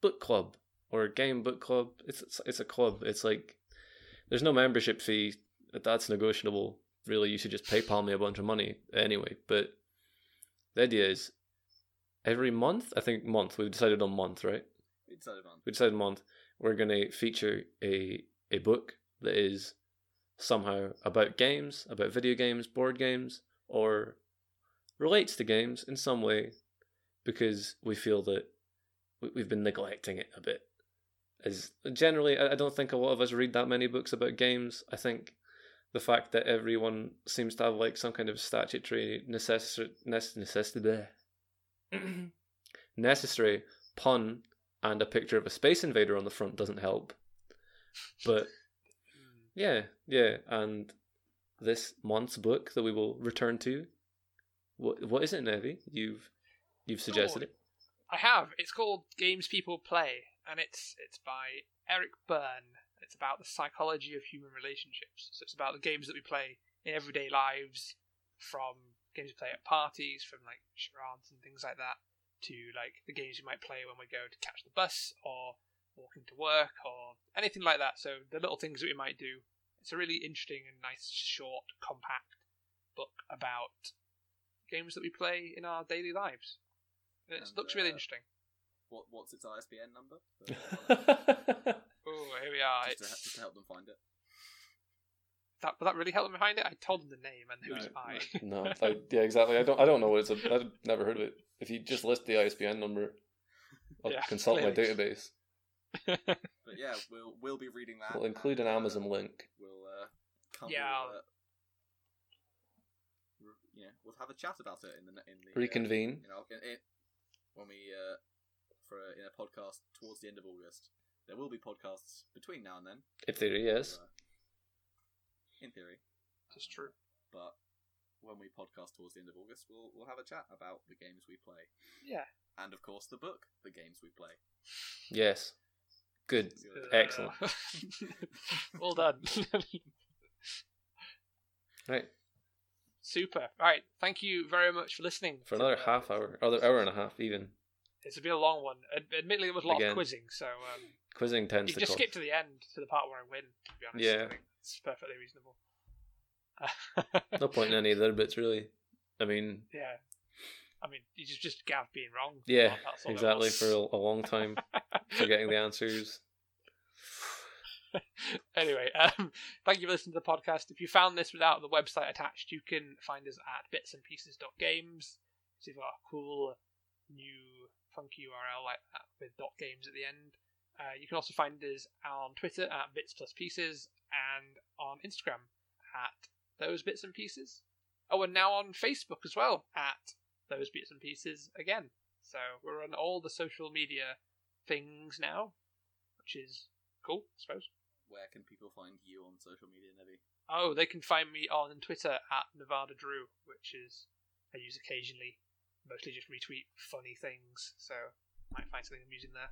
[SPEAKER 4] book club or game book club. It's it's, it's a club. It's like there's no membership fee. That's negotiable. Really, you should just PayPal me a bunch of money anyway. But the idea is every month. I think month. We've decided on month, right?
[SPEAKER 3] We decided on
[SPEAKER 4] we decided month we're going to feature a a book that is somehow about games, about video games, board games, or relates to games in some way, because we feel that we- we've been neglecting it a bit. As generally, I I don't think a lot of us read that many books about games. I think the fact that everyone seems to have like some kind of statutory necessary necessity necessary pun and a picture of a space invader on the front doesn't help. But
[SPEAKER 2] mm,
[SPEAKER 4] yeah, yeah, and this month's book that we will return to. What what is it, Nevi? You've you've suggested it.
[SPEAKER 2] I have. It's called Games People Play, and it's it's by Eric Byrne. It's about the psychology of human relationships. So it's about the games that we play in everyday lives, from games we play at parties, from like charades and things like that, to like the games we might play when we go to catch the bus or walking to work or anything like that. So the little things that we might do. It's a really interesting and nice, short, compact book about games that we play in our daily lives. It
[SPEAKER 3] And,
[SPEAKER 2] looks really
[SPEAKER 3] uh,
[SPEAKER 2] interesting.
[SPEAKER 3] what what's its ISBN number?
[SPEAKER 2] Oh, here we are.
[SPEAKER 3] just, to,
[SPEAKER 2] It's,
[SPEAKER 3] just to help them find it.
[SPEAKER 2] that, will that really help them find it? I told them the name and who's
[SPEAKER 3] No,
[SPEAKER 2] I.
[SPEAKER 4] no, I, yeah, exactly. I don't I don't know what it's. A, I've never heard of it. If you just list the ISBN number, I'll
[SPEAKER 2] Yeah,
[SPEAKER 4] consult my
[SPEAKER 2] clearly.
[SPEAKER 4] database.
[SPEAKER 3] But yeah, we'll we'll be reading that.
[SPEAKER 4] We'll include an
[SPEAKER 3] and, uh,
[SPEAKER 4] Amazon link.
[SPEAKER 3] We'll uh, come
[SPEAKER 2] Yeah,
[SPEAKER 3] with, uh, re- you know we'll have a chat about it in the in the uh,
[SPEAKER 4] Reconvene.
[SPEAKER 3] you know, in, in, when we uh, for a, in a podcast towards the end of August, there will be podcasts between now and then.
[SPEAKER 4] If there is.
[SPEAKER 3] uh, in theory,
[SPEAKER 2] That's true.
[SPEAKER 3] but when we podcast towards the end of August, we'll we'll have a chat about the games we play.
[SPEAKER 2] Yeah.
[SPEAKER 3] and of course the book, the games we play.
[SPEAKER 4] Yes. Good.
[SPEAKER 3] See what-
[SPEAKER 4] Excellent.
[SPEAKER 2] well done.
[SPEAKER 4] Right.
[SPEAKER 2] Super. Right. Thank you very much for listening.
[SPEAKER 4] For another
[SPEAKER 2] Uh,
[SPEAKER 4] half hour, or the hour and a half, even.
[SPEAKER 2] It's been a long one. Ad- Admittedly, there was a lot
[SPEAKER 4] Again.
[SPEAKER 2] of quizzing, so um,
[SPEAKER 4] Quizzing tends
[SPEAKER 2] you
[SPEAKER 4] to
[SPEAKER 2] just
[SPEAKER 4] cost.
[SPEAKER 2] skip to the end to the part where I win. To be honest,
[SPEAKER 4] Yeah.
[SPEAKER 2] I think it's perfectly reasonable.
[SPEAKER 4] No point in any of the other bits, really. I mean,
[SPEAKER 2] yeah, I mean, you just just Gav being wrong.
[SPEAKER 4] yeah,
[SPEAKER 2] That's all it
[SPEAKER 4] exactly.
[SPEAKER 2] was.
[SPEAKER 4] For a, a long time, forgetting the answers.
[SPEAKER 2] anyway, um, thank you for listening to the podcast. If you found this without the website attached, you can find us at bitsandpieces.games. So you've got a cool new funky URL like that with dot .games at the end. Uh, you can also find us on Twitter at bits plus pieces and on Instagram at those bits and pieces. Oh, and now on Facebook as well at those bits and pieces again. So we're on all the social media things now, which is cool, I suppose.
[SPEAKER 3] Where can people find you on social media, Nevi?
[SPEAKER 2] Oh, they can find me on Twitter at Nevada Drew, which is I use occasionally, mostly just retweet funny things. So might find something amusing there.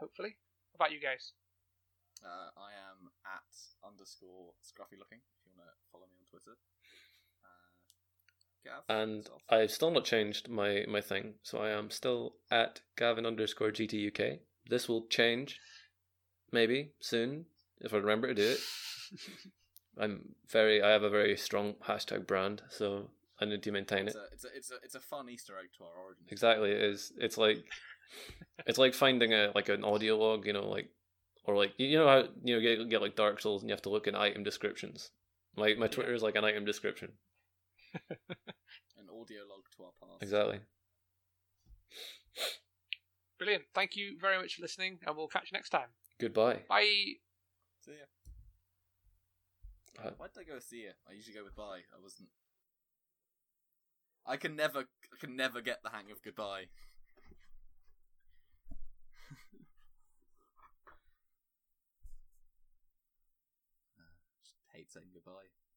[SPEAKER 2] Hopefully. How about you guys?
[SPEAKER 3] Uh, I am at underscore scruffy looking. If you want to follow me on Twitter, uh, Gav
[SPEAKER 4] And
[SPEAKER 3] yourself.
[SPEAKER 4] I've still not changed my my thing, so I am still at Gavin underscore GTUK. This will change, maybe soon if I remember to do it. I'm very. I have a very strong hashtag brand, so I need to maintain it.
[SPEAKER 3] It's a, it's, a, it's, a, it's a fun Easter egg to our origin.
[SPEAKER 4] Exactly. It is. It's like it's like finding a like an audio log, you know, like or like you know how you know get, get like Dark Souls and you have to look in item descriptions. My my Twitter is like an item description.
[SPEAKER 3] An audio log to our past.
[SPEAKER 4] Exactly.
[SPEAKER 2] Brilliant. Thank you very much for listening, and we'll catch you next time.
[SPEAKER 4] Goodbye.
[SPEAKER 2] Bye.
[SPEAKER 3] So yeah.
[SPEAKER 4] Uh,
[SPEAKER 3] Why did I go with see ya? I usually go with bye. I wasn't. I can never, I can never get the hang of goodbye. Uh, just hate saying goodbye.